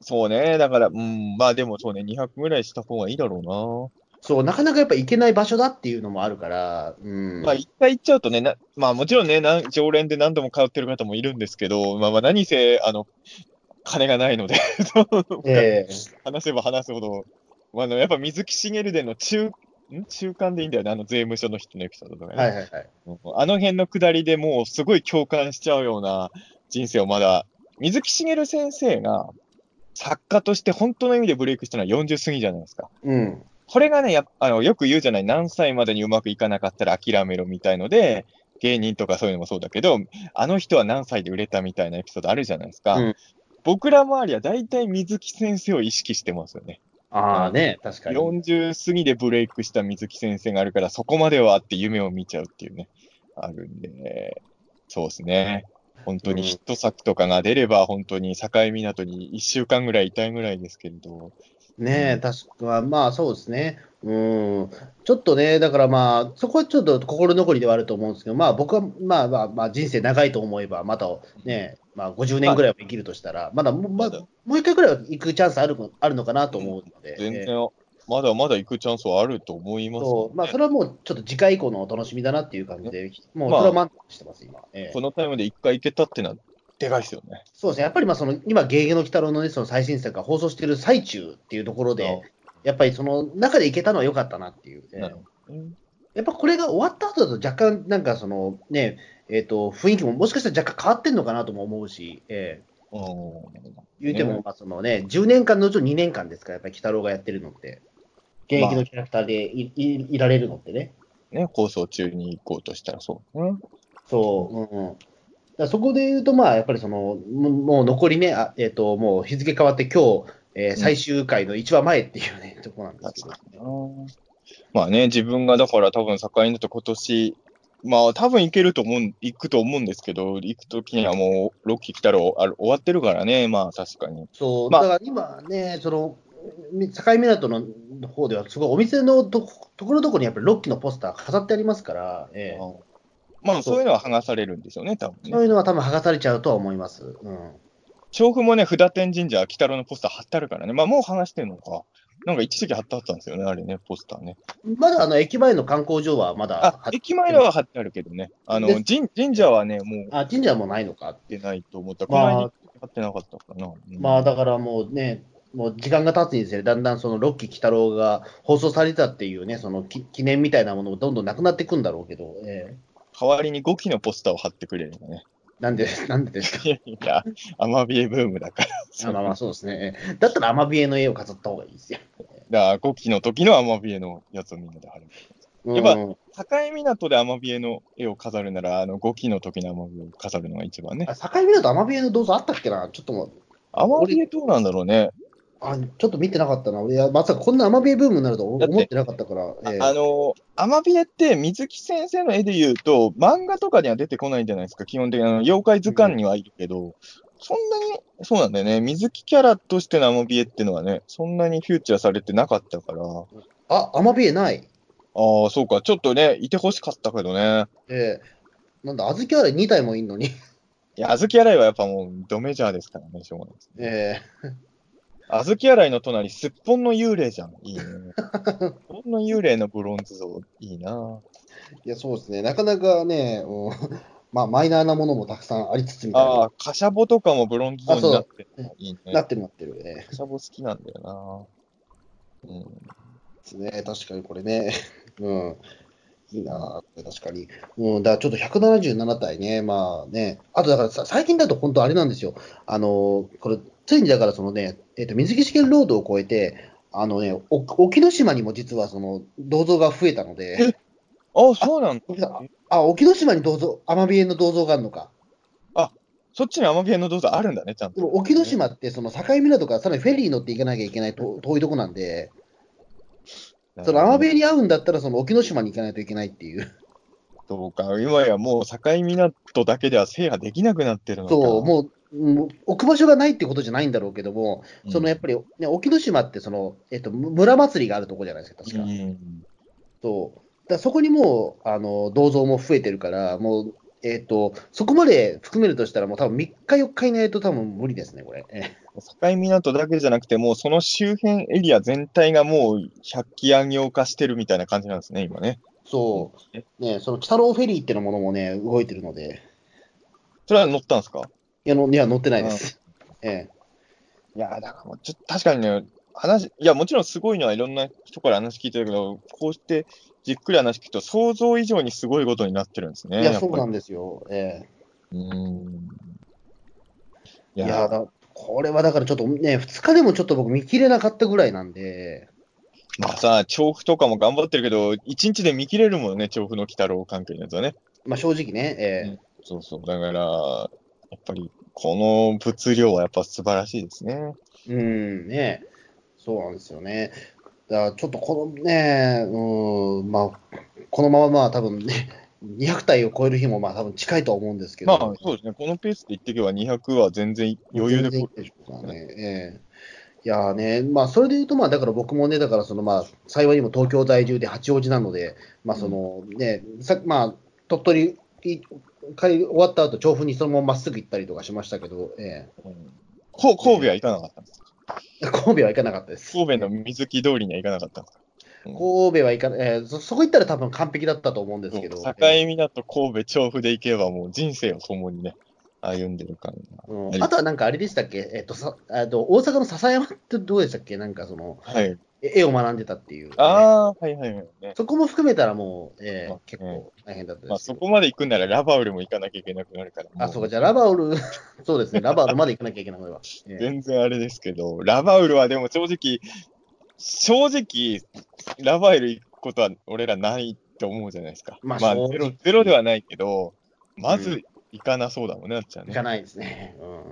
B: そうね、だから、うん、まあでもそうね、2泊ぐらいした方がいいだろ
A: そう、なかなかやっぱ行けない場所だっていうのもあるから、う
B: うな。
A: ん。
B: まあ、一回行っちゃうとね、なまあもちろんねなん、常連で何度も通ってる方もいるんですけど、まあまあ、何せ、あの、金がないので、 そう
A: ええ
B: 話せば話すほど、まあ、あのやっぱ水木しげるでの中、ん中間でいいんだよね、あの税務署の人のエピソードとかね。
A: はいはいはい。
B: あの辺のくだりでもうすごい共感しちゃうような人生をまだ、水木しげる先生が作家として本当の意味でブレイクしたのは40過ぎじゃないですか。
A: うん。
B: これがね、やっあのよく言うじゃない、何歳までにうまくいかなかったら諦めろみたいので、芸人とかそういうのもそうだけど、あの人は何歳で売れたみたいなエピソードあるじゃないですか。
A: うん
B: 僕ら周りは大体水木先生を意識してますよね。
A: ああね、確かに。
B: 40過ぎでブレイクした水木先生があるから、そこまではって夢を見ちゃうっていうね、あるんで、そうですね。本当にヒット作とかが出れば、本当に境港に1週間ぐらいいたいぐらいですけれど、
A: ねえ、確か、まあそうですね。うん。ちょっとね、だからまあ、そこはちょっと心残りではあると思うんですけど、まあ僕は、まあまあ、まあ、人生長いと思えば、またね、まあ50年ぐらいは生きるとしたら、まだ、もま
B: ま
A: だ
B: だ
A: もう一回ぐらいは行くチャンスあるあるのかなと思うので。
B: 全
A: ええ
B: 然、まだまだ行くチャンスはあると思います、
A: そう、まあ、それはもうちょっと次回以降のお楽しみだなっていう感じで、もう
B: まあ
A: それは満足してます、今。ええ
B: このタイムで1回行けたってのは、でかいですよね。
A: そうですね、やっぱりまあその今、ゲゲの鬼太郎の,、ね、その最新作が放送している最中っていうところで、やっぱりその中でいけたのは良かったなっていう、ええ
B: なるほどね
A: やっぱこれが終わった後だと、若干、なんかそのね、えっと雰囲気ももしかしたら若干変わってんのかなとも思うし、ええ
B: うん
A: 言うて
B: う
A: も
B: ん
A: まあその、ね、10年間のうちの2年間ですから、やっぱり鬼太郎がやってるのって、現役のキャラクターでい,い、いられるのってね。
B: ね、放送中に行こうとしたらそう、ね。
A: そう、うんうん、だからそこで言うと、まあ、やっぱりそのももう残りね、あえーと、もう日付変わって、今日、えー最終回の1話前っていうね、とこなんですけど、
B: まあね、自分がだから多分境港と今年、まあ多分行けると思う、行くと思うんですけど、行くときにはもうロッキー来たらあ終わってるからね、まあ確かに。
A: そう、
B: まあ
A: だから今ね、そのみ境港の方では、すごいお店のとところどころにやっぱりロッキーのポスター飾ってありますから、ええ
B: まあそういうのは剥がされるんですよね、多分
A: そ
B: ね。
A: ういうのは多分剥がされちゃうとは思います。うん
B: 調布もね、札天神社、鬼太郎のポスター貼ってあるからね、まあもう剥がしてるのか。なんか一時期貼ってあったんですよね、あれね、ポスターね。
A: まだあの駅前の観光所はまだ
B: あ、駅前らは貼ってあるけどね、あの
A: で
B: 神神社はね、もう貼っ
A: あ神社はもうないのか。
B: てないと思った。こ
A: ま
B: の
A: あ
B: 前に貼ってなかったかな。うん
A: まあだからもうね、もう時間が経つにつれ、だんだんそのロッキー鬼太郎が放送されたっていうね、そのき記念みたいなものもどんどんなくなっていくんだろうけど、え
B: 代わりに5期のポスターを貼ってくれるのね。
A: ー なんで、なんでですか。
B: いやいや、アマビエブームだから。
A: あまあまあそうですね。えーだったらアマビエの絵を飾った方がいいですよ。
B: だ5期の時のアマビエのやつをみんなで貼る。
A: うん
B: やっぱ境港でアマビエの絵を飾るなら、あの5期の時のアマビエを飾るのが一番ね。
A: あ境目だとアマビエの銅像あったっけなちょっともう
B: アマビエどうなんだろうね。
A: あちょっと見てなかったな。俺いや、まさかこんなアマビエブームになると思
B: だって
A: 思ってなかったから。えー
B: あの、アマビエって水木先生の絵で言うと、漫画とかには出てこないじゃないですか、基本的に。あの妖怪図鑑にはいるけど、そんなに、そうなんだよね、水木キャラとしてのアマビエってのはね、そんなにフューチャーされてなかったから、あ
A: あ、アマビエない。
B: あ、そうか、ちょっとね、いてほしかったけどね。
A: えーなんだ、小豆洗い2体もいんのに。
B: いや、小豆洗いはやっぱもう、ドメジャーですからね、しょうがないですね。
A: え
B: 小豆洗いの隣、すっぽんの幽霊じゃん。 いいね。すっぽんの幽霊のブロンズ像、いいな。
A: ーいや、そうですね。なかなかね、うんまあ、マイナーなものもたくさんありつつみたい
B: あ
A: な
B: あ、。かしゃぼとかもブロンズ像になってるのいいね。
A: なってるなってるね。
B: シャボ好きなんだよな。うん、
A: ですね。確かにこれね。 うん。いいなぁ確かに。うん、だからちょっと177体ね、まあね、あとだからさ最近だと本当あれなんですよ、あのーこれ、ついにだからそのね、えっと水木しげるロードを越えて、あのね、お沖ノ島にも実はその銅像が増えたので、
B: あ、そうなんだ。
A: あ、沖ノ島に銅像、アマビエの銅像があるのか。
B: そっちにアマビエの銅像あるんだね、ちゃん
A: で
B: と。
A: も沖ノ島ってその境港からさらにフェリー乗って行かなきゃいけないと遠いとこなんで、そのアマビエに会うんだったらその沖ノ島に行かないといけないっていう。
B: とか、今やもう境港だけでは制覇できなくなってるのか。
A: そう、もう、うん置く場所がないってことじゃないんだろうけども、
B: うん
A: そのやっぱり、ね、沖ノ島ってその、えっと、む村祭りがあるとこじゃないですか、確か。
B: うん
A: そうだからそこにもうあの銅像も増えてるから、もう、えっと、そこまで含めるとしたら、もう多分3日、4日いないと多分無理ですね、これ。え
B: 境港だけじゃなくて、もうその周辺エリア全体がもう百鬼夜行化してるみたいな感じなんですね、今ね。
A: そ
B: え
A: う、ね、その北郎フェリーってのものもね、動いてるので、
B: それは乗ったんですか
A: いや、のいや乗ってないです。ええ
B: いやー、だからもうちょっと確かにね、話、いや、もちろんすごいのはいろんな人から話聞いてるけど、こうしてじっくり話聞くと、想像以上にすごいことになってるんですね。
A: い
B: や
A: や、
B: っぱ
A: そ
B: り
A: うなんですよ。ええ
B: うーんい
A: いや
B: やー
A: だこれはだからちょっとね、2日でもちょっと僕見切れなかったぐらいなんで、
B: まあさ、調布とかも頑張ってるけど、一日で見切れるもんね、調布の鬼太郎関係のやつはね。
A: まあ、正直ね、え
B: そうそう、だから、やっぱり、この物量はやっぱ素晴らしいですね。
A: えうんね、そうなんですよね。だからちょっとこのね、うんまあ、このまままあ多分ね、200体を超える日もまあ多分近いとは思うんですけ
B: ま
A: ど、
B: あ、そうですね、このペースでいっていけば200は全然余裕
A: 全
B: で
A: 然い
B: こ
A: いでしょうからね。ええいやーね、まあ、それで言うと、まあ、だから僕もね、だからその、まあ、幸いにも東京在住で八王子なので、まあ、その、ね、さまあ、鳥取い、帰り終わった後、調布にそのまままっすぐ行ったりとかしましたけど、え
B: うんこ神戸は行かなかったんですか
A: え神戸は行かなかったです。
B: 神戸の水木通りには行かなかったんですか
A: 神戸は行かな、ええそ、そこ行ったら多分完璧だったと思うんですけど、
B: そう境
A: ええ
B: 港、神戸、調布で行けばもう人生を共にね、歩んでる感じが。
A: うん、あとはなんかあれでしたっけ、えっとさえっと大阪の笹山ってどうでしたっけ、なんかその
B: はい。
A: え絵を学んでたっていう、
B: ああー、はいはいはい、ね。
A: そこも含めたらもう、ええ
B: まあ
A: 結構大変だったですけど、
B: まあ、そこまで行くならラバウルも行かなきゃいけなくなるから、
A: あ、そうか、じ
B: ゃ
A: ゃあラバウル、 そうですね、ラバウルまで行かなきゃいけない、これは。ええ
B: 全然あれですけど、ラバウルはでも正直、正直、ラバウル行くことは俺らないと思うじゃないですか。
A: まあ正直
B: ゼロゼロではないけど、まず行かなそうだもんね、なっちゃん
A: 行
B: ね
A: か。ないですね。うん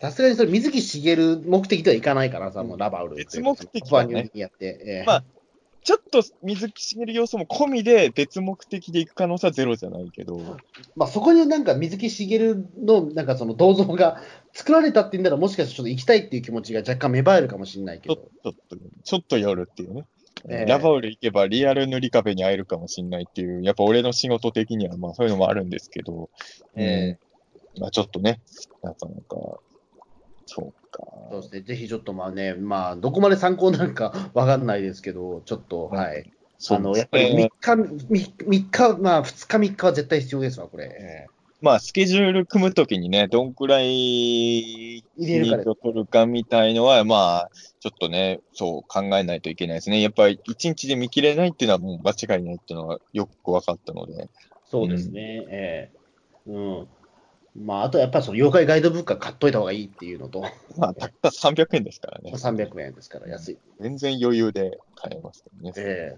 A: さすがにそれ、水木しげる目的では行かないからさ、もうラバウル
B: 別目的
A: は
B: だね
A: ね。やって、ええ
B: まあちょっと水木しげる要素も込みで、別目的で行く可能性はゼロじゃないけど、
A: まあ、そこになんか水木しげるのなんかその銅像が作られたって言うんなら、もしかしたらちょっと行きたいっていう気持ちが若干芽生えるかもしれないけ
B: ちょ
A: ど、
B: ちょっと、ちょっと寄るっていうね。
A: ええ
B: ラバウル行けばリアル塗り壁に会えるかもしれないっていう、やっぱ俺の仕事的にはまあそういうのもあるんですけど、
A: え
B: うんまあちょっとね、なかなか、そうか。
A: そうですね。ぜひちょっとまあね、まあ、どこまで参考になるかわかんないですけど、ちょっと、はい。あの、やっぱり3日、3, 日、まあ2日3日は絶対必要ですわ、これ。
B: えーまあ、スケジュール組むときにね、どんくらい
A: 入れるかで
B: リード取るかみたいのは、まあ、ちょっとね、そう考えないといけないですね。やっぱり一日で見切れないっていうのはもう間違いないっていうのがよく分かったので。
A: そうですね。ええうん。まあ、あとやっぱりその妖怪ガイドブックは買っといた方がいいっていうのと、
B: まあ、たった300円ですからね。
A: 300円ですから安い。
B: 全然余裕で買えますけどね。
A: え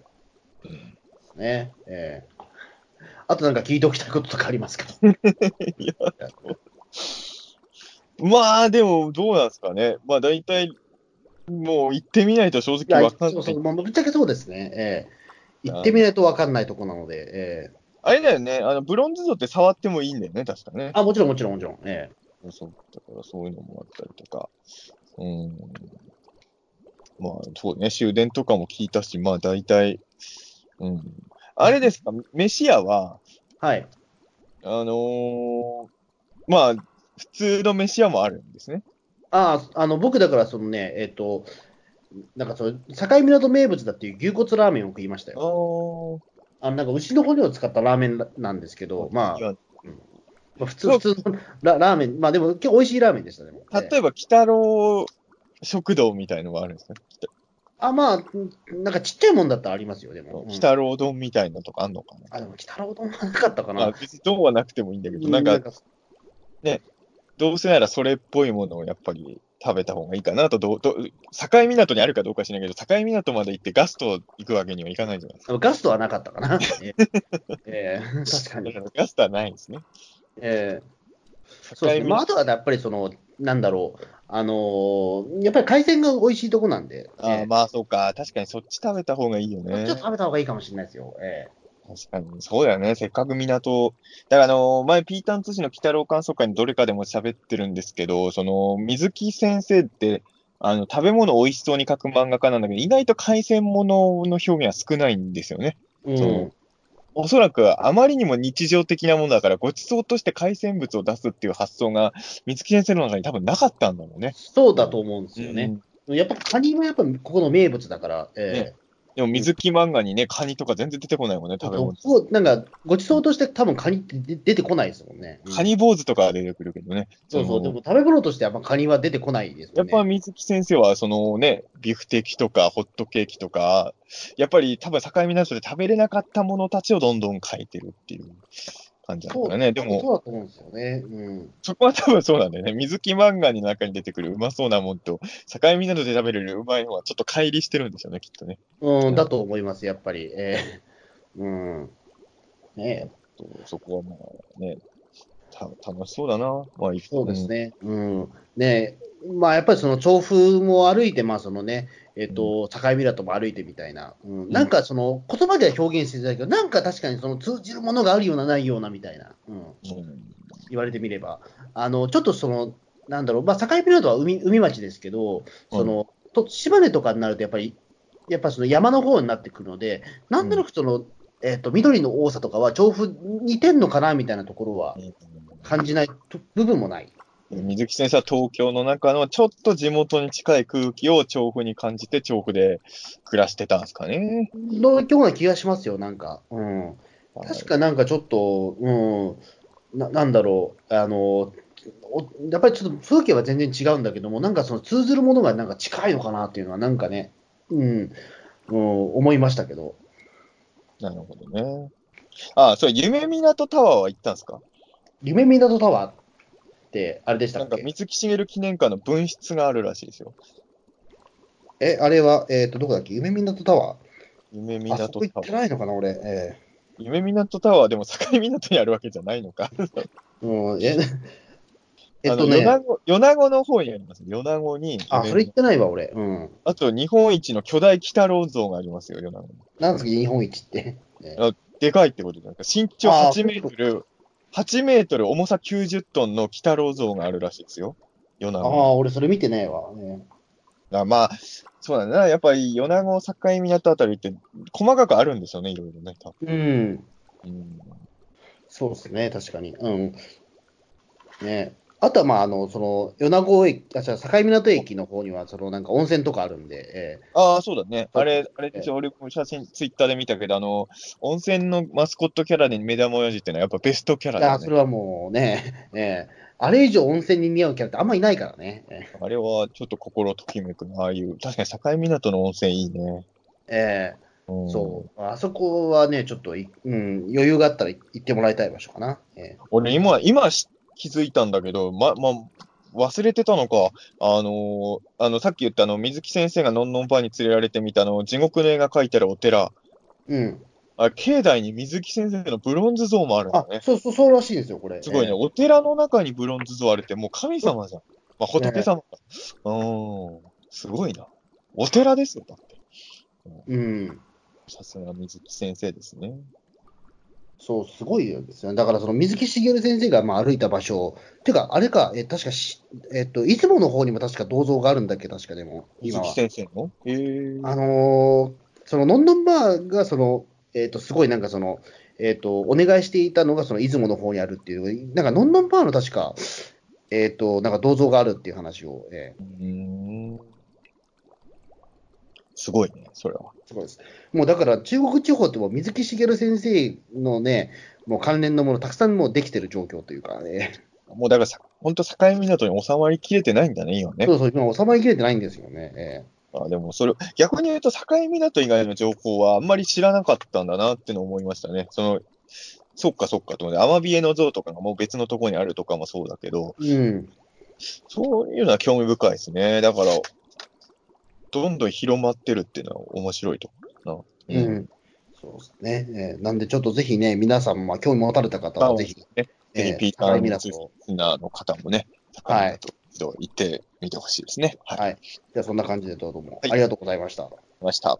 A: えね。ええあとなんか聞いておきたいこととかあります か
B: いやまあ、でも、どうなんですかね。まあ、大体、もう行ってみないと正
A: いや
B: 直分かん
A: そう
B: な
A: そ、。
B: いう
A: まあ、ぶっちゃけそうですね。ええ行ってみないと分かんないとこなので、ええ
B: あれだよね、あの、ブロンズ像って触ってもいいんだよね、確かね。
A: あ、もちろん、もちろん、もちろん。ええ
B: そうだからそういうのもあったりとか、うん、まあそうね、終電とかも聞いたし、まあ大体、うん、あれですか、飯屋は、
A: はい。
B: あのーまあ、普通の飯屋もあるんですね。
A: ああ、あの、僕だから、そのね、えっ、と、なんかその、境港名物だっていう牛骨ラーメンを食いました
B: あ
A: よ。あの、なんか牛の骨を使ったラーメンなんですけど、まあ、まあ普通、
B: そう
A: 普通のララーメン、まあでも、結構美味しいラーメンでしたね。
B: 例えば、鬼太郎食堂みたいのがあるんですね。
A: あ、まあ、なんかちっちゃいもんだったらありますよ、でも。
B: 鬼
A: うん
B: 太郎丼みたいなとかあんのかな。
A: あ、でも、北郎丼はなかったか
B: まあ、
A: な。
B: 別に丼はなくてもいいんだけど、なん
A: う
B: か
A: ん、
B: どうせならそれっぽいものをやっぱり食べた方がいいかなと、どうどう境港にあるかどうか知らないけど、境港まで行ってガスト行くわけにはいかないじゃないですか。
A: ガストはなかったか な。ええええ確か
B: だ
A: に
B: か。らガストはないんですね。
A: ええ
B: 境
A: そうですね。まあ、
B: 港
A: あとはやっぱりその、なんだろう、あのーやっぱり海鮮が美味しいとこなんで、
B: あ
A: え
B: ーまあそうか、確かにそっち食べた方がいいよ
A: え
B: ね
A: ちょっ。と食べた方がいいかもしれないですよ。え
B: 確かに、そうだよね、せっかく港、だからあの前、ピータン通信の鬼太郎観測会にどれかでも喋ってるんですけど、その水木先生って、あの食べ物美味しそうに描く漫画家なんだけど、意外と海鮮ものの表現は少ないんですよね。
A: え
B: そうおそらくあまりにも日常的なものだから、ごちそうとして海鮮物を出すっていう発想が、水木先生の中に多分なかったんだろうね。
A: そうだと思うんですよね。やっぱカニはやっぱここの名物だから、え
B: でも水木漫画にね、カニとか全然出てこないもんね、
A: え
B: 食べ物。
A: そうなんか、ごちそうとして多分カニって出出てこないですもんね。うん
B: カニ坊主とかは出てくるけどね。
A: そうそう、で
B: の
A: も食べ物としてはやっぱカニは出てこないですも
B: やっ
A: んね。
B: ぱ水木先生は、そのね、ビフテキとかホットケーキとか、やっぱり多分境港で食べれなかったものたちをどんどん描いてるっていう感じだからね。でも、
A: そうだと思うんですよね。うん。
B: そこは多分そうなんだよね。水木漫画の中に出てくるうまそうなもんと、境港で食べれるうまいのはちょっと乖離してるんでしょうね、きっとね。
A: うん、だと思います、やっぱり。ええうん。ねえ
B: そこはまあね、た楽しそうだな。まあ、い
A: そうです。ね。うん。ねえまあ、やっぱりその調布も歩いて、まあ、そのね、えっ、と、境港も歩いてみたいな。うん。なんかその、言葉では表現してたけど、なんか確かにその通じるものがあるような、ないようなみたいな。うん。
B: うんうん
A: 言われてみれば。あの、ちょっとその、なんだろう、まあ、境港は海海町ですけど、その、と島根とかになると、やっぱり、やっぱその山の方になってくるので、なんとなくその、えっと緑の多さとかは調布似てんのかなみたいなところは感じないと部分もない。
B: 水木先生は東京の中のちょっと地元に近い空気を調布に感じて調布で暮らしてたんですかね。
A: のような気がしますよ、なんか。うん、確かなんかちょっと、うん、ななんだろう、あの、おやっぱりちょっと風景は全然違うんだけども、なんかその通ずるものがなんか近いのかなっていうのは、なんかね、うん、うん、思いましたけど。
B: なるほどね。ああ、そう、夢港タワーは行ったんですか
A: 夢港タワーって、あれでした
B: な
A: っ
B: んか
A: け
B: 水木しげる記念館の分室があるらしいですよ。
A: え、あれは、えっ、と、どこだっけ夢港タワ
B: 夢
A: ー。あそ
B: 港
A: こ行
B: タ
A: っ
B: ワ
A: て
B: ー。
A: ないのかな、俺。え
B: 夢港タワーはでも境港にあるわけじゃないのか。
A: ーうん、え、 え
B: あ
A: っ
B: の
A: とね、
B: 米子米子の方にあります。米子に。
A: あ、
B: 夢
A: それ行ってないわ、俺。うん。
B: あと日本一の巨大鬼太郎像がありますよ、米子に。
A: なんですか、日本一 って。ね
B: でかいってことじゃないですか。身長
A: あー
B: 8メートル、8メートル、重さ90トンの鬼太郎像があるらしいですよ。米
A: あ
B: 子に。
A: あ、俺、それ見てないわ。ね
B: あまあ、そうだな。やっぱり米子境港あたりって細かくあるんでしょうね、いろいろね。多
A: うん、
B: 分うん
A: そうですね、確かに。うん。ねあとは、まあ、あの、その、米子駅、あ、じゃ境港駅の方には、その、なんか温泉とかあるんで、え
B: ああ、そうだね。あれ、あれですよ、俺も写真、ツイッターで見たけど、あの、温泉のマスコットキャラで目玉親父ってのはやっぱベストキャ
A: え
B: ラだよ
A: あそ
B: ね。
A: れはもうね、 ええあれ以上温泉に似合うキャラってあんまいないからね。え
B: あれはちょっと心ときめくな、ああいう。確かに境港の温泉いいね。
A: え
B: うん、
A: そう。あそこはね、ちょっとい、うん、余裕があったら行ってもらいたい場所かな。ええ
B: 俺今、今し気づいたんだけど、ま、ま、忘れてたのか、あのーあの、さっき言ったあの、水木先生がのんのんばに連れられてみたあの、地獄の絵が描いてあるお寺、
A: うん。
B: あ境内に水木先生のブロンズ像もあるんだ
A: あ
B: ね、。
A: そうそう、そうらしいですよ、これ。
B: すごいね、
A: ええ
B: お寺の中にブロンズ像あるって、もう神様じゃん。まあ、仏様か。うん、すごいな。お寺ですよ、だって。
A: うん。
B: さすが水木先生ですね。
A: そう、すごいですよね。だから、その水木しげる先生がまあ歩いた場所、てか、あれか、え確かし、えっと、出雲の方にも確か銅像があるんだっけ、確かでも、
B: 水
A: 今
B: 木
A: は。
B: 先生のへえ。
A: あのーその、のんのんばあが、その、えっと、すごいなんかその、えっと、お願いしていたのが、その出雲の方にあるっていう、なんか、のんのんばあの確か、えっと、なんか銅像があるっていう話を、え
B: うーん。すごいね、それは。
A: ーすごいです。もうだから、中国地方ってもう水木しげる先生のね、もう関連のもの、たくさんもうできてる状況というかね。
B: もうだからさ、本当境港に収まりきれてないんだね、今ね
A: そ。うそう、今収まりきれてないんですよね。ええ
B: あでもそれ、逆に言うと境港以外の情報はあんまり知らなかったんだなってのを思いましたね。その、そっかそっかと思って、アマビエの像とかがもう別のところにあるとかもそうだけど、
A: うん、
B: そういうのは興味深いですね。だから、どんどん広まってるっていうのは面白いところ
A: う
B: だな。
A: ん、そうですね、ええなんでちょっとぜひね、皆さん、まあ、興味持たれた方はぜひ、
B: ね、ぜひ、ピータ
A: 高
B: ー・
A: 井
B: ミラ
A: 港
B: ス
A: を
B: ナーの方もね、境
A: はい
B: 港一度行ってみてほしいですね。はい。
A: はい。じゃあ、そんな感じでどうも、
B: はい
A: ありがとうございました。
B: ました。